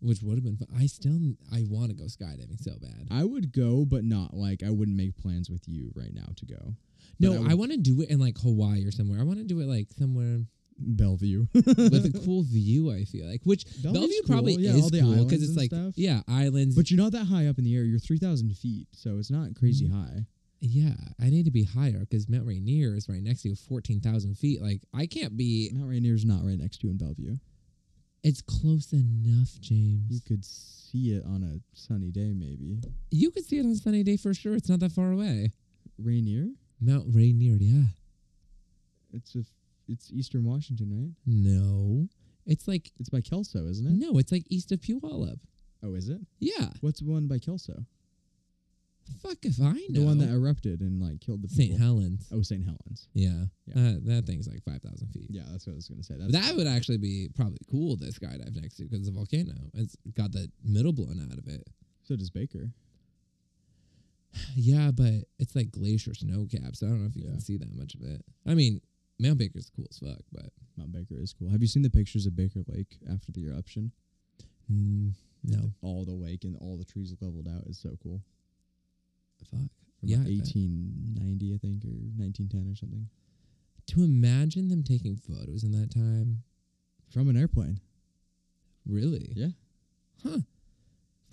which would have been. Fun. I still I want to go skydiving so bad.
I would go, but not like I wouldn't make plans with you right now to go.
No,
But I
I,
would-
want to do it in like Hawaii or somewhere. I want to do it like somewhere
Bellevue.
with a cool view. I feel like which
Bellevue's
Bellevue
cool.
probably
Yeah, all
is
the
cool
islands
because it's
and
like
stuff.
yeah islands.
but you're not that high up in the air. You're three thousand feet, so it's not crazy high.
yeah, I need to be higher because Mount Rainier is right next to you, fourteen thousand feet. Like I can't be.
Mount Rainier's not right next to you in Bellevue.
It's close enough, James.
You
You,
could see it on a sunny day, maybe.
could see it on a sunny day for sure. It's not that far away.
Rainier.
Mount Rainier, yeah.
It's a. f- It's Eastern Washington, right?
No, it's like
It's by Kelso, isn't it?
no, it's like east of Puyallup.
Oh, is it?
Yeah,
What's the one by Kelso?
fuck if I know.
The one that erupted and like killed the people.
St. Helens.
Oh, St. Helens.
Yeah,
Yeah.
Uh, that thing's like five thousand feet.
Yeah, that's what I was gonna say. That's
That would actually be probably cool to skydive next to because the volcano. It's got the middle blown out of it.
so does Baker.
Yeah, but it's like glacier snow capped, so I don't know if you
Yeah.
can see that much of it. I mean, Mount Baker's cool as fuck, but
Mount Baker is cool. Have you seen the pictures of Baker Lake after the eruption?
mm, no,
All the lake and all the trees leveled out is so cool.
fuck.
From
Yeah, I
like
bet.
1890, I think, or 1910 or something.
To imagine them taking photos in that time,
From an airplane.
really?
Yeah.
Huh.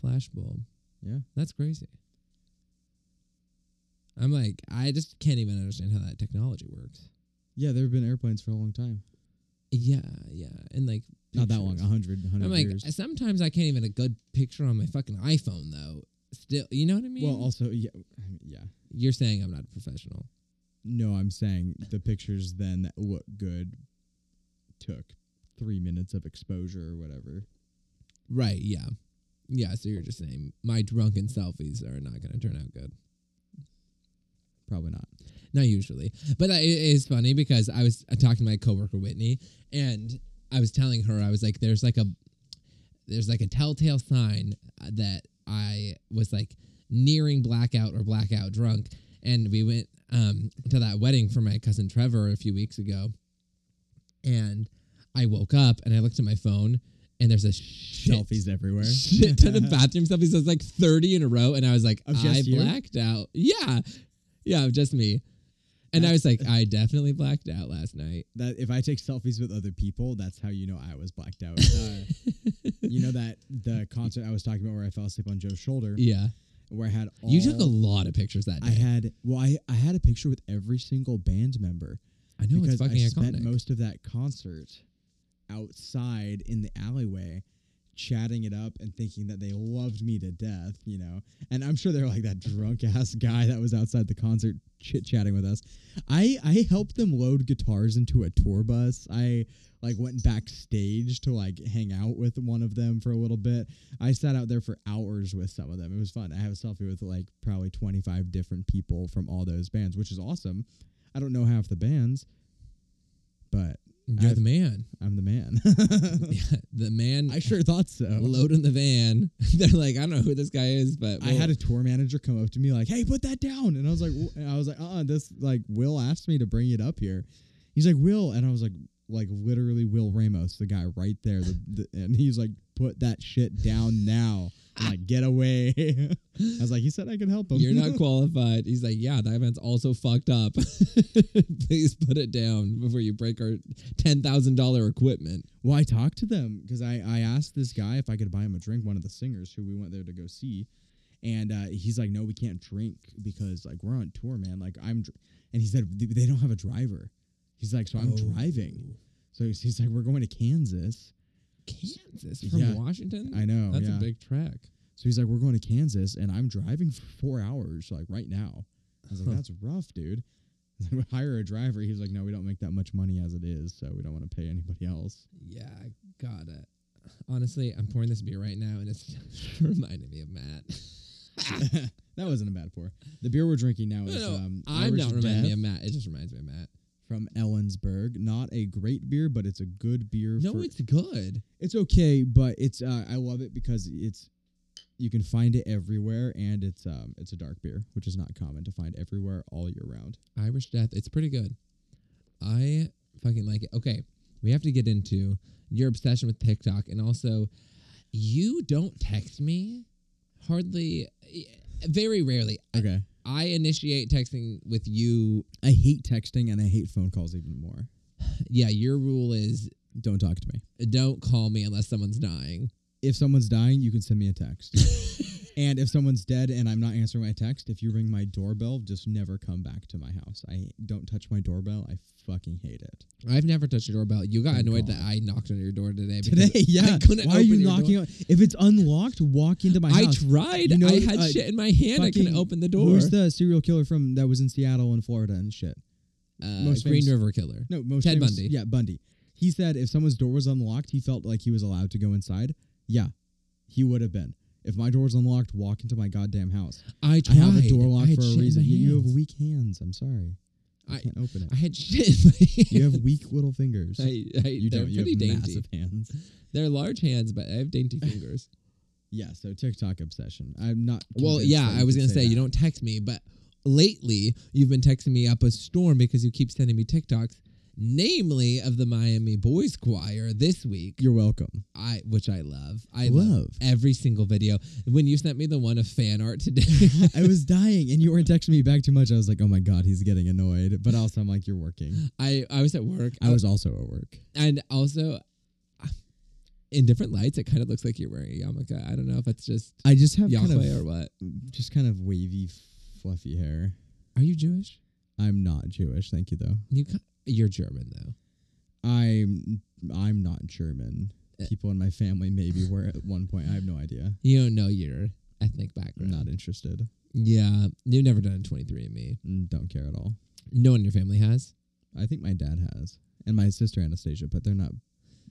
Flashbulb.
Yeah.
That's crazy. I'm like, I just can't even understand how that technology works.
Yeah, there have been airplanes for a long time.
Yeah, yeah, and like
Not that long,
pictures.
100, 100
I'm like,
years.
sometimes I can't even a good picture on my fucking iPhone though. Still, you know what I mean?
well, also, yeah, I mean, yeah.
you're saying I'm not a professional.
No, I'm saying the pictures then that look good took three minutes of exposure or whatever.
Right? Yeah, yeah. So you're just saying my drunken selfies are not going to turn out good.
Probably not.
Not usually, but I- it is funny because I was talking to my coworker Whitney, and I was telling her I was like, "There's like a, there's like a telltale sign uh, that I was like nearing blackout or blackout drunk." And we went um, to that wedding for my cousin Trevor a few weeks ago, and I woke up and I looked at my phone, and there's a shit
Selfies everywhere.
shit ton of bathroom selfies. So it's like 30 in a row. And I was like,
Of just
I
you?
blacked out. Yeah. Yeah, of just me. And I was like, I definitely blacked out last night.
that if I take selfies with other people, that's how you know I was blacked out. Uh, you know that the concert I was talking about where I fell asleep on Joe's shoulder,
Yeah.
where I had all
You took a lot of pictures that day.
I had well, I I had a picture with every single band member
I know it's
because
fucking
I spent
iconic.
most of that concert outside in the alleyway. Chatting it up and thinking that they loved me to death, you know. And I'm sure they're like that drunk ass guy that was outside the concert chit chatting with us. I I helped them load guitars into a tour bus. I like went backstage to like hang out with one of them for a little bit. I sat out there for hours with some of them. It was fun. I have a selfie with like probably 25 different people from all those bands, which is awesome. I don't know half the bands, but
You're
I've-
the man.
I'm the man.
Yeah, the man.
I sure thought so.
load in the van. They're like, I don't know who this guy is, but
I
we'll-
had a tour manager come up to me like, "Hey, put that down," and I was like, "Wh-" and "I was like, uh, uh this like Will asked me to bring it up here." He's like, "Will," and I was like, "Like literally Will Ramos, the guy right there," the, the, and he's like, "Put that shit down now, and, like get away." I was like, "He said I could help him."
You're not qualified. He's like, yeah, that event's also fucked up. Please put it down before you break our ten thousand dollar equipment.
Well, I talked to them because I, I asked this guy if I could buy him a drink, one of the singers who we went there to go see. And uh, he's like, no, we can't drink because like we're on tour, man. Like I'm, dr-. and he said "They- they don't have a driver. He's like, so
Oh.
I'm driving. So he's, he's like, we're going to Kansas.
Kansas from
Yeah.
Washington.
I know.
That's
yeah.
a big trek.
So he's like, we're going to Kansas, and I'm driving for four hours, like right now. I was like,
Huh.
that's rough, dude. Hire a driver. He's like, no, we don't make that much money as it is, so we don't want to pay anybody else.
Yeah, I got it. Honestly, I'm pouring this beer right now, and it's reminding me of Matt.
That wasn't a bad pour. The beer we're drinking now
No,
is
no,
um,
I'm
Irish
not reminding me
Death
of Matt. It just reminds me of Matt.
from Ellensburg. Not a great beer, but it's a good beer.
No,
for,
it's good.
it's okay, but it's uh, I love it because it's you can find it everywhere, and it's um it's a dark beer, which is not common to find everywhere all year round.
Irish Death. It's pretty good. I fucking like it. Okay, we have to get into your obsession with TikTok, and also you don't text me hardly, eh, very rarely. I-
Okay,
I, initiate texting with you.
I hate texting and I hate phone calls even more.
Yeah, your rule is
Don't talk to me.
don't call me unless someone's dying.
If someone's dying, you can send me a text. and if someone's dead and I'm not answering my text, if you ring my doorbell, just never come back to my house. I don't touch my doorbell. I fucking hate it.
I've never touched your doorbell. You got
Thank
annoyed
God.
that I knocked on your door today. because
Today, yeah.
I couldn't
Why are you
open your
knocking
door.
on? If it's unlocked, walk into my
I
house.
tried.
You know,
I had
uh,
shit in my hand. I couldn't
fucking-
open the door.
Who's the serial killer from that was in Seattle and Florida and shit?
uh,
most
Green
famous-
River Killer?
No, most
Ted
famous-
Bundy.
Yeah, Bundy. He said if someone's door was unlocked, he felt like he was allowed to go inside. Yeah, he would have been. If my door was unlocked, walk into my goddamn house.
I
I
tried.
have a door
I
lock
had
for
shit
a
in
reason.
my
You, you have
hands.
weak hands. I'm sorry. I,
I-
can't open it.
I had shit in my hands.
you have weak little fingers.
I, I,
you
they're
don't. You
pretty
have
dainty.
massive hands.
They're large hands, but I have dainty fingers.
Yeah. So TikTok obsession. I'm not.
well,
convinced
yeah,
that
I was
could
gonna say, you
that.
don't text me, but lately you've been texting me up a storm because you keep sending me TikToks, namely of the Miami Boys Choir this week.
You're welcome.
I which I love. I love.
Love.
every single video. When you sent me the one of fan art today,
I was dying, and you weren't texting me back too much. I was like, "Oh my god, he's getting annoyed," but also I'm like, "You're working."
I I was at work.
I was also at work.
and also. In different lights, it kind of looks like you're wearing a yarmulke. I don't know if it's just
I just have
Yahweh
kind
or
of
what.
just kind of wavy, fluffy hair.
Are you Jewish?
I'm not Jewish, thank you though.
You ca- you're German though.
I'm I'm not German.
Eh.
People in my family maybe were at one point. I have no idea.
You don't know your ethnic
I'm
background.
not interested.
Yeah, you've never done a 23andMe.
Mm, Don't care at all.
No one in your family has.
I think my dad has, and my sister Anastasia, but they're not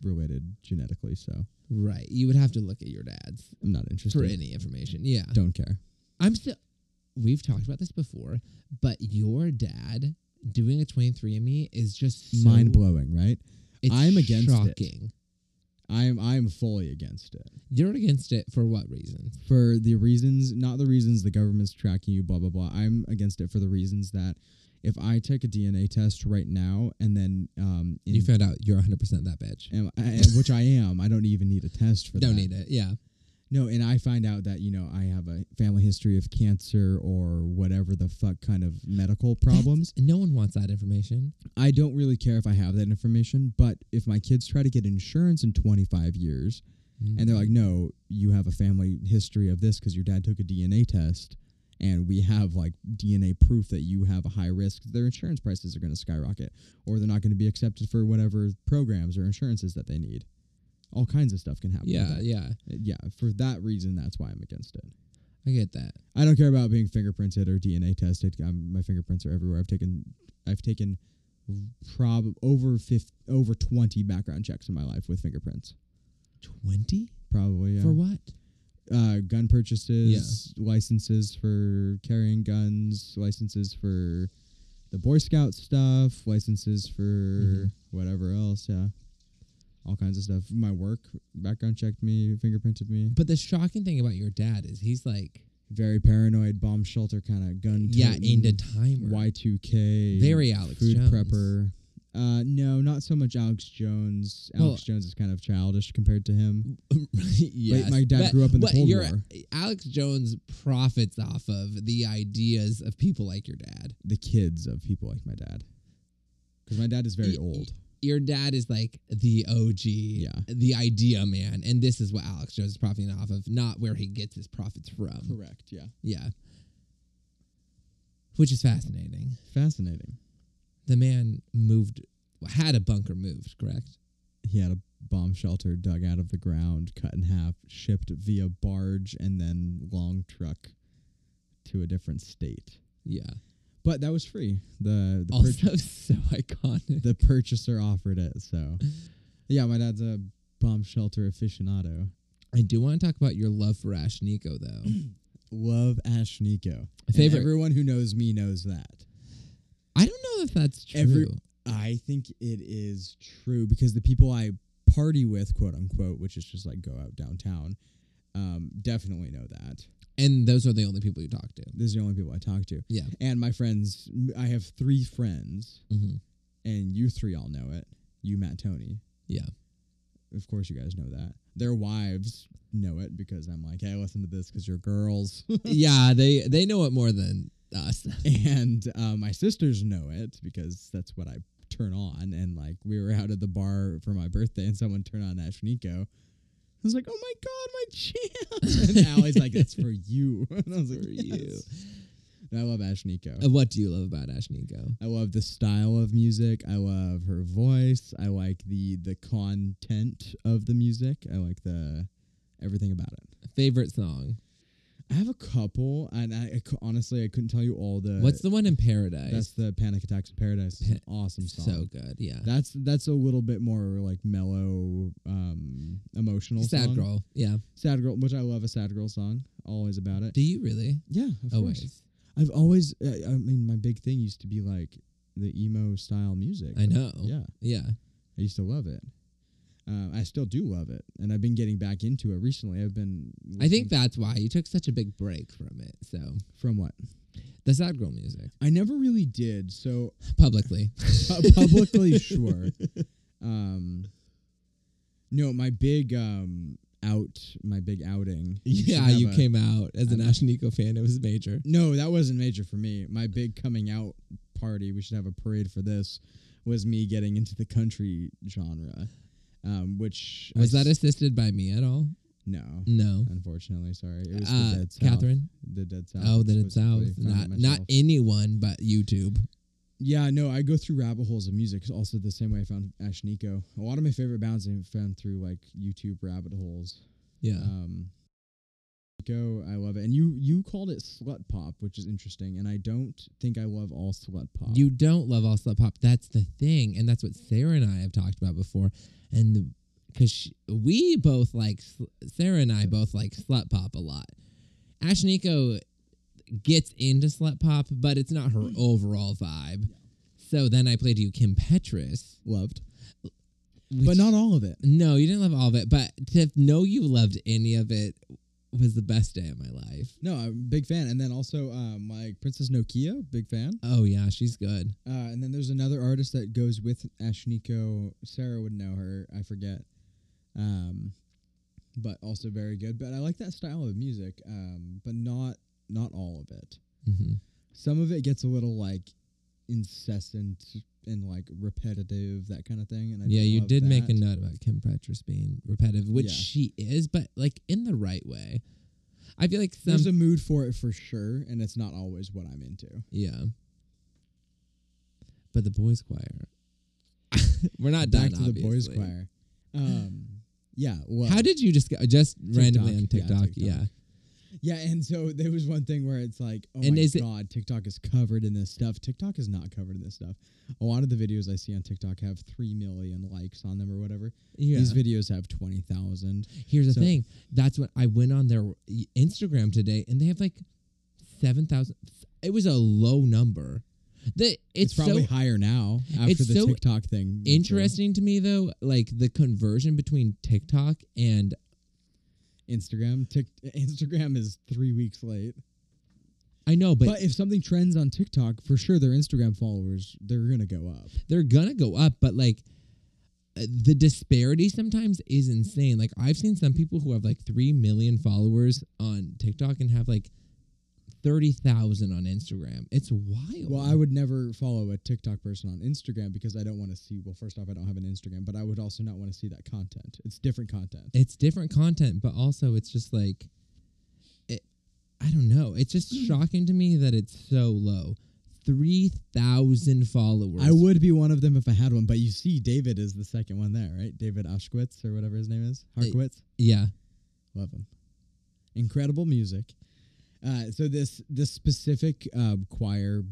related genetically, so
Right. You would have to look at your dad's
I'm not interested.
for any information. Yeah.
Don't care.
I'm still. We've talked about this before, but your dad doing a 23andMe is just so,
Mind blowing, right?
It's
I'm against it.
shocking.
I'm I'm fully against it.
You're against it for what reason?
for the reasons not the reasons the government's tracking you blah blah blah i'm against it for the reasons that if i take a dna test right now and then um in,
You found out you're 100% that bitch.
am- I- am- which i am i don't even need a test for
Don't
that
need it. Yeah.
no and i find out that you know i have a family history of cancer or whatever the fuck kind of medical problems
That's- no one wants that information.
i don't really care if i have that information but if my kids try to get insurance in 25 years and they're like,
Mm-hmm.
no, you have a family history of this because your dad took a DNA test, and we have like DNA proof that you have a high risk. Their insurance prices are going to skyrocket, or they're not going to be accepted for whatever programs or insurances that they need. All kinds of stuff can happen. with
yeah,
that.
yeah.
yeah. For that reason, that's why I'm against it.
I get that.
I don't care about being fingerprinted or DNA tested. I'm, my fingerprints are everywhere. I've taken, I've taken, prob over fifth, over twenty background checks in my life with fingerprints.
20?
Probably yeah.
For what?
uh, gun purchases, licenses for carrying guns, licenses for the Boy Scout stuff, licenses for whatever else, yeah. All kinds of stuff. My work background checked me, fingerprinted me.
But the shocking thing about your dad is he's like,
Very paranoid, bomb shelter kind of gun.
yeah,
toting,
into timer.
Y2K.
Very Alex
food
Jones.
prepper. Uh, no, not so much Alex Jones. Alex
Well-
Jones is kind of childish compared to him.
yes.
my dad
But
grew up in the
what
Cold
you're-
War.
Alex Jones profits off of the ideas of people like your dad.
The kids of people like my dad, because my dad is very
Y-
old.
Your dad is like the OG,
Yeah.
the idea man, and this is what Alex Jones is profiting off of, not where he gets his profits from.
Correct. Yeah.
Yeah, which is fascinating.
Fascinating.
The man moved, had a bunker moved, correct?
He had a bomb shelter dug out of the ground, cut in half, shipped via barge and then long truck to a different state.
Yeah.
But that was free. The the, purch-
Also, so iconic.
the purchaser offered it. So, yeah, my dad's a bomb shelter aficionado.
I do want to talk about your love for Ash Nico, though.
Love Ash Nico. And
Favorite-
Everyone who knows me knows that.
I don't know if that's true.
Every- I think it is true because the people I party with, quote unquote, which is just like go out downtown, um, definitely know that.
and those are the only people you talk to.
These are the only people I talk to.
Yeah.
And my friends, I have three friends,
hmm
and you three all know it. You, Matt, Tony.
Yeah.
Of course, you guys know that. Their wives know it because I'm like, hey, listen to this because you're girls.
yeah, they they know it more than us.
and uh, my sisters know it because that's what I turn on. And like we were out at the bar for my birthday, and someone turned on Ash Nico. I was like, "Oh my god, my jam!" And Allie's like, "That's for you." And I was like,
For you.
"Yes." And I love Ash Nico.
Uh, what do you love about Ash Nico?
I love the style of music. I love her voice. I like the the content of the music. I like the everything about it.
Favorite song?
I have a couple, and I, I cou- honestly I couldn't tell you all the
What's the one in Paradise?
Uh, That's the Panic Attacks in Paradise. It's an awesome song.
so good. Yeah.
that's that's a little bit more like mellow, um, emotional.
Sad
song.
girl. Yeah.
Sad girl, which I love a sad girl song. Always about it.
Do you really? Oh,
Yeah, of course.
Always.
I've always. Uh, I mean, my big thing used to be like the emo style music.
I know.
Yeah,
Yeah.
I used to love it. Uh, I still do love it, and I've been getting back into it recently. I've been.
I think
listening-
that's why you took such a big break from it. So
from what
the sad girl music
I never really did. So
publicly.
Pu- Uh, publicly sure. Um, no, my big um out, my big outing. we should
yeah,
have
you
a-
came out as an
I'm-
Ash Nico fan. It was major.
No, that wasn't major for me. My big coming out party. We should have a parade for this. Was me getting into the country genre, um, which
Was
I
that
s-
assisted by me at all?
no?
No.
Unfortunately, sorry. It was
Uh,
the Dead South.
Catherine.
The Dead South.
Oh, then it's out.
specifically.
Not
Found it
not
myself.
anyone but YouTube.
Yeah, no, I go through rabbit holes of music. Also, the same way I found Ash Nico. A lot of my favorite bands I found through like YouTube rabbit holes.
Yeah.
Um, Nico, I love it, and you you called it slut pop, which is interesting, and I don't think I love all slut pop.
You don't love all slut pop. That's the thing, and that's what Sarah and I have talked about before. And because we both like sl- Sarah and I both like slut pop a lot. Ash Nico gets into slut pop, but it's not her overall vibe. So then I played you Kim Petras,
loved,
which-
but not all of it.
No, you didn't love all of it, but to know you loved any of it was the best day of my life.
No, I'm a big fan, and then also um, like Princess Nokia, big fan.
Oh yeah, she's good.
Uh, and then there's another artist that goes with Ash Nico. Sarah would know her. I forget. Um, but also very good. But I like that style of music. Um, but not not all of it.
hmm
Some of it gets a little like incessant and like repetitive, that kind of thing. And I
yeah,
don't
you
love
did make a
that.
note about Kim Petras being repetitive, which
Yeah.
she is, but like in the right way. I feel like some
There's a mood for it for sure, and it's not always what I'm into.
yeah. But the boys choir, we're not done.
Back to the boys
obviously.
choir. Um, yeah. Well,
How did you just just randomly on
TikTok. Yeah,
TikTok? Yeah,
TikTok. Yeah, and so there was one thing where it's like, oh
And
my
is it-
god, TikTok is covered in this stuff. TikTok is not covered in this stuff. A lot of the videos I see on TikTok have three million likes on them or whatever.
yeah.
These videos have twenty thousand.
Here's the
So-
thing. That's what I went on their Instagram today, and they have like seven thousand. It was a low number. The
It's,
it's,
probably
so
higher now after
it's
the
so
TikTok thing. went through.
interesting to me though, like the conversion between TikTok and
Instagram. Tik Instagram is three weeks late.
I know,
But,
but,
if something trends on TikTok, for sure their Instagram followers they're gonna go up.
they're gonna go up. But like uh, the disparity sometimes is insane. Like I've seen some people who have like three million followers on TikTok and have like thirty thousand on Instagram. It's wild.
Well, I would never follow a TikTok person on Instagram because I don't want to see. Well, first off, I don't have an Instagram, but I would also not want to see that content. It's different content.
it's different content, but also it's just like, it, I don't know. It's just
Hmm.
shocking to me that it's so low. 3,000 followers.
I would be one of them if I had one, but you see, David is the second one there, right? David Oshkowitz or whatever his name is, Harkowitz.
Yeah.
Love him. Incredible music. Uh, so this this specific uh, choir,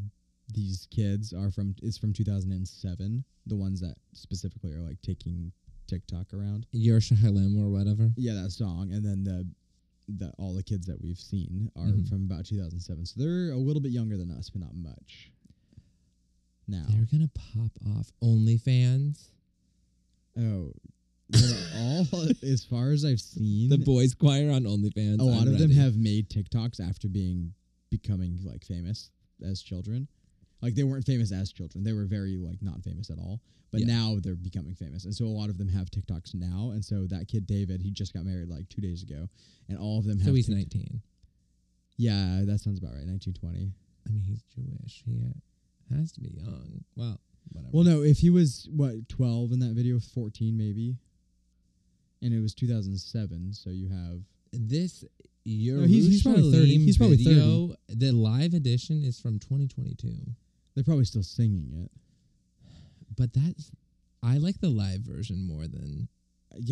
these kids are from is from 2007. The ones that specifically are like taking TikTok around.
Your Shahalem or whatever.
Yeah, that song, and then the the all the kids that we've seen are
Mhm.
from about 2007. So they're a little bit younger than us, but not much. Now,
They're going to pop off. OnlyFans.
oh, they're all as far as I've seen.
The boys' choir on OnlyFans.
a lot
I'm
of them
ready.
have made TikToks after being becoming like famous as children. Like they weren't famous as children. They were very like not famous at all. But
Yeah.
now they're becoming famous. And so a lot of them have TikToks now. And so that kid David, he just got married like 2 days ago and all of them have
So he's
Tik-
19.
Yeah, that sounds about right. 1920.
I mean, he's Jewish. He ha- has to be young. Well, whatever.
Well, no, if he was what 12 in that video, 14 maybe. And it was 2007, so you have
this. Your
he's- he's probably 30. He's probably 30.
video, The live edition is from 2022.
they're probably still singing it.
but that's I like the live version more than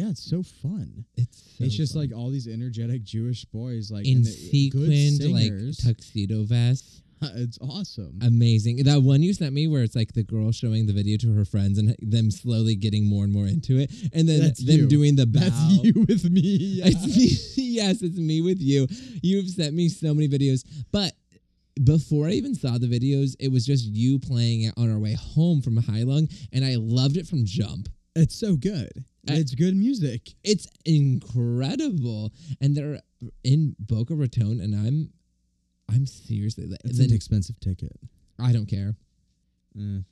Yeah, it's so fun.
it's.
it's
so
just
fun.
like all these energetic Jewish boys, like
in
and they- good
sequined like
singers.
tuxedo vests.
it's awesome.
Amazing. That one you sent me where it's like the girl showing the video to her friends and them slowly getting more and more into it, and then
That's
them
you.
doing the bow.
That's you with me. Yeah.
It's me. yes, it's me with you. You've sent me so many videos, but before I even saw the videos, it was just you playing it on our way home from High Lung, and I loved it from jump.
It's so good.
I-
it's good music.
It's incredible, and they're in Boca Raton, and I'm, I'm seriously. the-
It's
the-
an expensive ticket.
I don't care.
Eh.
Mm.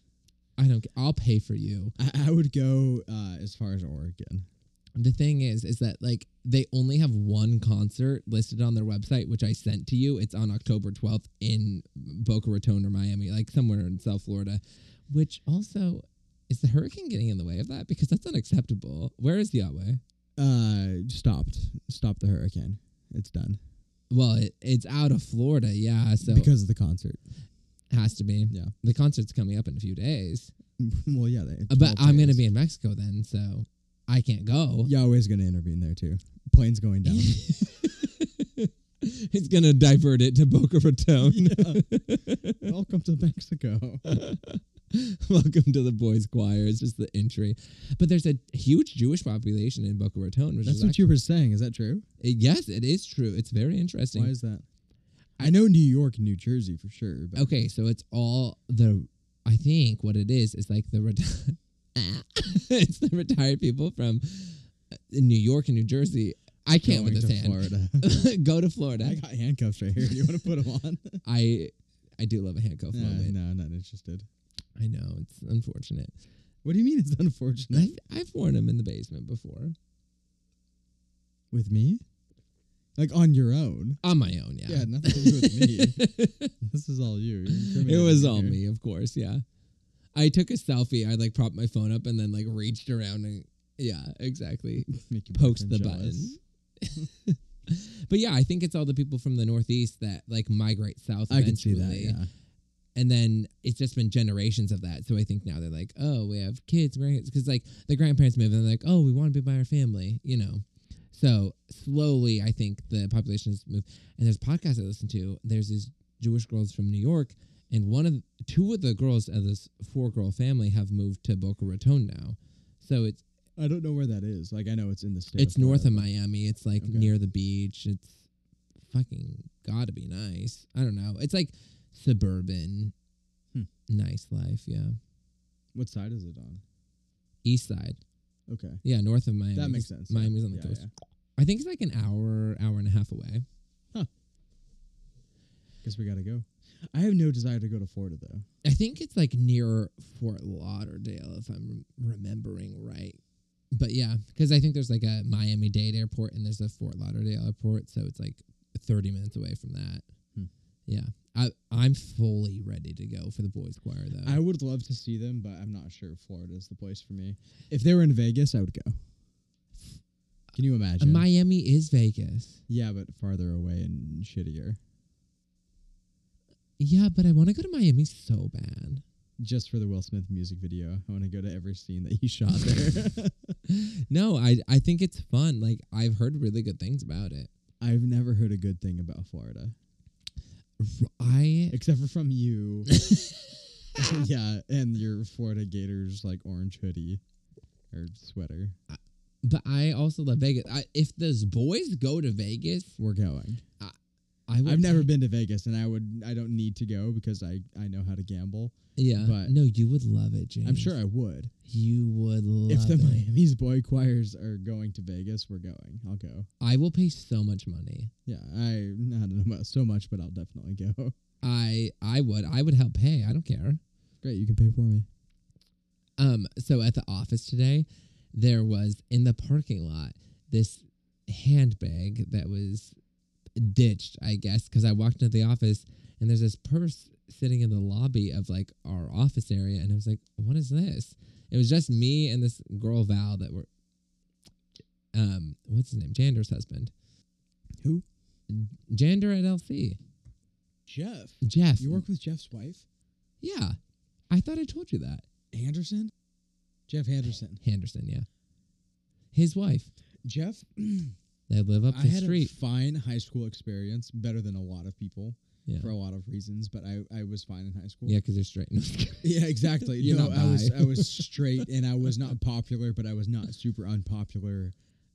I don't. Care. I'll pay for you.
I, I would go uh, as far as Oregon.
The thing is, is that like they only have one concert listed on their website, which I sent to you. It's on October twelfth in Boca Raton or Miami, like somewhere in South Florida. Which also is the hurricane getting in the way of that because that's unacceptable. Where is Yahweh?
Uh, stopped. Stopped the hurricane. It's done
Well, it, it's out of Florida, yeah. So
because of the concert.
has to be.
Yeah.
The concert's coming up in a few days.
well, yeah. They,
Uh, But
12
I'm going to
days.
be in Mexico then, so I can't go.
Yahweh's gonna intervene there too. Plane's going down.
He's going to divert it to Boca Raton.
Welcome to Mexico.
Welcome to the boys' choir. It's just the entry. But there's a huge Jewish population in Boca Raton, which
That's
is
what you were saying. Is that true?
actually- yes, it is true. It's very interesting.
Why is that? I know New York, New Jersey for sure. But
okay, so it's all the. I think what it is is like the. Reti- it's the retired people from uh, New York and New Jersey. I can't with
Going
this
to
hand.
Florida.
Go to Florida.
I got handcuffs right here. Do you want to put them on?
I I do love a handcuff
Nah,
moment.
no, I'm not interested.
I know it's unfortunate.
What do you mean it's unfortunate?
I've, I've worn them in the basement before
with me? Like on your own?
on my own. Yeah,
Yeah, nothing to do with me. this is all you. You're
it
incriminating
was all
here.
me, of course. Yeah, I took a selfie. I like propped my phone up and then like reached around and yeah, exactly.
Make your
Poked the
boyfriend
button. but yeah, I think it's all the people from the Northeast that like migrate south.
I can see that.
eventually.
Yeah.
and then it's just been generations of that. So I think now they're like, oh, we have kids, grandkids, because like the grandparents move and they're like, oh, we want to be by our family, you know. So slowly, I think the population has moved. And there's podcasts I listen to. There's these Jewish girls from New York, and one of two of the girls of this four girl family have moved to Boca Raton now. So it's
I don't know where that is. Like I know it's in the state.
it's north of
Florida.
Miami. It's like
Okay.
near the beach. It's fucking gotta be nice. I don't know. It's like suburban
Hmm.
Nice life, yeah.
What side is it on?
East side,
Okay,
yeah, north of Miami.
that
'cause
makes sense. yeah.
Miami's on the
Yeah,
coast. I think it's like an hour, hour and a half away.
yeah. Guess we gotta go. I have no desire to go to Florida though.
I think it's like near Fort Lauderdale, if I'm rem- remembering right. But yeah, because I think there's like a Miami Dade airport and there's a Fort Lauderdale airport, so it's like 30 minutes away from that.
Hmm.
Yeah, I I'm fully ready to go for the boys' choir though. Uh,
I would love to see them, but I'm not sure Florida is the place for me. If they were in Vegas, I would go. Can you
Uh,
imagine?
Miami is Vegas.
yeah, but farther away and shittier.
Yeah, but I want to go to Miami so bad.
Just for the Will Smith music video, I want to go to every scene that he shot there.
No, I I think it's fun. Like I've heard really good things about it.
I've never heard a good thing about Florida,
R- I
except for from you. yeah, and your Florida Gators like orange hoodie or sweater.
but I also love Vegas. I, if those boys go to Vegas,
We're going.
I would
I've never
take-
been to Vegas, and I would. I don't need to go because I I know how to gamble.
Yeah,
but-
no, you would love it, James.
I'm sure I would.
you would love
if the
it.
Miami's boy choirs are going to Vegas, we're going. I'll go.
I will pay so much money.
Yeah, I, I don't know about so much, but I'll definitely go.
I I would I would help pay. I don't care.
Great, you can pay for me.
Um, so at the office today, there was in the parking lot this handbag that was ditched, I guess, because I walked into the office and there's this purse sitting in the lobby of like our office area, and I was like, "What is this?" It was just me and this girl Val that were, um, what's his name, Jander's husband,
Who?
Jander at LC,
Jeff.
Jeff.
You work with Jeff's wife,
yeah, I thought I told you that
Anderson. Jeff Anderson.
Henderson. Yeah, his wife.
Jeff.
They live up
I
the
had
street.
a fine high school experience, better than a lot of people
Yeah.
for a lot of reasons, but I I was fine in high school.
Yeah, because they're straight. No, I'm just kidding.
Yeah, exactly.
You're
no,
not
I was
bi.
I was straight and I was not popular, but I was not super unpopular.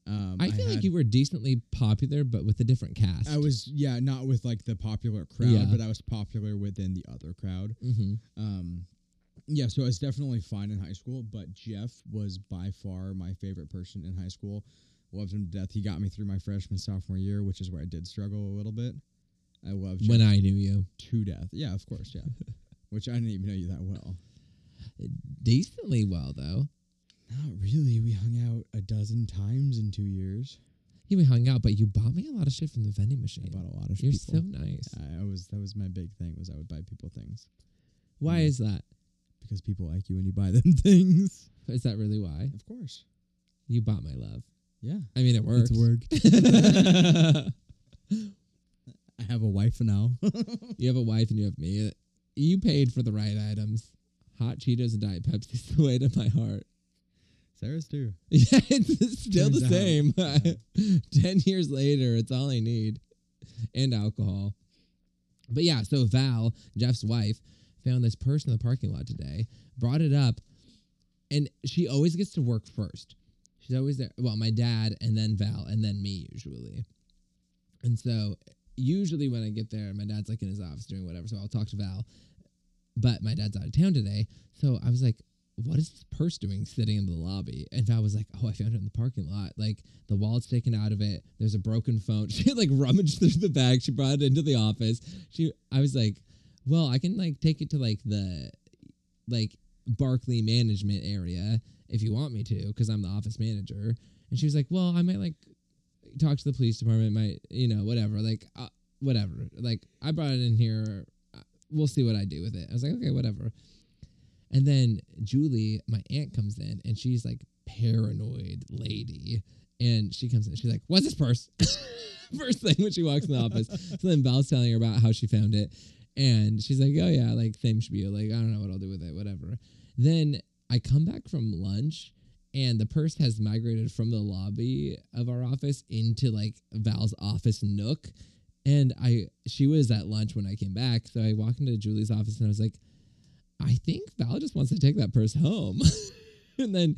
Um,
I feel
had-
like you were decently popular, but with a different cast.
I was yeah, not with like the popular crowd,
Yeah.
but I was popular within the other crowd.
hmm
Um, yeah, so I was definitely fine in high school, but Jeff was by far my favorite person in high school. Loved him to death. He got me through my freshman sophomore year, which is where I did struggle a little bit. I loved Jeff
When I knew you,
to death. Yeah, of course, yeah. which I didn't even know you that well.
decently well though.
Not really. We hung out a dozen times in two years.
Yeah, we hung out, but you bought me a lot of shit from the vending
I
machine.
bought a lot of
You're so
people.
nice.
I, I was that was my big thing was I would buy people things
Why is that?
because people like you when you buy them things.
Is that really why
Of course.
you bought my love?
Yeah.
I mean, it works.
It's worked. I have a wife now.
you have a wife and you have me. You paid for the right items. Hot Cheetos and Diet Pepsi's the way to my heart.
Sarah's too.
Yeah, it's still
Turns
the
out,
same.
yeah.
Ten years later, it's all I need, and alcohol. But yeah, so Val, Jeff's wife, found this purse in the parking lot today. Brought it up, and she always gets to work first. She's always there. Well, my dad, and then Val, and then me usually. And so, usually when I get there, my dad's like in his office doing whatever. So I'll talk to Val, but my dad's out of town today. So I was like, what is this purse doing sitting in the lobby? And Val was like, oh, I found it in the parking lot. Like the wallet's taken out of it. There's a broken phone. She like rummaged through the bag. She brought it into the office. She, I was like, well, I can like take it to like the, like Barclay management area if you want me to, because I'm the office manager. And she was like, well, I might like talk to the police department. Might you know whatever. Like uh, whatever. Like I brought it in here. Uh, We'll see what I do with it. I was like, okay, whatever. And then Julie, my aunt, comes in and she's like paranoid lady. And she comes in, she's like, What's this purse? First thing when she walks in the office. So then Val's telling her about how she found it. And she's like, Oh yeah, like same spiel. Like, I don't know what I'll do with it, whatever. Then I come back from lunch and the purse has migrated from the lobby of our office into like Val's office nook. And I she was at lunch when I came back. So I walked into Julie's office and I was like, I think Val just wants to take that purse home. and then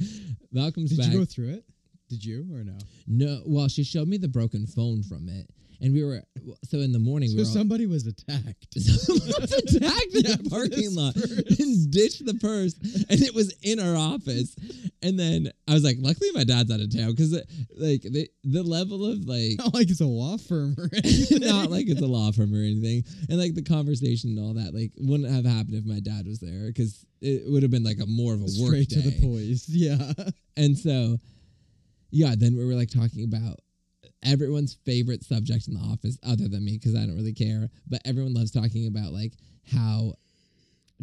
Val comes
Did
back.
you go through it? Did you or no?
No, well, she showed me the broken phone from it, and we were well, so in the morning we
So
were all,
somebody was attacked.
someone's attacked in the parking lot and ditched the purse, and it was in our office. And then I was like, luckily my dad's out of town because like the the level of like
Not like it's a law firm or anything.
not like it's a law firm or anything, and like the conversation and all that like wouldn't have happened if my dad was there because it would have been like a more of a work
straight to the
day.
poise. Yeah.
And so, yeah, then we were like talking about everyone's favorite subject in the office, other than me, because I don't really care. But everyone loves talking about like how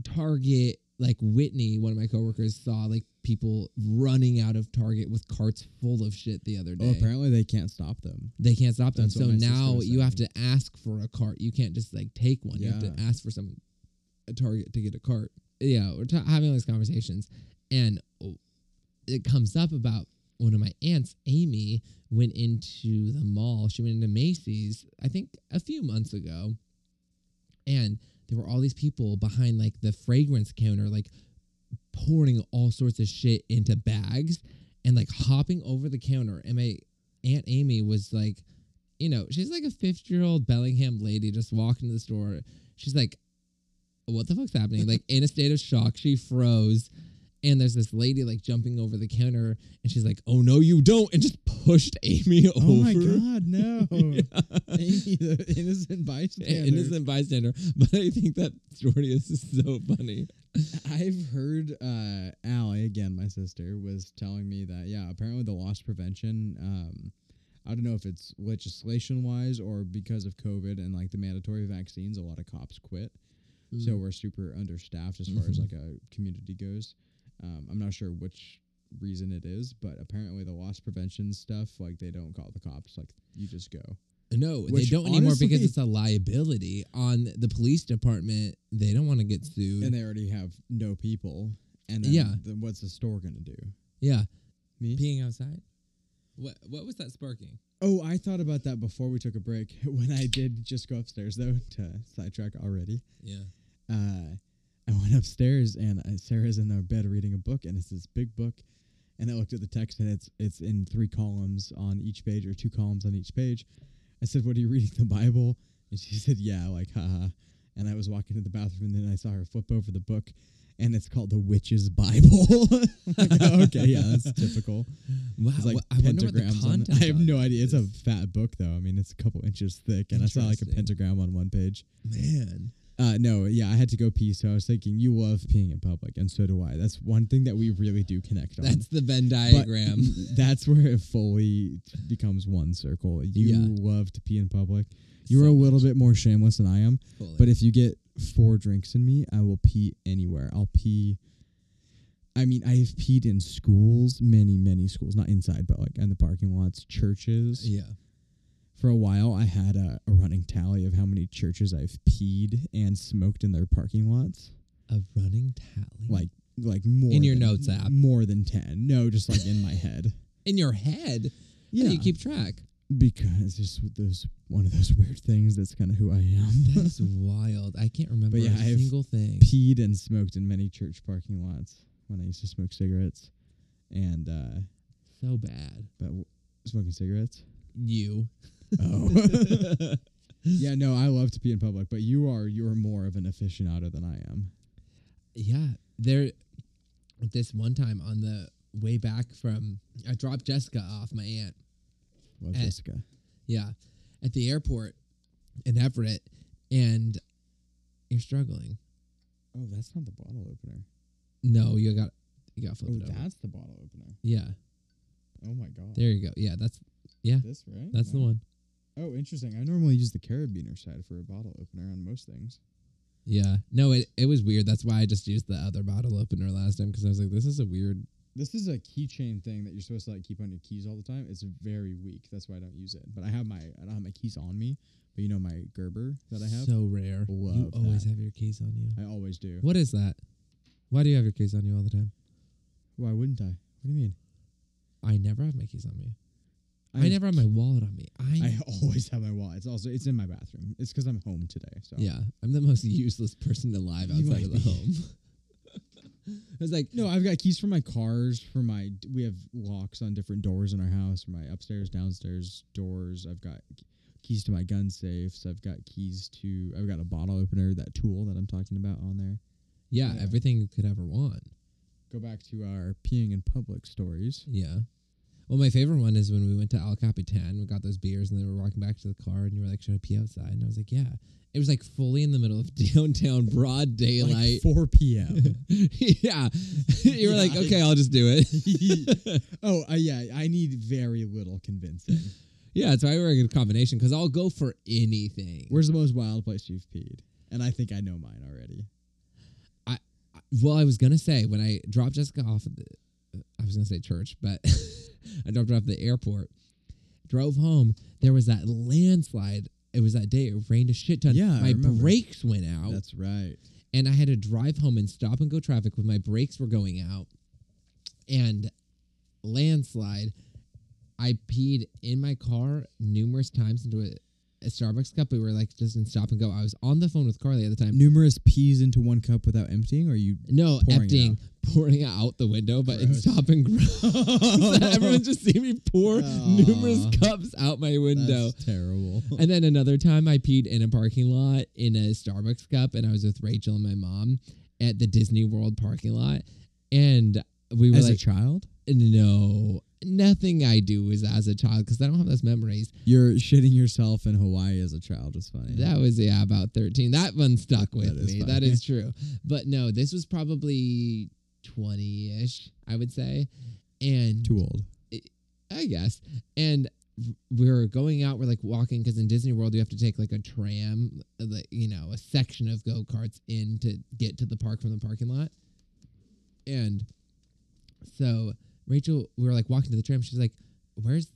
Target, like Whitney, one of my coworkers, saw like people running out of Target with carts full of shit the other day.
Well, apparently they can't stop them.
they can't stop them.
That's what
So
my sister
now
was
you have to ask for a cart. You can't just like take one. You have to
Yeah.
ask for some a Target to get a cart. Yeah, we're ta- having all these conversations, and oh, it comes up about one of my aunts, Amy, went into the mall. She went into Macy's, I think, a few months ago, and there were all these people behind like the fragrance counter, like pouring all sorts of shit into bags and like hopping over the counter. And my Aunt Amy was like, you know, she's like a 50 year old Bellingham lady just walking into the store. She's like, what the fuck's happening? Like, in a state of shock, she froze. And there's this lady like jumping over the counter and she's like, oh no, you don't. And just pushed Amy over.
Oh my god, no.
Yeah.
Amy, the innocent bystander.
Innocent bystander. But I think that story is so funny.
I've heard uh Allie again, my sister, was telling me that yeah, apparently the loss prevention, um I don't know if it's legislation wise or because of COVID and like the mandatory vaccines, a lot of cops quit. So we're super understaffed as far as
Mhm.
like a community goes. Um, I'm not sure which reason it is, but apparently the loss prevention stuff, like they don't call the cops, like you just go.
No,
Which,
they don't anymore because
honestly-
it's a liability on the police department. They don't want to get sued.
And they already have no people. And then,
Yeah.
then what's the store gonna do?
yeah,
Me?
peeing outside. What What was that sparking?
Oh, I thought about that before we took a break. When I did just go upstairs though to sidetrack already.
Yeah.
uh, I went upstairs and uh, Sarah's in our bed reading a book, and it's this big book. And I looked at the text, and it's it's in three columns on each page or two columns on each page. I said, "What are you reading? The Bible?" And she said, "Yeah." Like, haha. And I was walking to the bathroom, and then I saw her flip over the book, and it's called the Witch's Bible. I'm like, "Oh, okay, yeah, that's typical.
Wow.
It's like
wha- I wonder what the
pentagrams. on it.
content.
I have
of
no
it
idea. It's a
is.
fat book, though. I mean, it's a couple inches thick, and I saw like a
Interesting.
pentagram on one page.
man.
Uh, no, yeah, I had to go pee, so I was thinking you love peeing in public, and so do I. That's one thing that we really do connect on.
That's the Venn
But
diagram.
that's where it fully becomes one circle. You
Yeah.
love to pee in public. You're
So
a little bit more shameless than I am,
Holy-
but if you get four drinks in me, I will pee anywhere. I'll pee. I mean, I have peed in schools, many, many schools, not inside, but like in the parking lots, churches
yeah,
for a while I had a, a running tally of how many churches I've peed and smoked in their parking lots.
a running tally.
Like like more
In your
than-
notes app.
More than ten. No, just like in my head.
in your head. Yeah.
Yeah.
you keep track.
because it's just those one of those weird things that's kinda who I am.
That's wild. I can't remember
yeah,
a
I've
single thing.
peed and smoked in many church parking lots when I used to smoke cigarettes. And uh
so bad.
but w- smoking cigarettes.
You.
Oh. yeah, no, I love to pee in public, but you are you're more of an aficionado than I am.
yeah there this one time on the way back from i dropped jessica off my aunt
Love
Eh.
Jessica.
yeah at the airport in everett and you're struggling
Oh, that's not the bottle opener.
no you got you got
Oh,
flipped over
that's the bottle opener.
yeah
Oh my god.
there you go yeah that's
This right?
that's the
No.
one
Oh, interesting. I normally use the carabiner side for a bottle opener on most things.
yeah no it, it was weird that's why i just used the other bottle opener last time because i was like this is a weird
This is a keychain thing that you're supposed to like keep on your keys all the time. It's very weak. That's why I don't use it. But I have my I don't have my keys on me. But you know my Gerber that I have.
so rare you
Love
always
that.
have your keys on you
I always do.
what is that why do you have your keys on you all the time
Why wouldn't I? What do you mean?
i never have my keys on me i, never have my wallet on me i
Mm. I always have my wallet. It's also it's in my bathroom. It's because I'm home today. So
Yeah, I'm the most useless person alive
You
outside of the
might be.
home. I was like,
No, I've got keys for my cars, for my we have locks on different doors in our house, for my upstairs, downstairs doors. I've got keys to my gun safes. I've got keys to. I've got a bottle opener, that tool that I'm talking about on there.
Yeah,
Yeah.
everything you could ever want.
Go back to our peeing in public stories.
Yeah. Well, my favorite one is when we went to Al Capitan. We got those beers, and then we were walking back to the car, and you were like, "Should I pee outside?" And I was like, "Yeah." It was like fully in the middle of downtown, broad
Like
daylight.
4 p.m.
yeah, you were like,
Yeah.
"Okay, I'll just do it."
oh, uh, yeah. I need very little convincing.
yeah, it's why we're a good combination because I'll go for anything.
Where's the most wild place you've peed? And I think I know mine already.
well, I was gonna say when I dropped Jessica off at the, I was gonna say church, but I dropped her off at the airport. Drove home. There was that landslide. It was that day. It rained a shit ton.
Yeah, I
my
remember.
brakes went out,
That's right.
and I had to drive home in stop and go traffic when my brakes were going out, and landslide. I peed in my car numerous times into a, a Starbucks cup. We were like just in stop and go. I was on the phone with Carly at the time.
Numerous peas into one cup without emptying, or you?
No,
Pouring it
emptying, pouring it out the window, but in
Gross.
stop and grow. Everyone just see me pour
Aw.
numerous cups out my window.
That's terrible.
And then another time I peed in a parking lot in a Starbucks cup, and I was with Rachel and my mom at the Disney World parking lot. And we were
As a
like,
child,
no, nothing I do is as a child because I don't have those memories.
you're shitting yourself in Hawaii as a child was funny.
That was yeah, about thirteen. That one stuck with
That is
me.
funny.
That is true. But no, this was probably twenty ish, I would say. And
too old.
I guess. And we were going out, we're like walking because in Disney World you have to take like a tram, uh, like you know, a section of go karts in to get to the park from the parking lot. And so Rachel, we were like walking to the tram. She's like, "Where's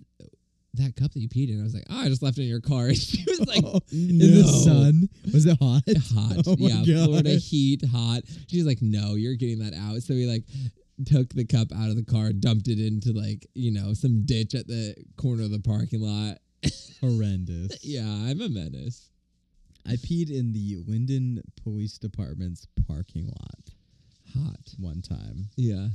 that cup that you peed in?" I was like, "Oh, I just left it in your car." And she was like,
Oh. in the
"No."
sun. Was it hot?
hot.
Oh my
yeah,
God.
Florida heat, hot. She's like, no, you're getting that out. So we like took the cup out of the car, dumped it into like you know some ditch at the corner of the parking lot.
Horrendous.
Yeah, I'm a menace.
I peed in the Linden Police Department's parking lot
Hot.
one time.
Yeah.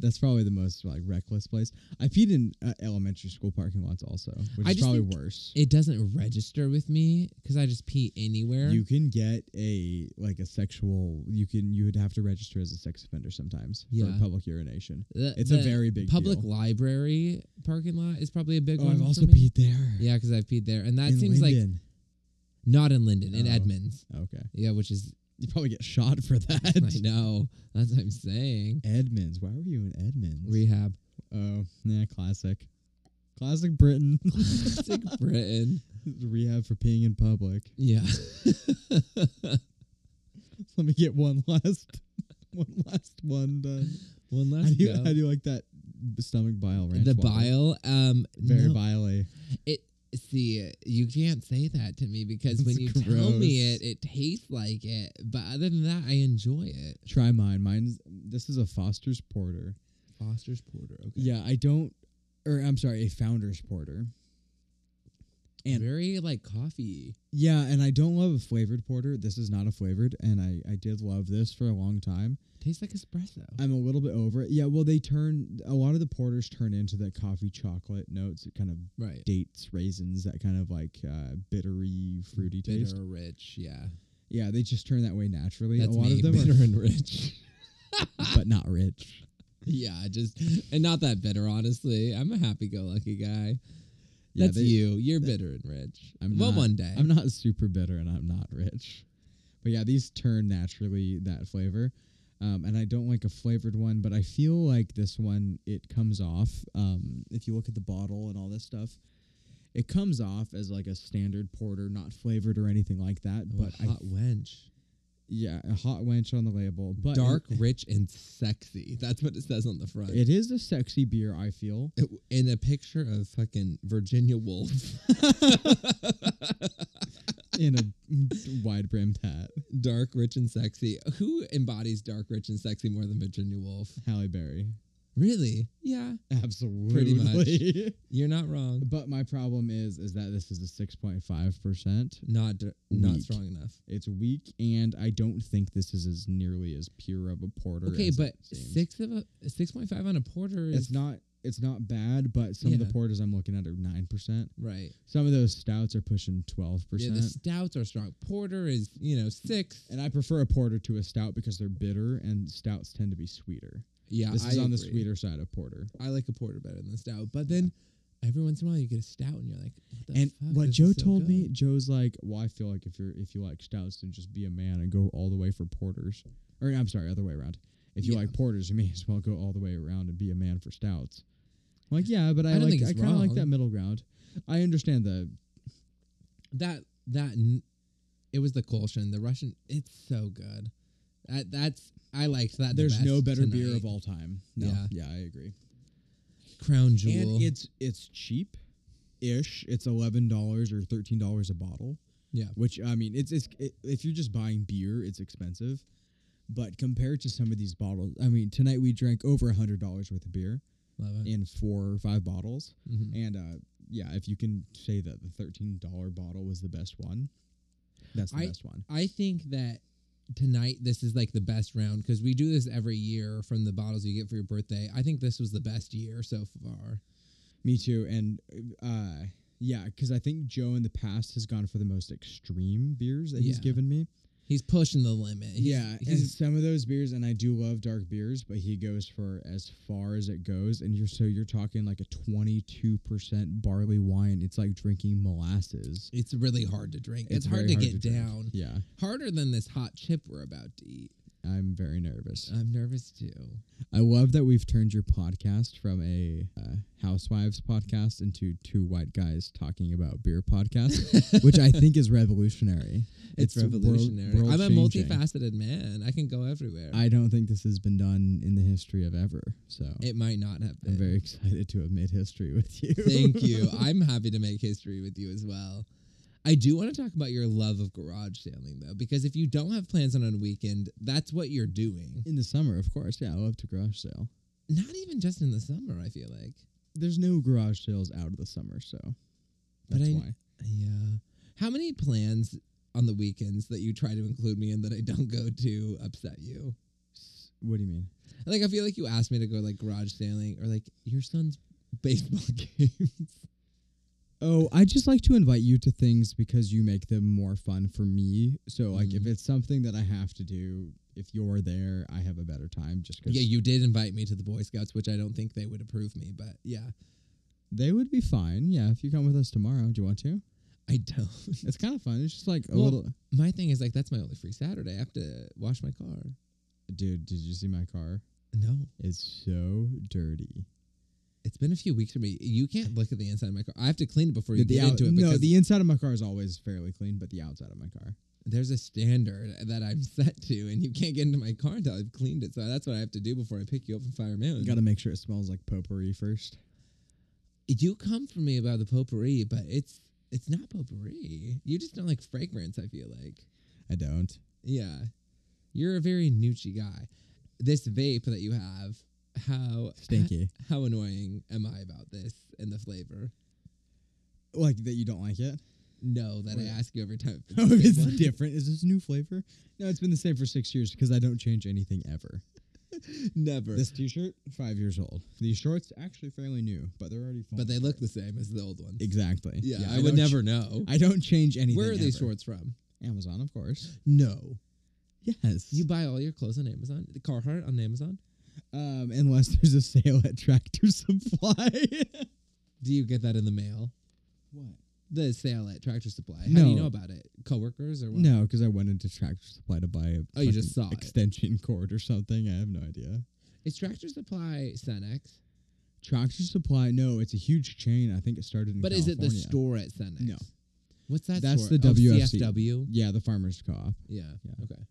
That's probably the most like reckless place. I peed in uh, elementary school parking lots also, which
I
is
just
probably
think
worse.
It doesn't register with me because I just pee anywhere.
You can get a like a sexual. You can you would have to register as a sex offender sometimes
Yeah.
for public urination.
The-
It's
the
a very big
public
Deal.
library parking lot is probably a big
Oh,
one.
I've
for
also
me.
peed there.
Yeah, because I've peed there, and that
In
seems like
Linden.
not in Linden, in
Oh.
Edmonds.
okay.
Yeah, which is
You probably get shot for
I
that.
know. That's what I'm saying.
Edmonds. Why were you in Edmonds?
Rehab.
oh, yeah, classic, classic Britain.
Classic Britain.
Rehab for peeing in public.
Yeah.
Let me get one last, one last one done.
One
How do
last
you,
go.
how do you like that stomach bile ranch?
the
water?
bile. Um,
Very
no.
biley.
See, you can't say that to me because when
It's
you tell me
gross.
it, it tastes like it. But other than that, I enjoy it.
Try mine. Mine's this is a Foster's Porter.
Foster's Porter. Okay.
Yeah, I don't, or I'm sorry, a Founder's Porter. and-
Very like coffee.
Yeah, and I don't love a flavored porter. This is not a flavored, and I I did love this for a long time.
Tastes like espresso.
I'm a little bit over it. Yeah, well, they turn a lot of the porters turn into the coffee chocolate notes, it kind of
right.
dates, raisins, that kind of like uh, bittery, fruity
Bitter,
taste.
rich. Yeah.
Yeah, they just turn that way naturally.
That's
a lot
me.
of them
bitter
are,
and rich.
but not rich.
yeah, just and not that bitter. Honestly, I'm a happy-go-lucky guy.
Yeah,
That's
they-
you. You're bitter and rich.
I'm
well,
not-
one day.
I'm not super bitter, and I'm not rich. But yeah, these turn naturally that flavor. Um, and I don't like a flavored one, but I feel like this one it comes off. Um, if you look at the bottle and all this stuff, it comes off as like a standard porter, not flavored or anything like that.
Oh,
but
a hot
I,
wench.
yeah, a hot wench on the label, but
dark,
it-
rich, and sexy. That's what it says on the front.
it is a sexy beer. I feel.
It- and a picture of fucking Virginia Woolf.
in a wide brimmed hat.
dark, rich, and sexy. Who embodies dark, rich, and sexy more than Virginia Woolf?
Halle Berry.
Really? Yeah,
Absolutely.
much. you're not wrong.
But my problem is is that this is a 6.5%.
Not d- not
Weak.
strong enough.
It's weak and I don't think this is as nearly as pure of a porter
Okay,
as
but
it seems.
six of a six point five on a porter is
it's not it's not bad, but some of the
Yeah.
porters I'm looking at are nine percent.
Right.
Some of those stouts are pushing twelve
Yeah,
percent.
the stouts are strong. Porter is, you know, six.
and I prefer a porter to a stout because they're bitter, and stouts tend to be sweeter.
Yeah,
This is
I
on the
agree.
sweeter side of porter.
I like a porter better than a stout. But then every once in a while you get a stout and you're like, what the
and
fuck,
what
this
Joe
is so
told me,
good.
Joe's like, "Well, I feel like if you're if you like stouts, then just be a man and go all the way for porters." Or I'm sorry, other way around. If you
Yeah.
like porters, you may as well go all the way around and be a man for stouts. I'm like, yeah, but I,
I don't
like
think
I
it's
kind of like
wrong.
that middle ground. I understand the
that that n- it was the Kolshin, the Russian. It's so good. That that's I liked that. the
there's no
best
better beer
tonight.
of all time. No,
Yeah.
yeah, I agree.
Crown Jewel.
And it's it's cheap, ish. It's eleven dollars or thirteen dollars a bottle.
Yeah.
Which I mean, it's it's i if you're just buying beer, it's expensive, but compared to some of these bottles, I mean, tonight we drank over a hundred dollars worth of beer
Love it.
in four or five bottles,
Mhm.
and uh, yeah, if you can say that the thirteen dollar bottle was the best one, that's the
I-
best one.
I think that tonight this is like the best round because we do this every year from the bottles you get for your birthday. I think this was the best year so far.
Me too, and uh, yeah, because I think Joe in the past has gone for the most extreme beers that he's
Yeah.
given me.
He's pushing the limit. He's-
yeah, and
he's
some of those beers, and I do love dark beers, but he goes for as far as it goes, and you're so you're talking like a 22 percent barley wine. It's like drinking molasses.
it's really hard to drink. It's, hard
very
to get
drink.
down.
Yeah,
Harder than this hot chip we're about to eat.
I'm very nervous.
I'm nervous too.
I love that we've turned your podcast from a uh, housewives podcast into two white guys talking about beer podcast, which I think is revolutionary.
It's,
world-
revolutionary.
world
I'm a
changing.
multifaceted man. I can go everywhere.
I don't think this has been done in the history of ever. So
it might not have
I'm
been.
very excited to have made history with you.
Thank you. I'm happy to make history with you as well. I do want to talk about your love of garage sailing though, because if you don't have plans on a weekend, that's what you're doing.
In the summer, of course. Yeah, I love to garage sale.
Not even just in the summer, I feel like.
There's no garage sales out of the summer, so
But
that's
I-
why.
Yeah. How many plans on the weekends that you try to include me in that I don't go to upset you?
S- What do you mean?
Like I feel like you asked me to go like garage sailing or like your son's baseball games.
Oh, I just like to invite you to things because you make them more fun for me. So, like, if
Mhm.
it's something that I have to do, if you're there, I have a better time just because
Yeah, you did invite me to the Boy Scouts, which I don't think they would approve me, but yeah,
they would be fine. Yeah, if you come with us tomorrow, do you want to?
I don't.
It's kind of fun. It's just like a
Well-
little.
my thing is like that's my only free Saturday. I have to wash my car.
Dude, did you see my car?
No,
It's so dirty.
it's been a few weeks for me. You can't look at the inside of my car. I have to clean it before you
The
get
out-
into it
no,
because
the inside of my car is always fairly clean, but the outside of my car.
there's a standard that I'm set to, and you can't get into my car until I've cleaned it. So that's what I have to do before I pick you up from Fire Mountain.
You got to make sure it smells like potpourri first.
you come for me about the potpourri, but it's it's not potpourri. You just don't like fragrance. I feel like.
I don't.
Yeah. You're a very Nucci guy. This vape that you have, how
Stinky.
How, how annoying am I about this and the flavor?
Like that you don't like it?
No, that
Wait.
I ask you every time. if
Oh,
the
it's
same one.
different. Is this a new flavor? No, it's been the same for six years because I don't change anything ever.
Never.
This T-shirt, five years old. These shorts, actually fairly new, but they're already.
but
falling
they look
apart.
the same as the old ones.
exactly.
Yeah, I,
don't
would
ch-
never know.
I don't change anything.
Where are these
ever.
shorts from?
Amazon, of course.
No.
Yes.
You buy all your clothes on Amazon? The Carhartt on Amazon?
um, unless there's a sale at Tractor Supply.
Do you get that in the mail?
what?
The sale at Tractor Supply. How do
No.
you know about it? Coworkers or what?
No, because I went into Tractor Supply to buy a.
Oh, you just
fucking
saw it.
extension cord or something. I have no idea.
Is Tractor Supply Senex?
Tractor Supply. No, it's a huge chain. I think it started in.
But is it the
California.
store at Senex?
No.
What's that?
That's
store?
the
Oh,
WFC.
CFW.
Yeah, the Farmers Co-op.
Yeah.
Yeah.
Okay.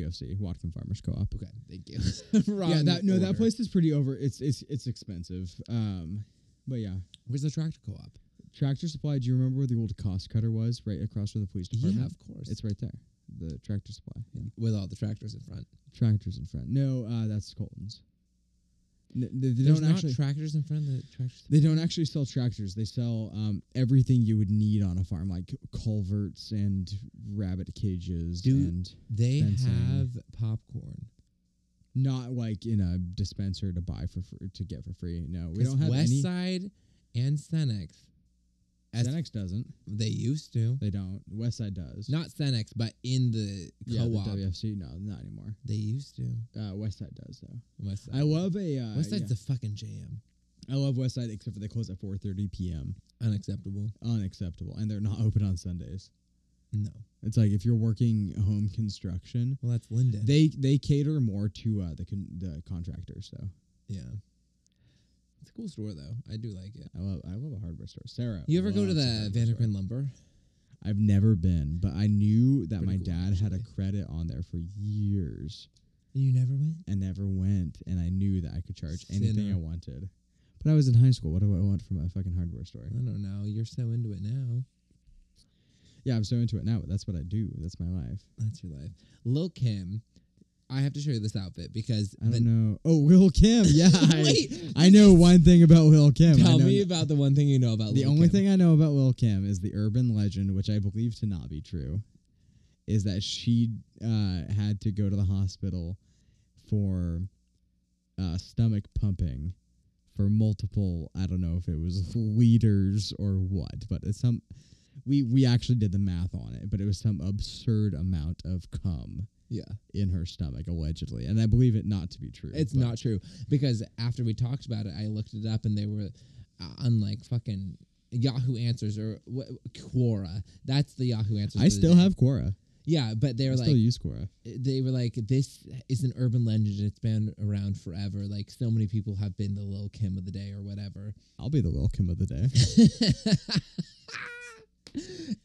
WFC, Watkin Farmers Co-op.
Okay. Thank you. Wrong
Yeah, that no, that
order.
place is pretty over. It's it's it's expensive. Um, but yeah,
Where's the tractor co-op?
Tractor Supply. Do you remember where the old cost cutter was? Right across from the police
Yeah,
department.
of course.
It's right there. The Tractor Supply. Yeah.
with all the tractors in front.
Tractors in front. No, uh, that's Colton's. N- they they
There's
don't
not
actually.
tractors in front of the tractors.
they don't actually sell tractors. They sell um, everything you would need on a farm, like culverts and rabbit cages
Do-
and
They
Fencing.
have popcorn.
not like in a dispenser to buy for free, to get for free. No, we don't have
West
any.
Side and Cenex. as-
Cenex doesn't.
They used to.
They don't. West Side does.
Not Cenex, but in the
yeah, the
co-op.
WFC. No, not anymore.
they used to.
Uh, West Side does though.
West Side.
I love a. Uh,
West Side's
yeah.
the fucking jam.
I love West Side except for they close at 4:30 p.m.
Unacceptable.
Unacceptable, and they're not open on Sundays.
No.
It's like if you're working home construction,
Well, that's Linden.
they they cater more to uh, the con- the contractors. So
yeah. It's a cool store though. I do like it.
I love I love a hardware store. Sarah,
You ever go to
loves a
the
hardware store.
Vanderquin Lumber?
I've never been, but I knew that
Pretty
my
cool,
dad had a
actually.
credit on there for years
And you never went?
and never went, and I knew that I could charge anything I
Sinner.
wanted. But I was in high school. What do I want from a fucking hardware store?
I don't know. You're so into it now.
Yeah, I'm so into it now, but that's what I do. That's my life.
That's your life. Lil Kim, I have to show you this outfit because
I don't
the-
know. Oh, Lil Kim. Yeah. I-
Wait,
I, know one thing about Lil Kim. I
tell
know
me about the one thing you know about
The
Lil
only
Kim.
thing I know about Lil Kim is the urban legend, which I believe to not be true, is that she uh, had to go to the hospital for uh, stomach pumping for multiple. I don't know if it was liters or what, but it's some. We we actually did the math on it, but it was some absurd amount of cum
Yeah,
in her stomach allegedly, and I believe it not to be true.
it's
but-
not true because after we talked about it, I looked it up and they were uh, on like fucking Yahoo Answers or wh- Quora. That's the Yahoo Answers.
I
for the
still
day.
have Quora.
Yeah, but they
I
were
still
like
use Quora.
they were like this is an urban legend. It's been around forever. Like so many people have been the Lil Kim of the day or whatever.
I'll be the Lil Kim of the day.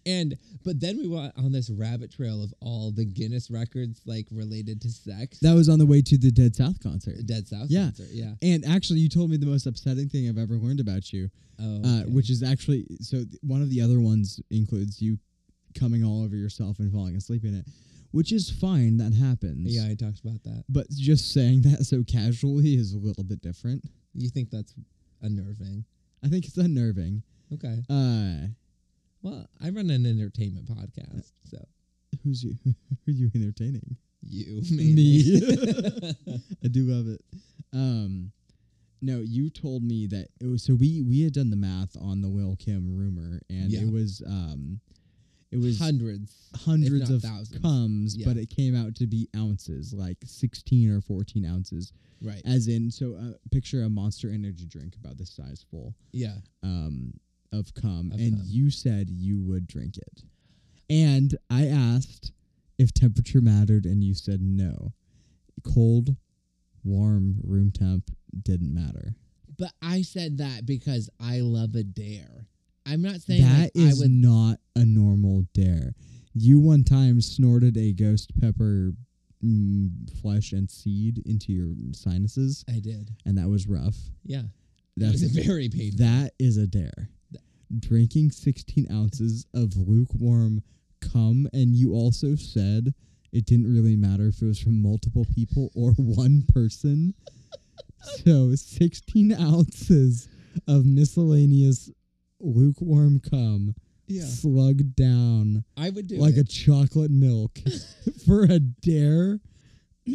and but then we went on this rabbit trail of all the Guinness records like related to sex.
That was on the way to the Dead South concert.
Dead South.
Yeah.
Dancer, yeah.
And actually, you told me the most upsetting thing I've ever learned about you,
Oh,
uh,
okay.
which is actually so th- one of the other ones includes you coming all over yourself and falling asleep in it, which is fine. That happens.
yeah, I talked about that.
But just saying that so casually is a little bit different.
You think that's unnerving?
I think it's unnerving.
Okay.
Uh,
Well, I run an entertainment podcast, so
who's you? Who are you entertaining?
you mainly.
Me. I do love it. Um, no, you told me that it was so we we had done the math on the Will Kim rumor, and
Yeah.
it was um, it was
hundreds.
hundreds
not
of
thousands.
comes, but
Yeah.
it came out to be ounces, like sixteen or fourteen ounces,
Right.
as in. So uh, picture a Monster Energy drink about this size full
Yeah.
um, of cum,
Of
and
cum.
you said you would drink it, and I asked if temperature mattered, and you said no. Cold, warm, room temp didn't matter.
But I said that because I love a dare. I'm not saying
That
like,
is
I would
not a normal dare. You one time snorted a ghost pepper mm, flesh and seed into your sinuses,
I did.
and that was rough.
Yeah.
That's
it was very painful.
that is a dare. Drinking sixteen ounces of lukewarm cum, and you also said it didn't really matter if it was from multiple people or one person. so sixteen ounces of miscellaneous lukewarm cum slugged down
I would do
like
it.
a chocolate milk for a dare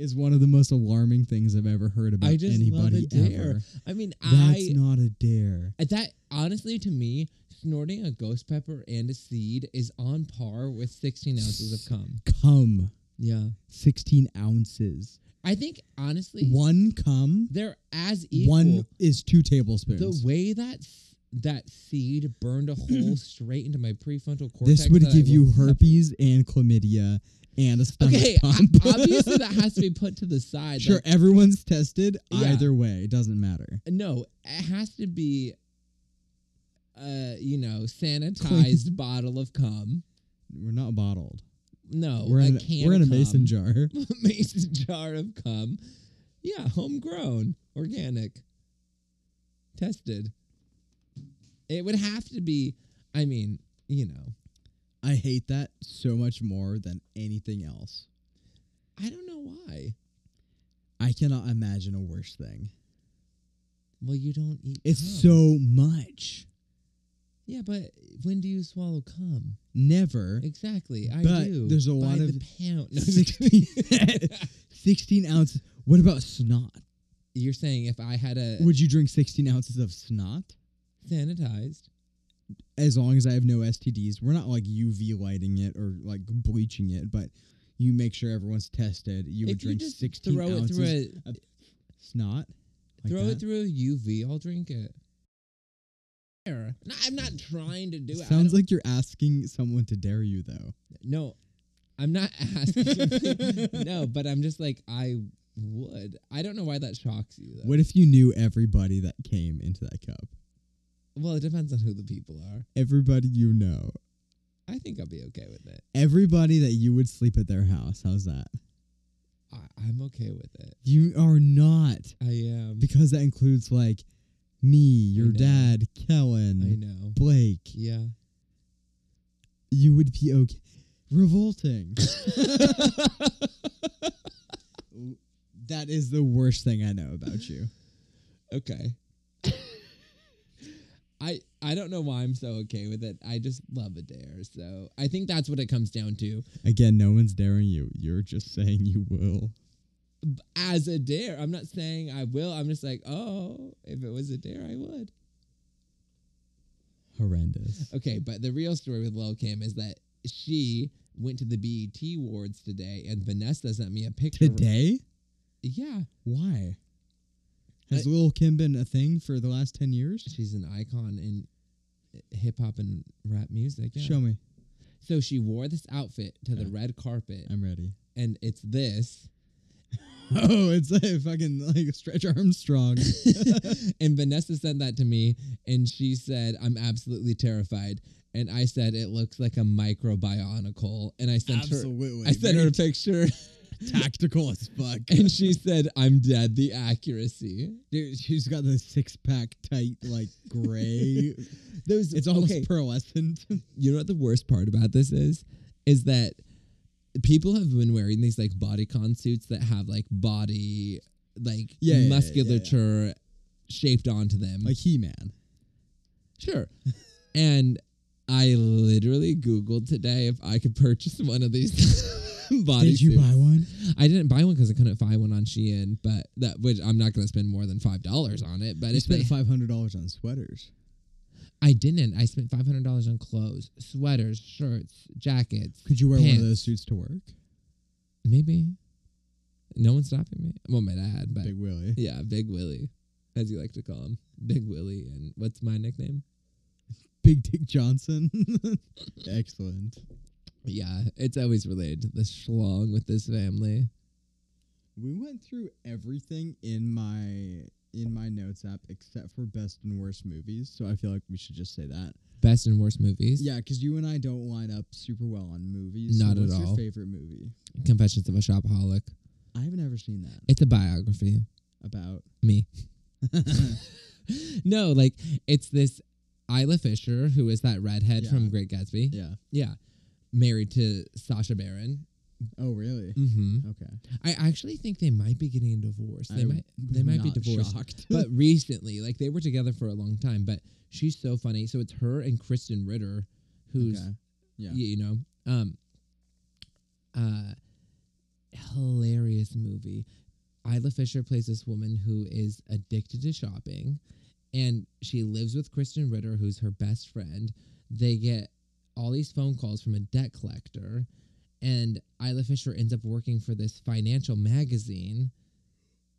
is one of the most alarming things I've ever heard about
just love a
anybody
dare.
ever.
I mean,
That's
I uh,
not a dare.
that honestly to me, snorting a ghost pepper and a seed is on par with 16 ounces of cum.
Cum,
Yeah,
sixteen ounces.
I think honestly,
One cum.
they're as equal.
One is two
the
tablespoons.
way that s- that seed burned a hole straight into my prefrontal cortex.
this would
that I
give you
woke up-
herpes and chlamydia and a stomach
Okay, o-
pump.
obviously that has to be put to the side.
sure,
like,
everyone's tested.
Yeah.
Either way, it doesn't matter.
no, it has to be. Uh, you know, sanitized bottle of cum.
We're not bottled.
No,
we're
Oh, a
in
can.
we're
of
in a
cum.
mason jar.
mason jar of cum. Yeah, homegrown, organic, tested. It would have to be, I mean, you know,
I hate that so much more than anything else.
I don't know why.
I cannot imagine a worse thing.
Well, you don't eat.
It's
cum.
so much.
Yeah, but when do you swallow cum?
Never.
Exactly, I
But
do.
there's a
by
lot
the
of-
pound. No,
16, 16 ounces. What about snot?
You're saying if I had a
Would you drink 16 ounces of snot?
sanitized,
As long as I have no STDs, we're not like UV lighting it or like bleaching it, but you make sure everyone's tested. You would
if you
drink
just
16
throw it
ounces
through a
snot. Like
throw
that?
it through a UV, I'll drink it. There. No, I'm not trying to do it. I
Sounds
don't-
like you're asking someone to dare you, though.
no, I'm not asking. no, but I'm just like I would. I don't know why that shocks you though.
What if you knew everybody that came into that cup?
well, it depends on who the people are.
Everybody you know.
I think I'll be okay with it.
Everybody that you would sleep at their house. How's that?
I, I'm okay with it.
You are not.
I am.
Because that includes, like, me, your
know.
dad,
I
Kellen,
know.
Blake.
Yeah.
You would be okay. Revolting. that is the worst thing I know about you.
Okay. I I don't know why I'm so okay with it. I just love a dare. So I think that's what it comes down to.
Again, no one's daring you. You're just saying you will.
B- As a dare, I'm not saying I will. I'm just like, oh, if it was a dare, I would.
Horrendous.
Okay, but the real story with Lil Kim is that she went to the BET Awards today, and Vanessa sent me a picture.
Today?
Yeah,
Why? Has
I-
Lil Kim been a thing for the last 10 years?
she's an icon in hip hop and rap music. Yeah.
Show me.
So she wore this outfit to the
Yeah.
red carpet,
I'm ready.
and it's this.
Oh, it's a fucking like Stretch Armstrong.
and Vanessa sent that to me, and she said, "I'm absolutely terrified." And I said, "It looks like a microbionicle." And I sent her, I sent her a picture,
tactical as fuck.
and she said, "I'm dead." The accuracy.
Dude, she's got the six pack tight, like gray.
Those.
it's almost
okay.
pearlescent.
you know what the worst part about this is, is that people have been wearing these like bodycon suits that have like body, like
Yeah, yeah, yeah, yeah, yeah.
musculature shaped onto them.
like He Man.
Sure. and I literally Googled today if I could purchase one of these body
Did you
suits.
buy one?
I didn't buy one because I couldn't find one on Shein, but that which I'm not gonna spend more than five dollars on it. But
I
if they,
spent five hundred dollars on sweaters.
I didn't. I spent five hundred dollars on clothes, sweaters, shirts, jackets.
Could you wear one
Pants.
of those suits to work?
Maybe. No one's stopping me. Well my dad, but
Big Willie.
yeah, Big Willie. As you like to call him. Big Willie and what's my nickname?
Big Dick Johnson. Excellent.
Yeah, it's always related to the schlong with this family.
We went through everything in my in my notes app except for best and worst movies, so I feel like we should just say that.
Best and worst movies.
Yeah, because you and I don't line up super well on movies. so
Not at
what's
all.
Your favorite movie?
Confessions of a Shopaholic.
I've never seen that.
It's a biography.
About
Me. no, like it's this Isla Fisher, who is that redhead
Yeah.
from Great Gatsby.
yeah.
Yeah. Married to Sasha Baron.
Oh really?
Mm-hmm.
Okay.
I actually think they might be getting a divorce. They
I'm
might they might be
not
divorced.
Shocked.
But recently, like they were together for a long time, but she's so funny. So it's her and Kristen Ritter, who's
Okay. Yeah.
yeah, you know um uh hilarious movie isla fisher plays this woman who is addicted to shopping and she lives with kristen ritter who's her best friend they get all these phone calls from a debt collector and isla fisher ends up working for this financial magazine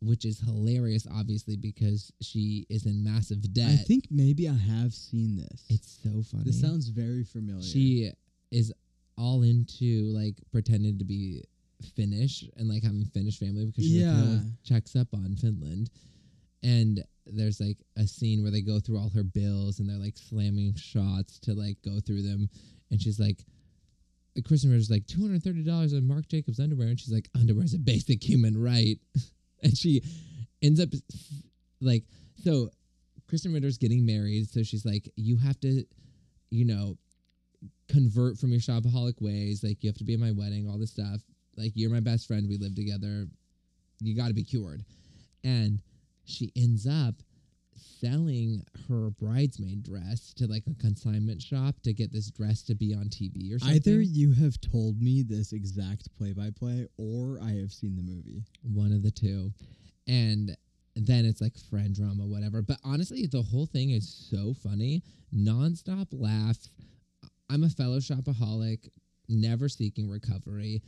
which is hilarious obviously because she is in massive debt
I think maybe I have seen this.
it's so funny
this sounds very familiar.
she is all into like pretending to be Finnish and like having Finnish family because she's like, no one checks up on Finland. And there's like a scene where they go through all her bills and they're like slamming shots to like go through them. And she's like, Kristen Ritter's like two hundred thirty dollars on Marc Jacobs underwear, and she's like, underwear is a basic human right, and she ends up like so. Kristen Ritter's getting married, so she's like, you have to, you know, convert from your shopaholic ways. Like you have to be at my wedding, all this stuff. Like you're my best friend. We live together. You got to be cured, and she ends up selling her bridesmaid dress to like a consignment shop to get this dress to be on TV or something.
Either you have told me this exact play by play or I have seen the movie.
one of the two. And then it's like friend drama, whatever. But honestly, the whole thing is so funny. Nonstop laughs. I'm a fellow shopaholic, never seeking recovery.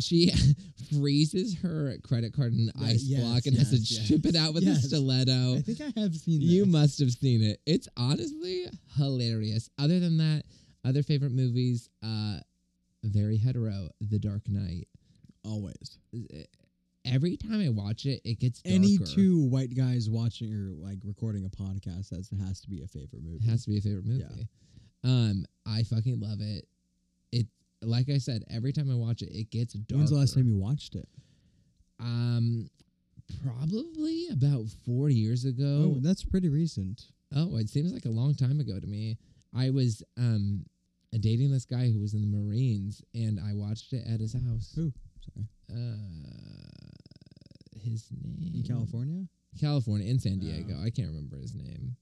She freezes her credit card in an
Yeah,
ice
yes,
block and has to
yes,
ship it out with
yes.
a stiletto.
I think I have seen
Oh. You
this.
must have seen it. It's honestly hilarious. Other than that, other favorite movies, uh, very hetero, The Dark Knight.
always.
eh, Every time I watch it, it gets darker.
Any two white guys watching or like recording a podcast that's has to be a favorite movie.
It has to be a favorite movie.
Yeah.
Um, I fucking love it. It, like I said, every time I watch it, it gets darker.
When's the last time you watched it?
Um, probably about four years
Oh,
ago.
that's pretty recent.
Oh, it seems like a long time ago to me. I was um dating this guy who was in the Marines, and I watched it at his house.
Who? Sorry.
Uh, his name
In California?
California, in San
Oh.
Diego. I can't remember his name.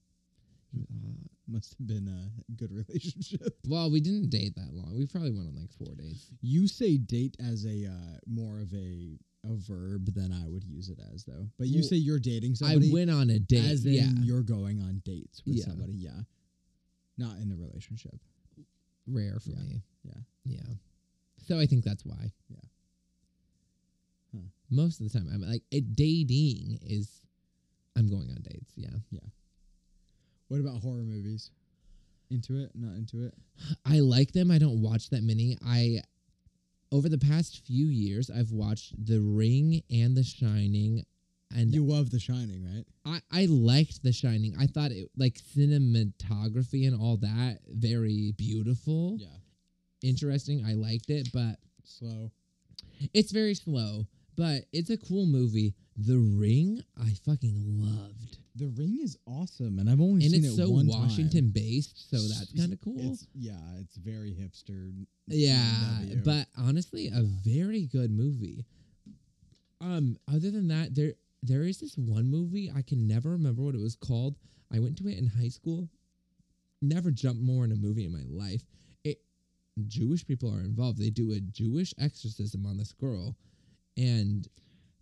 He was hot.
Must have been a good relationship.
Well, we didn't date that long. We probably went on like four dates.
You say date as a uh, more of a a verb than I would use it as though. But you
Well,
say you're dating somebody
I went on a date.
as in
yeah,
you're going on dates with
Yeah.
somebody, yeah. Not in a relationship.
rare for
Yeah,
me.
yeah.
yeah. So I think that's why.
Yeah. Huh.
Most of the time, I'm like it, dating is. I'm going on dates. Yeah,
What about horror movies? Into it? Not into it?
I like them. I don't watch that many. I. Over the past few years, I've watched The Ring and The Shining, and
You love The Shining, right?
I, I liked The Shining. I thought it like cinematography and all that very beautiful,
Yeah.
interesting. I liked it, but
Slow.
it's very slow. But it's a cool movie. The Ring, I fucking loved,
The Ring is awesome, and I've only
and
seen
it's
it
so
one time.
Washington based, so that's
It's-
kind of cool.
It's, yeah, it's very hipster.
yeah,
BMW.
but honestly, a very good movie. Um, other than that, there there is this one movie I can never remember what it was called. I went to it in high school. Never jumped more in a movie in my life. It Jewish people are involved. They do a Jewish exorcism on this girl, and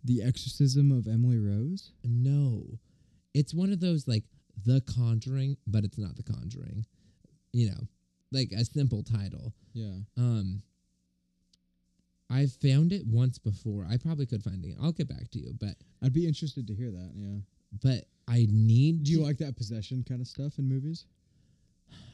The Exorcism of Emily Rose.
no, it's one of those like The Conjuring, but it's not The Conjuring. You know, like a simple title.
Yeah,
Um, I've found it once before. I probably could find it. again. I'll get back to you, but
I'd be interested to hear that. Yeah.
but I need.
Do you
to-
like that possession kind of stuff in movies?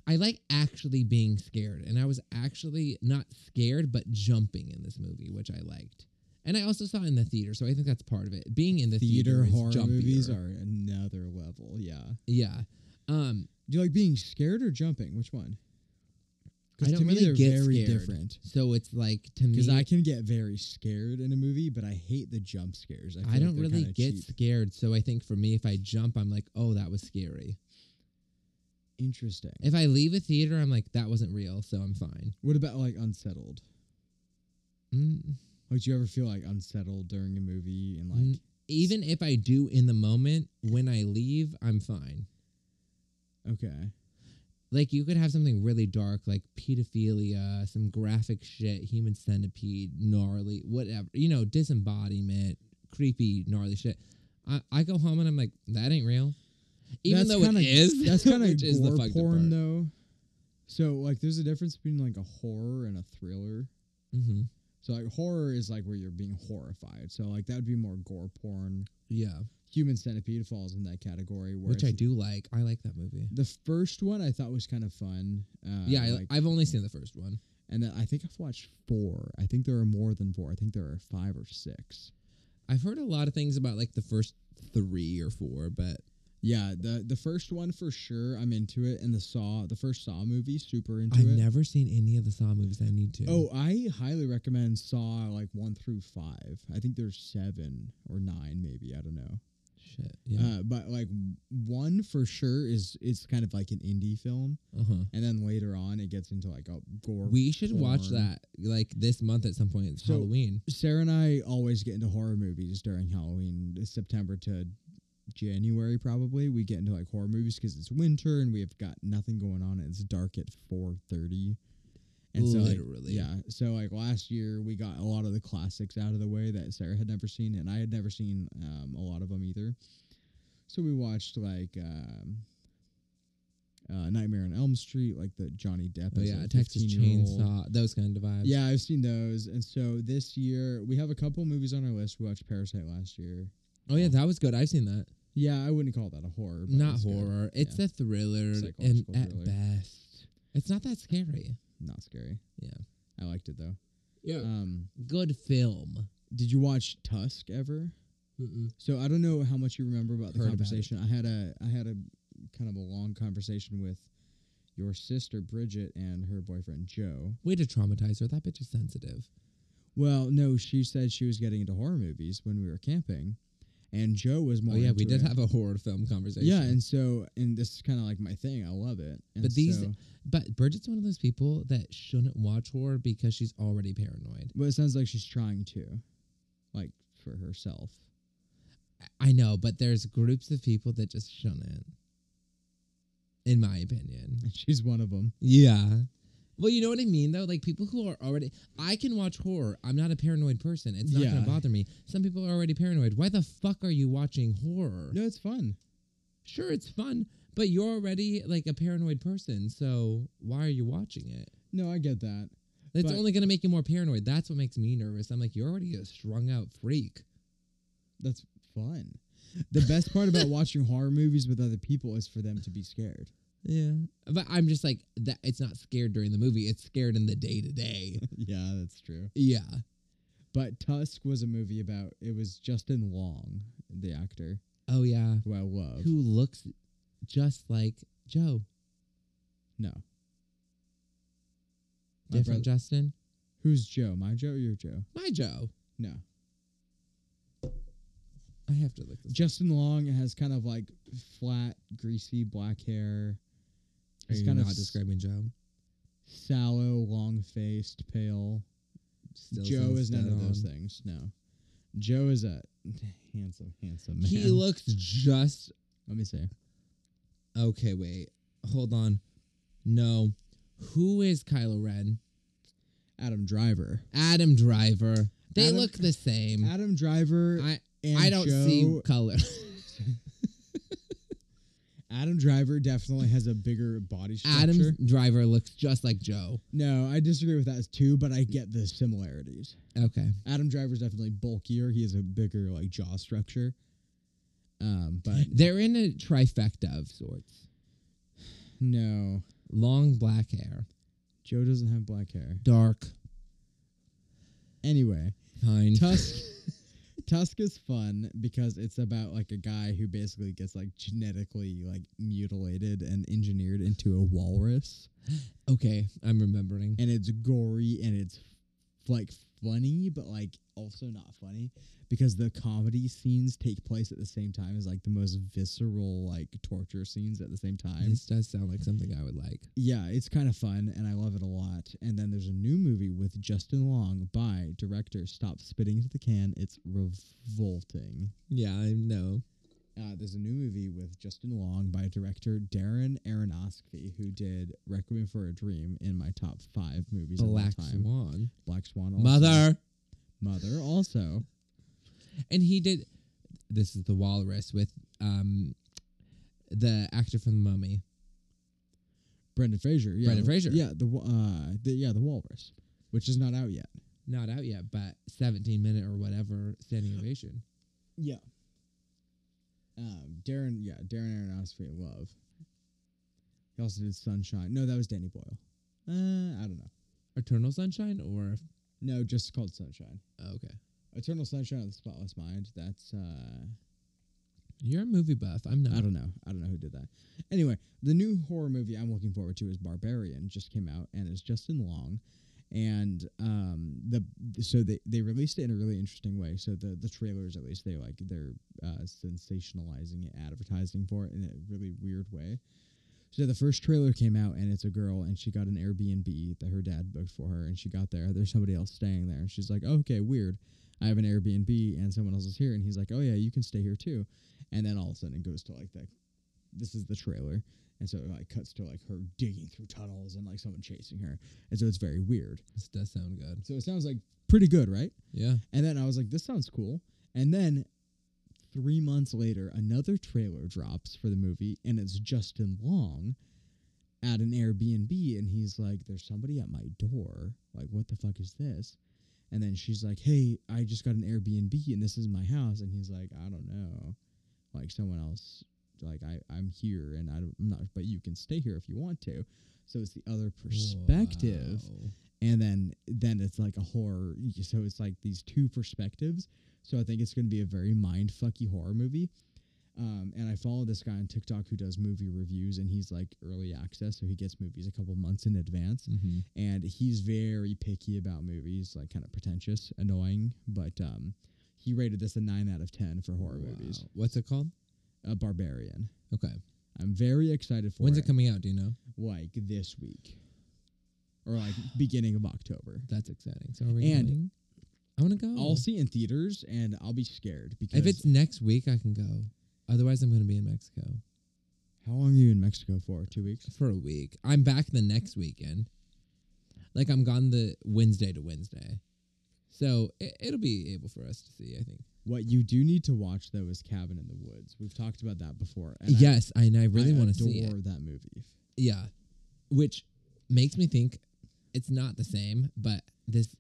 I like actually being scared, and I was actually not scared, but jumping in this movie, which I liked. And I also saw it in the theater, so I think that's part of it. Being in the theater, is
horror movies
jumpier.
are another level. Yeah.
yeah. Um,
Do you like being scared or jumping? Which one? 'Cause
I don't
to me,
really
they're
get
very
scared.
different.
so it's like to me,
Because I can get very scared in a movie, but I hate the jump scares. I, feel
I
like
don't
they're
really
kinda
get
cheap.
scared. So I think for me, if I jump, I'm like, oh, that was scary.
interesting.
If I leave a theater, I'm like, that wasn't real, so I'm fine.
What about like unsettled?
Mm.
Like, do you ever feel like unsettled during a movie and like?
N- even if I do in the moment, when I leave, I'm fine.
Okay.
Like you could have something really dark, like pedophilia, some graphic shit, human centipede, gnarly, whatever. You know, disembodiment, creepy, gnarly shit. I, I go home and I'm like, that ain't real. Even
That's
though
kinda-
it is,
That's kind of
which is the
gore
fucked up
porn
part.
though. So like, there's a difference between like a horror and a thriller.
Mhm.
So like, horror is like where you're being horrified. So like, that would be more gore porn.
Yeah,
Human centipede falls in that category. Where
which I do like. I like that movie.
The first one I thought was kind of fun. Uh,
yeah, I,
like,
I've only seen the first one.
and then I think I've watched four. I think there are more than four. I think there are five or six.
I've heard a lot of things about like the first three or four, but
Yeah, the the first one for sure. I'm into it, and the Saw, the first Saw movie, super into
I've
it.
never seen any of the Saw movies. I need to.
Oh, I highly recommend Saw like one through five. I think there's seven or nine, maybe. I don't know.
shit. Yeah.
Uh, but like w- one for sure is it's kind of like an indie film,
Uh huh.
and then later on it gets into like a gore.
We should watch
porn.
that like this month at some point. It's
So-
Halloween.
Sarah and I always get into horror movies during Halloween, uh, September to January probably we get into like horror movies because it's winter and we have got nothing going on. And it's dark at four thirty, and so like,
Literally.
yeah. So like last year we got a lot of the classics out of the way that Sarah had never seen and I had never seen um, a lot of them either. So we watched like um, uh, Nightmare on Elm Street, like the Johnny Depp.
Oh
as
yeah,
a
Texas
15-year-old.
Chainsaw, those kind of vibes.
Yeah, I've seen those. And so this year we have a couple movies on our list. We watched Parasite last year.
Oh yeah, that was good. I've seen that.
Yeah, I wouldn't call that a horror. But
Not
it's good.
horror. It's a thriller, and
Psychological
at
thriller.
best, it's not that scary.
Not scary.
Yeah.
I liked it though.
Yeah.
Um,
good film.
did you watch Tusk ever?
Mm-mm.
So I don't know how much you remember about the
Heard about
conversation. I had a I had a kind of a long conversation with your sister Bridget and her boyfriend Joe.
Way to traumatize her. That bitch is sensitive.
Well, no, she said she was getting into horror movies when we were camping, and Joe was more.
oh yeah,
into
we did
it.
have a horror film conversation.
Yeah, and so and this is kind of like my thing. I love it. And
But these-
so-
but Bridget's one of those people that shouldn't watch horror because she's already paranoid.
well, it sounds like she's trying to, like for herself.
I- I know, but there's groups of people that just shouldn't. In my opinion.
And she's one of them.
Yeah. Well, you know what I mean, though. Like people who are already, I can watch horror. I'm not a paranoid person. It's not
Yeah.
gonna bother me. Some people are already paranoid. Why the fuck are you watching horror?
No, it's fun.
Sure, it's fun, but you're already like a paranoid person. So why are you watching it?
No, I get that.
It's
But-
only gonna make you more paranoid. That's what makes me nervous. I'm like, you're already a strung out freak.
That's fun. The best part about watching horror movies with other people is for them to be scared.
Yeah, but I'm just like that. It's not scared during the movie. It's scared in the day to day.
yeah, that's true.
Yeah.
But Tusk was a movie about it was Justin Long, the actor
Oh yeah.
who I love.
Who looks just like Joe?
No, My
Different Justin.
who's Joe? My Joe or your Joe?
My Joe.
No,
I have to look this
Justin Long has kind of like flat, greasy black hair.
up.
He's kind of s-
Joe?
sallow, long-faced, pale.
Still
Joe
sounds
is none
dead
of those
on.
things. No, Joe is a handsome, handsome man.
He looks just
Let me see.
okay. Wait, hold on. No, who is Kylo Ren?
Adam Driver.
Adam Driver. They
Adam-
look the same.
Adam Driver.
I
and
I don't
Joe,
see color.
Adam Driver definitely has a bigger body structure.
Adam Driver looks just like Joe.
No, I disagree with that too, but I get the similarities.
Okay.
Adam Driver's definitely bulkier. He has a bigger like jaw structure. Um, but
They're in a trifecta of sorts.
no,
Long black hair,
Joe doesn't have black hair.
dark,
Anyway,
kind.
Tusk. Tusk is fun because it's about like a guy who basically gets like genetically like mutilated and engineered into a walrus,
Okay, I'm remembering.
and it's gory and it's like funny, but like also not funny because the comedy scenes take place at the same time as like the most visceral like torture scenes at the same time.
This does sound like something I would like.
Yeah, it's kind of fun and I love it a lot. And then there's a new movie with Justin Long by director Stop Spitting into the Can. It's revolting.
Yeah, I know.
Uh, there's a new movie with Justin Long by director Darren Aronofsky, who did *Requiem for a Dream* in my top five movies
Black
of all time.
Swan.
Black Swan. also.
Mother.
Mother. Also,
And he did. This is the Walrus with um, the actor from The Mummy.
Brendan Fraser. Yeah,
Brendan Fraser.
Yeah, the wa- uh, the, yeah, the Walrus, which is not out yet.
Not out yet, but 17 minute or whatever standing ovation.
Yeah. Um, Darren. Yeah, Darren Aronofsky. Love. He also did *Sunshine*. No, that was Danny Boyle. Uh, I don't know.
Eternal Sunshine or oh,
No, just called *Sunshine*.
okay.
Eternal Sunshine of the Spotless Mind. That's uh
You're a movie buff. I'm not.
I don't know. I don't know who did that. Anyway, the new horror movie I'm looking forward to is Barbarian. Just came out and it's Justin Long. And um, the so they, they released it in a really interesting way. So the the trailers at least they like they're uh, sensationalizing it, advertising for it in a really weird way. So the first trailer came out and it's a girl and she got an Airbnb that her dad booked for her and she got there. There's somebody else staying there and she's like, "Oh, okay, weird. I have an Airbnb and someone else is here, and he's like, oh yeah, you can stay here too, and then all of a sudden it goes to like the, this is the trailer, and so it like cuts to like her digging through tunnels and like someone chasing her, and so it's very weird.
This does sound good.
So it sounds like pretty good, right?
Yeah.
And then I was like, this sounds cool. And then three months later, another trailer drops for the movie, and it's Justin Long at an Airbnb. And he's like, there's somebody at my door. Like, what the fuck is this? And then she's like, hey, I just got an Airbnb, and this is my house. And he's like, I don't know. Like, someone else, like, I, I'm here, and I don't, I'm not, but you can stay here if you want to. So it's the other perspective
Wow.
and then then it's like a horror so it's like these two perspectives so i think it's going to be a very mind fucky horror movie um, and i follow this guy on tiktok who does movie reviews and he's like early access so he gets movies a couple months in advance
Mhm.
and he's very picky about movies like kind of pretentious annoying but um, he rated this a 9 out of 10 for horror movies
Wow. What's it called?
a barbarian
Okay.
i'm very excited for
When's
it
it coming out? Do you know?
like this week or like beginning of october
That's exciting. So are we
And-
going? I want to go.
I'll see it in theaters and I'll be scared because
Mm. if it's next week, I can go. Otherwise, I'm going to be in Mexico
how long are you in Mexico for? Two weeks.
for a week. I'm back the next weekend. Like I'm gone the Wednesday to Wednesday, so it, it'll be able for us to see. I think.
What you do need to watch though is Cabin in the Woods. We've talked about that before. and I-
yes, I, and I really
I
want to see it.
adore that movie.
Yeah, which makes me think it's not the same. But this,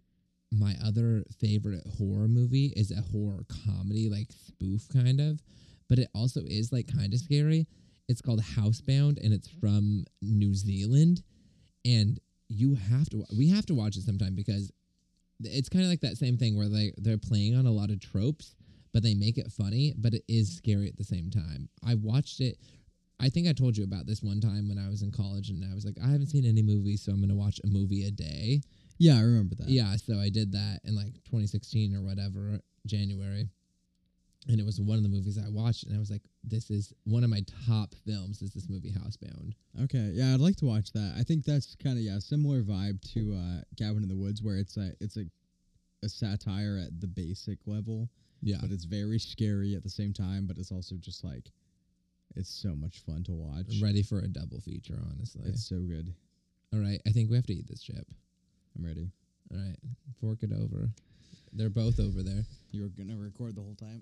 my other favorite horror movie is a horror comedy, like spoof kind of, but it also is like kind of scary. It's called Housebound, and it's from New Zealand, and you have to. We have to watch it sometime because it's kind of like that same thing where they they're playing on a lot of tropes, but they make it funny, but it is scary at the same time. I watched it I think I told you about this one time when I was in college and I was like, I haven't seen any movies, so I'm gonna watch a movie a day.
Yeah, I remember that.
Yeah, so I did that in like 2016 or whatever, January. And it was one of the movies I watched, and I was like, this is one of my top films is this movie Housebound.
Okay. Yeah, I'd like to watch that. I think that's kind of yeah similar vibe to uh, Cabin in the Woods, where it's a it's a a satire at the basic level,
Yeah.
but it's very scary at the same time. But it's also just like it's so much fun to watch.
Ready for a double feature, honestly.
It's so good.
All right, I think we have to eat this chip.
I'm ready.
All right, fork it over. They're both over there.
You were gonna record the whole time.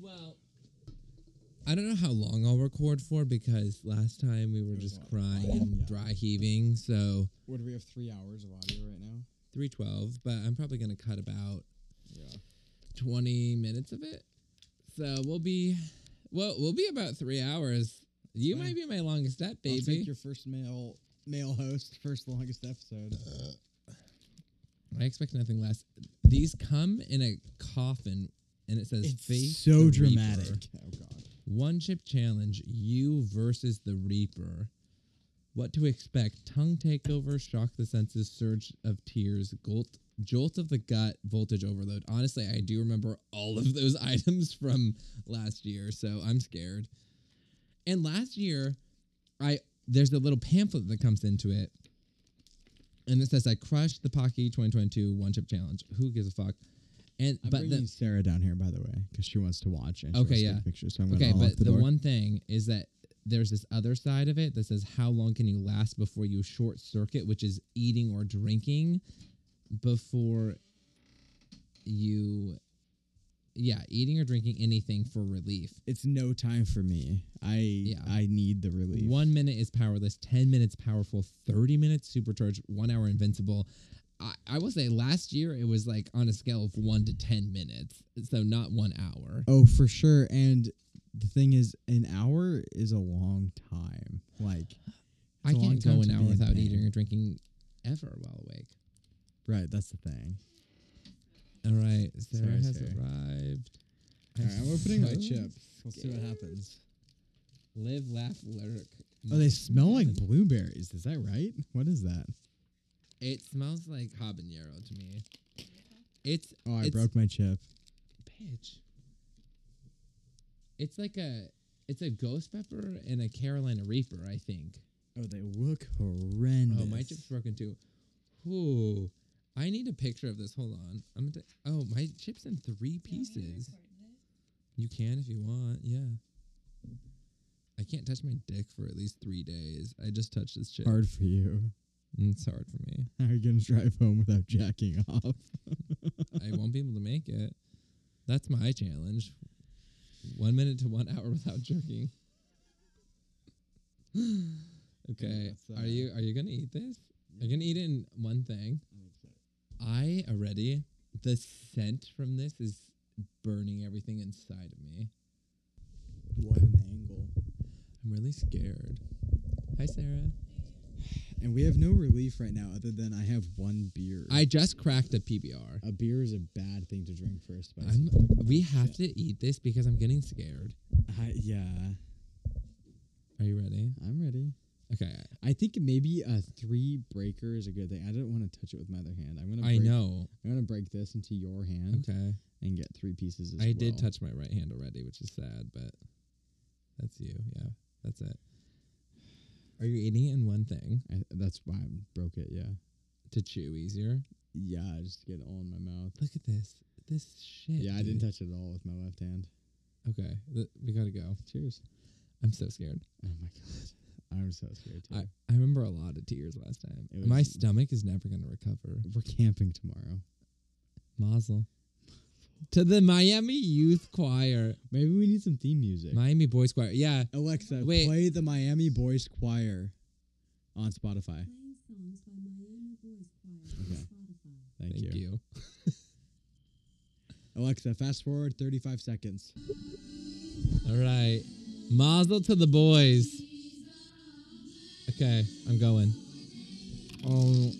Well, I don't know how long I'll record for because last time we were
was
just
a lot.
crying and
Yeah.
dry heaving, so
Would we have three hours of audio right now?
312, but I'm probably going to cut about
Yeah.
20 minutes of it. So we'll be well, we'll be about 3 hours. You
Fine.
might be my longest step,
I'll take
baby.
your first male male host, first longest episode.
Uh, I expect nothing less. These come in a coffin and it says face the Reaper.
Oh god.
One chip challenge, you versus the Reaper. What to expect? Tongue takeover, shock the senses, surge of tears, golt, jolt of the gut, voltage overload. Honestly, I do remember all of those items from last year, so I'm scared. And last year, I there's a little pamphlet that comes into it. And it says I crushed the Pocky 2022 one chip challenge. Who gives a fuck? And
I'm
but
bringing
the,
Sarah down here, by the way, because she wants to watch and
Okay,
she wants to
yeah.
take pictures. So I'm
Okay,
gonna unlock
but the,
door.
one thing is that there's this other side of it that says how long can you last before you short circuit, which is eating or drinking before you yeah, eating or drinking anything for relief.
it's no time for me. I
Yeah.
I need the relief.
1 minute is powerless, 10 minutes powerful, 30 minutes supercharged, 1 hour invincible. I, I will say last year it was like on a scale of 1 to 10 minutes, so not 1 hour.
Oh, for sure. And the thing is, an hour is a long time. Like,
I
a long
can't go
time
an
to be
hour
in
without
pain.
eating or drinking ever while awake.
right? That's the thing.
All right, Sarah
Sarah,
has
Sarah.
arrived.
All right, I'm opening my
so
chip. We'll see what happens.
Live, laugh, lurk.
Oh, they smell like blueberries. Is that right? What is that?
It smells like habanero to me. It's
Oh, I
It's-
broke my chip.
pitch. It's like a it's a ghost pepper and a Carolina Reaper, I think.
Oh, they look horrendous.
Oh, my chip's broken too. Ooh, I need a picture of this. Hold on. I'm gonna. Oh, my chip's in three pieces. You can if you want. Yeah. I can't touch my dick for at least three days. I just touched this chip.
Hard for you.
It's hard for me.
How are you gonna drive home without jacking off?
I won't be able to make it. That's my challenge. One minute to one hour without jerking. okay.
that's, uh,
are you are you gonna eat this? Are you gonna eat it in one thing? I already the scent from this is burning everything inside of me.
What an angle.
I'm really scared. Hi Sarah.
And we have no relief right now other than I have one beer.
I just cracked a PBR.
a beer is a bad thing to drink for a spicy.
I'm, we have to eat this because I'm getting scared.
I, yeah,
Are you ready?
I'm ready.
Okay.
I think maybe a three breaker is a good thing. I don't want to touch it with my other hand. I'm gonna.
I
break,
know.
I'm gonna break this into your hand
Okay.
and get three pieces. As
I did
well.
touch my right hand already, which is sad, but that's you. Yeah, that's it. Are you eating it in one thing
I, that's why I broke it. Yeah.
to chew easier?
Yeah, I just get it all in my mouth.
Look at this. This shit.
Yeah, I didn't
dude.
touch it at all with my left hand.
okay, th- we gotta go.
Cheers.
I'm so scared.
Oh my god, I'm so scared too.
I, I remember a lot of tears last time.
It
my
was-
stomach is never gonna recover.
We're camping tomorrow.
Mazel. to the Miami Youth Choir,
Maybe we need some theme music.
Miami Boys Choir. Yeah,
Alexa,
Wait.
play the Miami Boys Choir on Spotify.
Playing songs by Miami Boys Choir
Okay.
on Spotify.
Thank,
thank,
you.
you.
Alexa, fast forward 35 seconds.
All right. Mazel to the boys. Okay, I'm going.
Oh.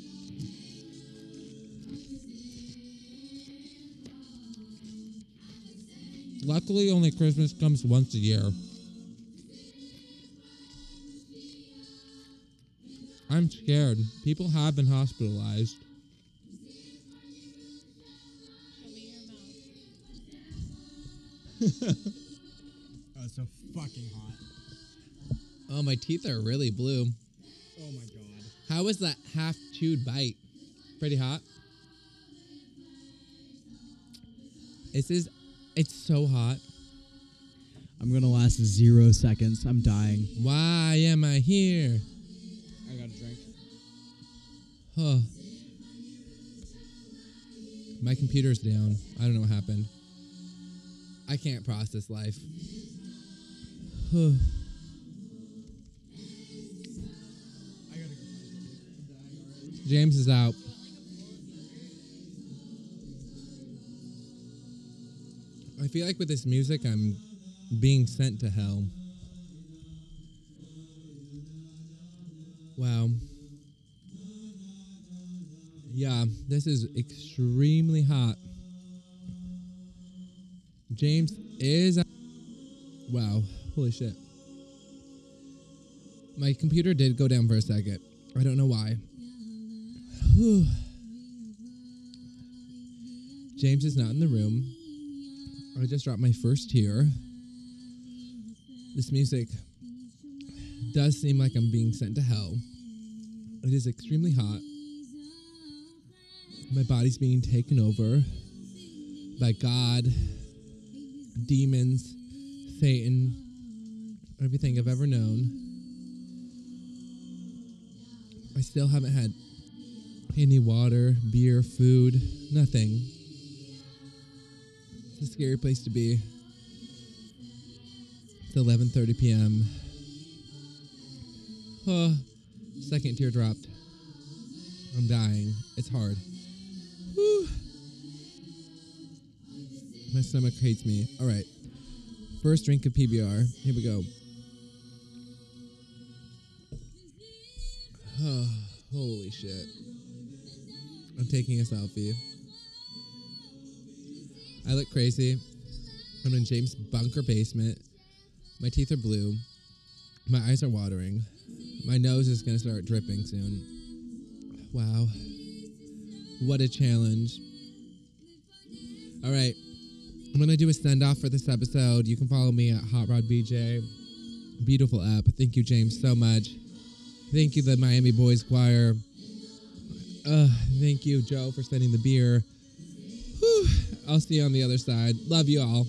Luckily, only Christmas comes once a year. I'm scared. People have been hospitalized.
Oh, it's so fucking hot.
Oh, my teeth are really blue.
Oh my god.
How was that half chewed bite? Pretty hot. This is, it's so hot.
I'm gonna last zero seconds. I'm dying.
Why am I here?
I got a drink.
Huh. My computer's down. I don't know what happened. I can't process life. Huh.
I gotta go.
James is out. I feel like with this music, I'm being sent to hell. Wow. Yeah, this is extremely hot. James is. Wow. Holy shit. My computer did go down for a second. I don't know why. Whew. James is not in the room. I just dropped my first tear. This music does seem like I'm being sent to hell. It is extremely hot. My body's being taken over by God, demons, Satan, everything I've ever known. I still haven't had any water, beer, food, nothing. It's a scary place to be. It's 11:30 p.m. Oh, second tear dropped. I'm dying. It's hard. Whew. My stomach hates me. All right. First drink of PBR. Here we go. Oh, holy shit. I'm taking a selfie. I look crazy. I'm in James' bunker basement. My teeth are blue. My eyes are watering. My nose is going to start dripping soon. Wow. What a challenge. All right. I'm going to do a send off for this episode. You can follow me at Hot Rod BJ. Beautiful app. Thank you, James, so much. Thank you, the Miami Boys Choir. Uh, thank you, Joe, for sending the beer. Whew. I'll see you on the other side. Love you all.